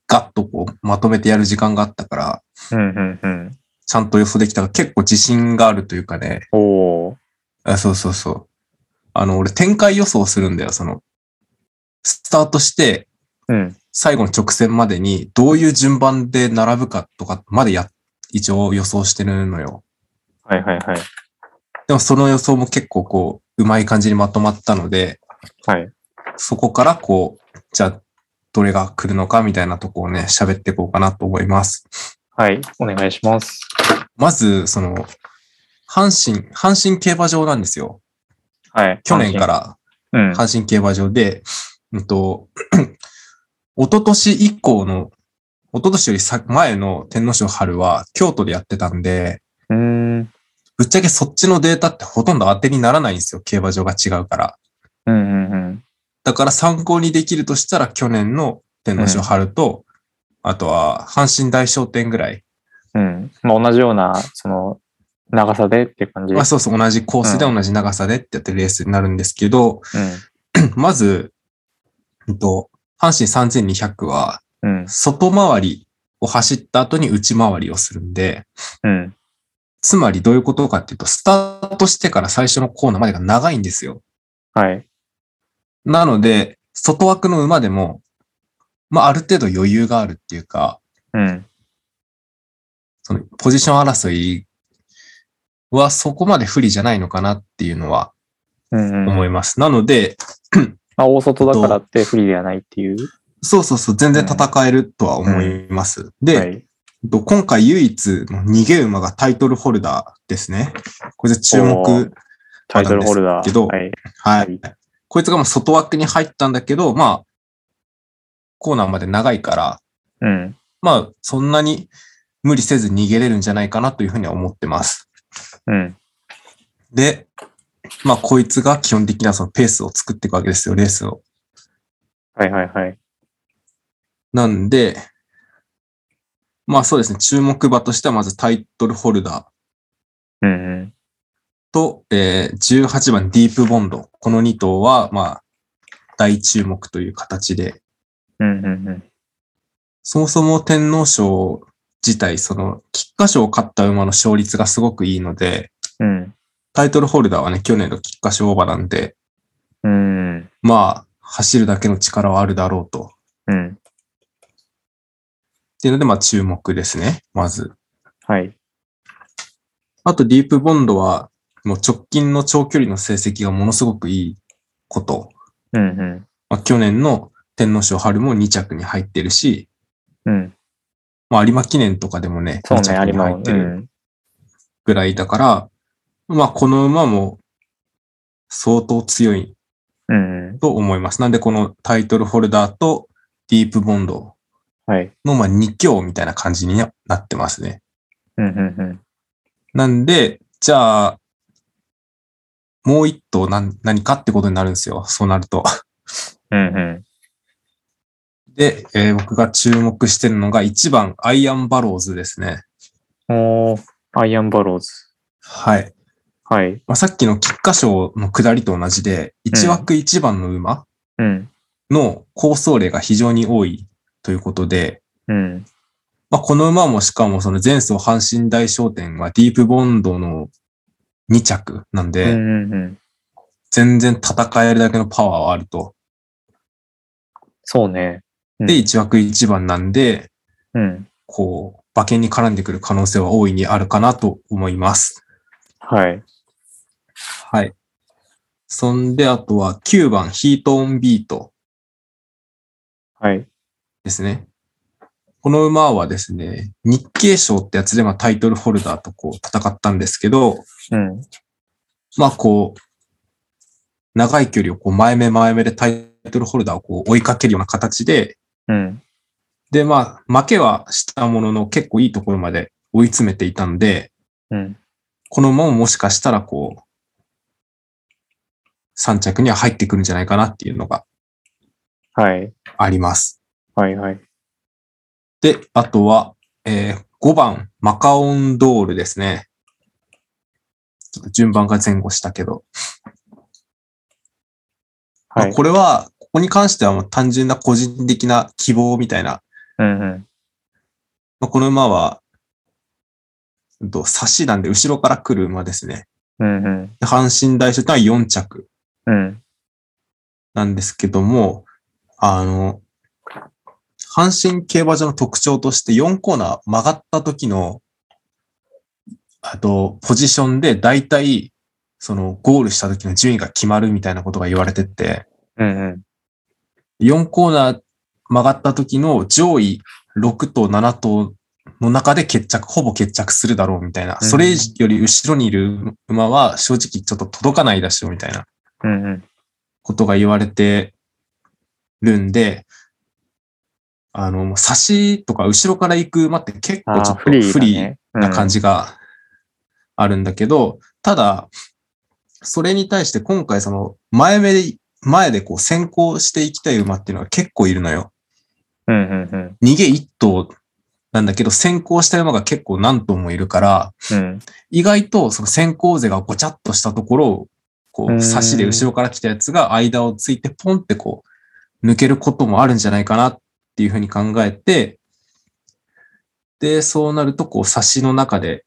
Speaker 2: ガッとこう、まとめてやる時間があったから、
Speaker 1: うん。うん。うん。
Speaker 2: ちゃんと予想できたから結構自信があるというかね、
Speaker 1: おー。
Speaker 2: あそうそうそう。あの、俺展開予想するんだよ、その。スタートして、
Speaker 1: うん。
Speaker 2: 最後の直線までに、どういう順番で並ぶかとか、までや、一応予想してるのよ。
Speaker 1: はいはいはい。
Speaker 2: でもその予想も結構こう、うまい感じにまとまったので、
Speaker 1: はい。
Speaker 2: そこからこう、じゃあ、どれが来るのかみたいなとこをね、喋っていこうかなと思います。
Speaker 1: はい。お願いします。
Speaker 2: まず、その、阪神、阪神競馬場なんですよ。
Speaker 1: はい。
Speaker 2: 去年から
Speaker 1: ら。うん。
Speaker 2: 阪神競馬場で、うんと、 一昨年以降の、一昨年よりさ前の天皇賞春は京都でやってたんで、
Speaker 1: うーん。
Speaker 2: ぶっちゃけそっちのデータってほとんど当てにならないんですよ。競馬場が違うから。
Speaker 1: うんうんうん。
Speaker 2: だから参考にできるとしたら、去年の天皇賞春と、あとは、阪神大商店ぐらい。
Speaker 1: うん。まあ、同じような、その、長さでっていう感じ。
Speaker 2: まあ、そうそう、同じコースで同じ長さでってやってるレースになるんですけど、まず、うんと、阪神3200は、
Speaker 1: うん。うん。
Speaker 2: 外回りを走った後に内回りをするんで、
Speaker 1: うん。
Speaker 2: つまりどういうことかっていうと、スタートしてから最初のコーナーまでが長いんですよ。
Speaker 1: はい。
Speaker 2: なので、外枠の馬でも、まあ、ある程度余裕があるっていうか、
Speaker 1: うん。
Speaker 2: そのポジション争いはそこまで不利じゃないのかなっていうのは
Speaker 1: うん、う
Speaker 2: 思
Speaker 1: ん。
Speaker 2: います。なので、
Speaker 1: まあ、大外だからって不利ではないっていう。
Speaker 2: そうそうそう、全然戦えるとは思います。で、
Speaker 1: はい。
Speaker 2: と今回唯一の逃げ馬がタイトルホルダーですね。これで注
Speaker 1: おー
Speaker 2: 目。
Speaker 1: タイトルホルダ
Speaker 2: けど
Speaker 1: ー。はい。
Speaker 2: はい。
Speaker 1: はい
Speaker 2: こいつがもう外枠に入ったんだけど、まあ、コーナーまで長いから、
Speaker 1: うん。
Speaker 2: まあ、そんなに無理せず逃げれるんじゃないかなというふうには思ってます。
Speaker 1: うん。
Speaker 2: で、まあ、こいつが基本的なそのペースを作っていくわけですよ、レースを。
Speaker 1: はいはいはい。
Speaker 2: なんで、まあそうですね、注目馬としてはまずタイトルホルダ
Speaker 1: う
Speaker 2: ー
Speaker 1: んうん。
Speaker 2: と、えー18番ディープボンド。この2頭は、まあ、大注目という形で、
Speaker 1: うんうんうん。
Speaker 2: そもそも天皇賞自体、その、菊花賞を勝った馬の勝率がすごくいいので、
Speaker 1: うん。
Speaker 2: タイトルホルダーはね、去年の菊花賞馬なんで、
Speaker 1: うん。
Speaker 2: まあ、走るだけの力はあるだろうと。っ
Speaker 1: うん。
Speaker 2: ていうので、まあ、注目ですね、まず。
Speaker 1: はい。
Speaker 2: あと、ディープボンドは、もう直近の長距離の成績がものすごくいいこと。
Speaker 1: うんうん。
Speaker 2: まあ、去年の天皇賞春も2着に入ってるし、
Speaker 1: うん。
Speaker 2: まあ、有馬記念とかでもね、
Speaker 1: そう
Speaker 2: 2
Speaker 1: ね、
Speaker 2: 着
Speaker 1: あ
Speaker 2: に
Speaker 1: りま
Speaker 2: 入っ
Speaker 1: う
Speaker 2: てる
Speaker 1: ん。
Speaker 2: ぐらいだから、まあ、この馬も相当強い
Speaker 1: うんうん。
Speaker 2: と思います。なんで、このタイトルホルダーとディープボンド
Speaker 1: はい。
Speaker 2: の、まあ、2強みたいな感じになってますね。
Speaker 1: うんうんうん。
Speaker 2: なんで、じゃあ、もう一頭何何かってことになるんですよ。そうなると。
Speaker 1: うんうん。
Speaker 2: で、えー僕が注目してるのが1番、アイアンバローズですね。
Speaker 1: おー、アイアンバローズ。
Speaker 2: はい。
Speaker 1: はい。
Speaker 2: まあ、さっきの菊花賞の下りと同じで、1枠1番の馬、
Speaker 1: うん。
Speaker 2: の構想例が非常に多いということで、
Speaker 1: うん。
Speaker 2: まあ、この馬もしかもその前走阪神大商店はディープボンドの2着なん
Speaker 1: うん
Speaker 2: で、
Speaker 1: うんうん。
Speaker 2: 全然戦えるだけのパワーはあると。
Speaker 1: そうね。うん
Speaker 2: で、1枠1番なんで、
Speaker 1: うん。
Speaker 2: こう、馬券に絡んでくる可能性は大いにあるかなと思います。
Speaker 1: はい。
Speaker 2: はい。そんで、あとは9番ヒートオンビート
Speaker 1: はい。
Speaker 2: ですね。この馬はですね、日経賞ってやつでまあタイトルホルダーとこう戦ったんですけど、
Speaker 1: うん。
Speaker 2: まあこう、長い距離をこう前目前目でタイトルホルダーをこう追いかけるような形で、
Speaker 1: うん。
Speaker 2: でまあ負けはしたものの結構いいところまで追い詰めていたんで、
Speaker 1: うん。
Speaker 2: この馬ももしかしたらこう、3着には入ってくるんじゃないかなっていうのが
Speaker 1: はい。
Speaker 2: あります。
Speaker 1: はいはい。
Speaker 2: で、あとは、えー5番、マカオンドールですね。ちょっと順番が前後したけど。まあ
Speaker 1: はい。
Speaker 2: これは、ここに関してはもう単純な個人的な希望みたいな。
Speaker 1: うんうん。
Speaker 2: まあ、この馬は、うんと差しなんで後ろから来る馬ですね。
Speaker 1: うんうん。
Speaker 2: で阪神大賞ってのは4着
Speaker 1: うん。
Speaker 2: なんですけども、あの、阪神競馬場の特徴として4コーナー曲がった時の、あと、ポジションで大体、そのゴールした時の順位が決まるみたいなことが言われてて、
Speaker 1: うんうん。
Speaker 2: 4コーナー曲がった時の上位6と7との中で決着、ほぼ決着するだろうみたいな。
Speaker 1: うん
Speaker 2: それより後ろにいる馬は正直ちょっと届かないだしょうみたいな
Speaker 1: うんうん。
Speaker 2: ことが言われてるんで、あの、もう差しとか後ろから行く馬って結
Speaker 1: あ
Speaker 2: 構ち
Speaker 1: ー
Speaker 2: ょっと
Speaker 1: フリー。
Speaker 2: 不利な感
Speaker 1: じ。
Speaker 2: じがあるんだけど、ただ、それに対して今回その前目で前でこう先行していきたい馬っていうのが結構いるのよ。
Speaker 1: うんうん
Speaker 2: 逃げ一頭なんだけど、先行した馬が結構何頭もいるから、
Speaker 1: うん。うん。
Speaker 2: 意外とその先行勢がごちゃっとしたところを、こ
Speaker 1: うん
Speaker 2: う、差しで後ろから来たやつが間をついてポンってこう、抜けることもあるんじゃないかなっていうふうに考えて、で、そうなるとこう、差しの中で、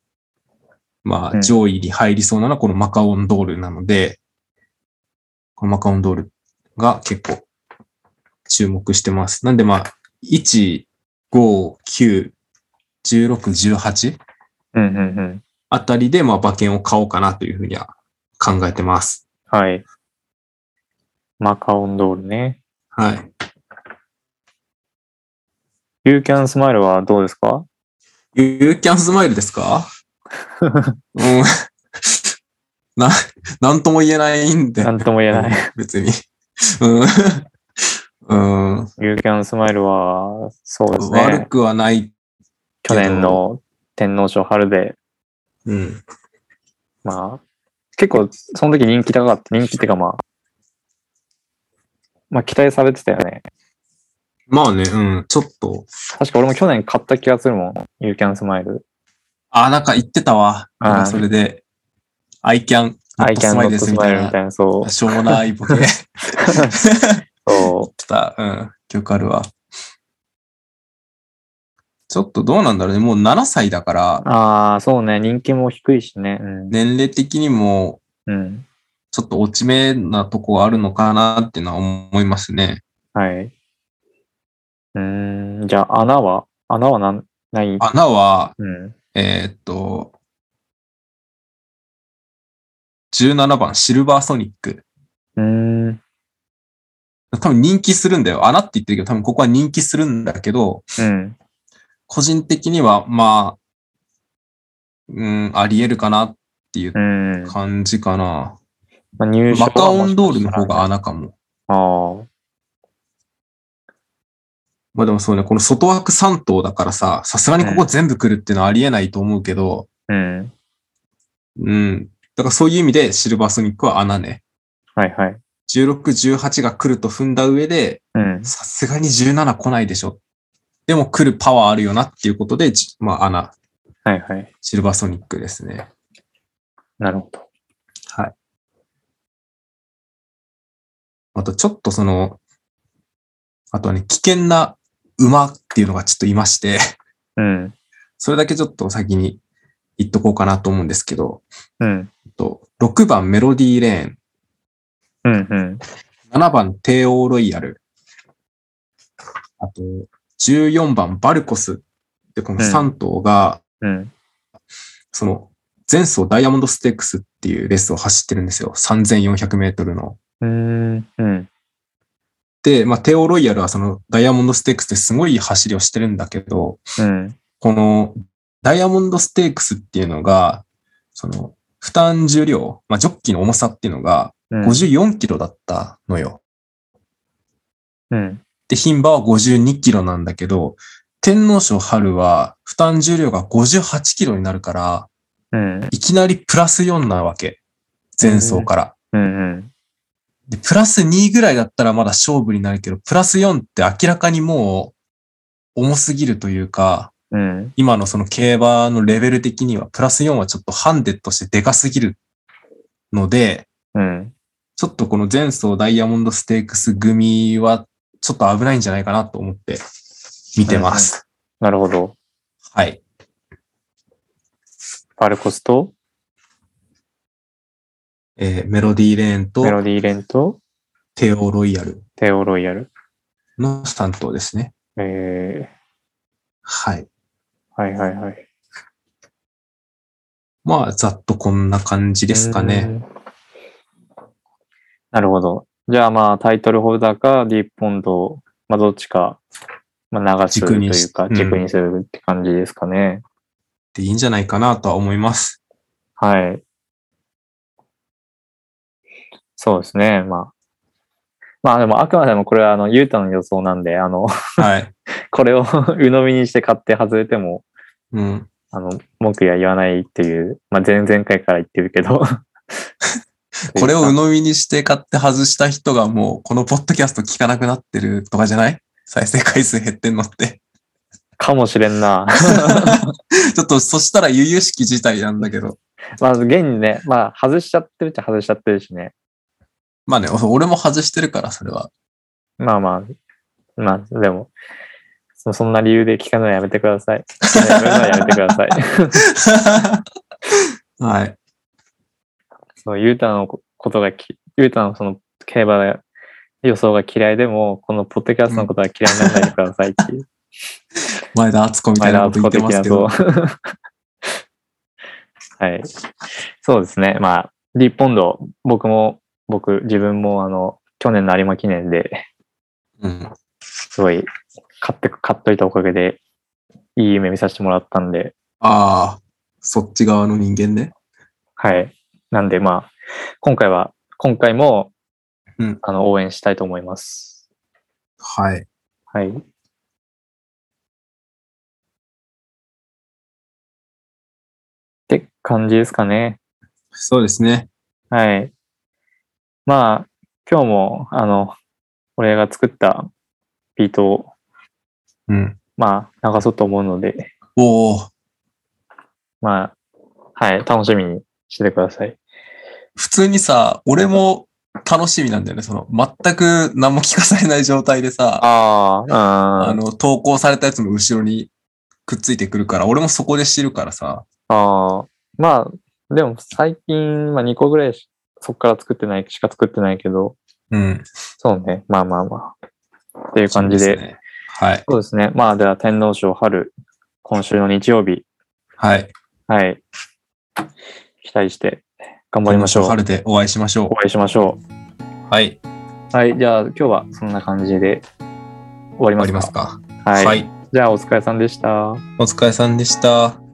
Speaker 2: ま
Speaker 1: う
Speaker 2: あ、
Speaker 1: ん
Speaker 2: 上位に入りそうなのはこのマカオンドールなので、このマカオンドールが結構注目してます。なんでまあ、1、5、9、16、18?
Speaker 1: うんうんうん。
Speaker 2: あたりで、まあ、馬券を買おうかなというふうには考えてます。
Speaker 1: はい。マカオンドールね。
Speaker 2: はい。
Speaker 1: You can smile はどうですか
Speaker 2: ユーキャンスマイルですか うん。な、なんとも言えないんで
Speaker 1: な。んとも言えない。
Speaker 2: 別に。うん。うん。
Speaker 1: You can smile は、そうです
Speaker 2: 悪
Speaker 1: ね。
Speaker 2: くはない。
Speaker 1: 去年の天皇賞春で、
Speaker 2: うん。
Speaker 1: まあ、結構、その時人気高かった。人気っていうかまあ、まあ期待されてたよね。
Speaker 2: まあね、うん。ちょっと。
Speaker 1: 確か俺も去年買った気がするもん。You can smile。
Speaker 2: あ、なんか言ってたわ。
Speaker 1: あー
Speaker 2: なんかそれで、I can,
Speaker 1: I can not
Speaker 2: not smile ですみたい
Speaker 1: smile みた
Speaker 2: な。
Speaker 1: いな、そう。
Speaker 2: しょうもないボケ。言っ
Speaker 1: そ
Speaker 2: てた。うん。記憶あるわ。ちょっとどうなんだろうね。もう7歳だから
Speaker 1: う。、ああ、そうね。人気も低いしね。うん。
Speaker 2: 年齢的にも、
Speaker 1: うん。
Speaker 2: ちょっと落ち目なとこはあるのかなっていうのは思いますね。
Speaker 1: はい。うーん。じゃあ、穴は穴はなんない。
Speaker 2: 穴は、
Speaker 1: うん。
Speaker 2: えーっと、17番、シルバーソニック。
Speaker 1: うーん。
Speaker 2: 多分人気するんだよ。穴って言ってるけど、多分ここは人気するんだけど、
Speaker 1: うん。
Speaker 2: 個人的には、まあ、うん、あり得るかなっていう
Speaker 1: うん。
Speaker 2: 感じかな。
Speaker 1: まあ、入賞
Speaker 2: マ
Speaker 1: は
Speaker 2: カオンドールの方が穴かも。
Speaker 1: ああ。
Speaker 2: まあでもそうね、この外枠3頭だからさ、さすがにここ全部来るっていうのはありえないと思うけど、
Speaker 1: うん。
Speaker 2: うん。だからそういう意味でシルバーソニックは穴ね。
Speaker 1: はいはい。
Speaker 2: 16、18が来ると踏んだ上で、
Speaker 1: うん。
Speaker 2: さすがに17来ないでしょ。でも来るパワーあるよなっていうことで、じまあ穴、
Speaker 1: はいはい。
Speaker 2: シルバーソニックですね。
Speaker 1: なるほど。
Speaker 2: はい。あとちょっとその、あとはね、危険な馬っていうのがちょっといまして、
Speaker 1: うん。
Speaker 2: それだけちょっと先に言っとこうかなと思うんですけど、
Speaker 1: うん。
Speaker 2: えっと6番メロディーレーン、
Speaker 1: うん。うん。
Speaker 2: 7番、帝王ロイヤル。あと、14番、バルコス。で、この
Speaker 1: うん
Speaker 2: 3頭が、
Speaker 1: うん。
Speaker 2: その、前走ダイヤモンドステークスっていうレースを走ってるんですよ。3400メートルの。
Speaker 1: うーん。うん。
Speaker 2: で、まあ、帝王ロイヤルはそのダイヤモンドステークスってすごい走りをしてるんだけど、
Speaker 1: うん。
Speaker 2: このダイヤモンドステークスっていうのが、その、負担重量、まあ、ジョッキーの重さっていうのが
Speaker 1: うん。
Speaker 2: 54キロだったのよ。
Speaker 1: うん。
Speaker 2: で、牝馬は52キロなんだけど、天皇賞春は負担重量が58キロになるから、
Speaker 1: うん。
Speaker 2: いきなりプラス4なわけ。前走から。
Speaker 1: うん。
Speaker 2: で、プラス2ぐらいだったらまだ勝負になるけど、プラス4って明らかにもう重すぎるというか、
Speaker 1: うん。
Speaker 2: 今のその競馬のレベル的には、プラス4はちょっとハンデとしてでかすぎるので、
Speaker 1: うん。
Speaker 2: ちょっとこの前走ダイヤモンドステークス組はちょっと危ないんじゃないかなと思って見てます。
Speaker 1: なるほど。
Speaker 2: はい。
Speaker 1: バルコスと
Speaker 2: えーメロディーレーンと
Speaker 1: メロディーレンと
Speaker 2: テオロイヤル
Speaker 1: テオロイヤル。
Speaker 2: の3頭ですね。
Speaker 1: え
Speaker 2: はい。
Speaker 1: ー、はいはいはい。
Speaker 2: まあ、ざっとこんな感じですかね。
Speaker 1: うん。なるほど。じゃあまあタイトルホルダーかディープポンドを、まあどっちか、まあ流すと
Speaker 2: 軸に
Speaker 1: いう
Speaker 2: し
Speaker 1: か
Speaker 2: うん
Speaker 1: 軸にするって感じですかね。
Speaker 2: でいいんじゃないかなとは思 います。
Speaker 1: はい。そうですね。まあ。まあでもあくまでもこれはあの、ゆうたの予想なんで、あの、
Speaker 2: はい。
Speaker 1: これを 鵜呑みにして買って外れても、
Speaker 2: うん。
Speaker 1: あの、文句や言わないっていう、まあ前々回から言ってるけど、
Speaker 2: これを鵜呑みにして買って外した人がもう、このポッドキャスト聞かなくなってるとかじゃない再生回数減ってんのって。
Speaker 1: かもしれんな。
Speaker 2: ちょっと、そしたら悠々しき事態なんだけど。
Speaker 1: まず、現にね、まあ、外しちゃってるっちゃ外しちゃってるしね。
Speaker 2: まあね、俺も外してるから、それは。
Speaker 1: まあまあ、まあ、でも、そそんな理由で聞かないのやめてください。やめるのはやめてください。
Speaker 2: はい。
Speaker 1: そう、ゆうたのこことがき、ゆうたのその競馬の予想が嫌いでも、このポッドキャストのことは嫌いにならないでくださいっていう。
Speaker 2: 前田敦子みたいなこと言ってますけ ど。
Speaker 1: はい。そうですね。まあ、リッポンド、僕も、僕、自分も、あの、去年の有馬記念で、
Speaker 2: うん。
Speaker 1: すごい、買って、買っといたおかげで、いい夢見させてもらったんで、
Speaker 2: ああ、そっち側の人間ね。
Speaker 1: はい。なんで、まあ、今回は、今回も、
Speaker 2: うん
Speaker 1: あの、応援したいと思います。
Speaker 2: はい。
Speaker 1: はい。って感じですかね。
Speaker 2: そうですね。
Speaker 1: はい。まあ、今日も、あの、俺が作ったビートを、
Speaker 2: うん。
Speaker 1: まあ、流そうと思うので、
Speaker 2: おお、
Speaker 1: まあ、はい、楽しみにしててください。
Speaker 2: 普通にさ、俺も楽しみなんだよね。その、全く何も聞かされない状態でさ、
Speaker 1: ああ、
Speaker 2: あ
Speaker 1: うん。
Speaker 2: の、投稿されたやつの後ろにくっついてくるから、俺もそこで知るからさ。
Speaker 1: ああ、まあ、でも最近、まあ2個ぐらいしそっから作ってない、しか作ってないけど、
Speaker 2: うん。
Speaker 1: そうね、まあまあまあ。っていう感じ
Speaker 2: そ
Speaker 1: で、
Speaker 2: うすね。はい。
Speaker 1: そうですね。まあ、では天皇賞春、今週の日曜日、
Speaker 2: はい。
Speaker 1: はい。期待して頑張りましょう。
Speaker 2: 春でお会いしましょ
Speaker 1: お会いしましょ
Speaker 2: う。はい。
Speaker 1: う。はい、じゃあ今日はそんな感じで終わり
Speaker 2: 終わ
Speaker 1: ま
Speaker 2: り
Speaker 1: す
Speaker 2: ま
Speaker 1: か
Speaker 2: すか。
Speaker 1: はい、
Speaker 2: はい。
Speaker 1: じゃあお疲れさんでした。
Speaker 2: お疲れさんでした。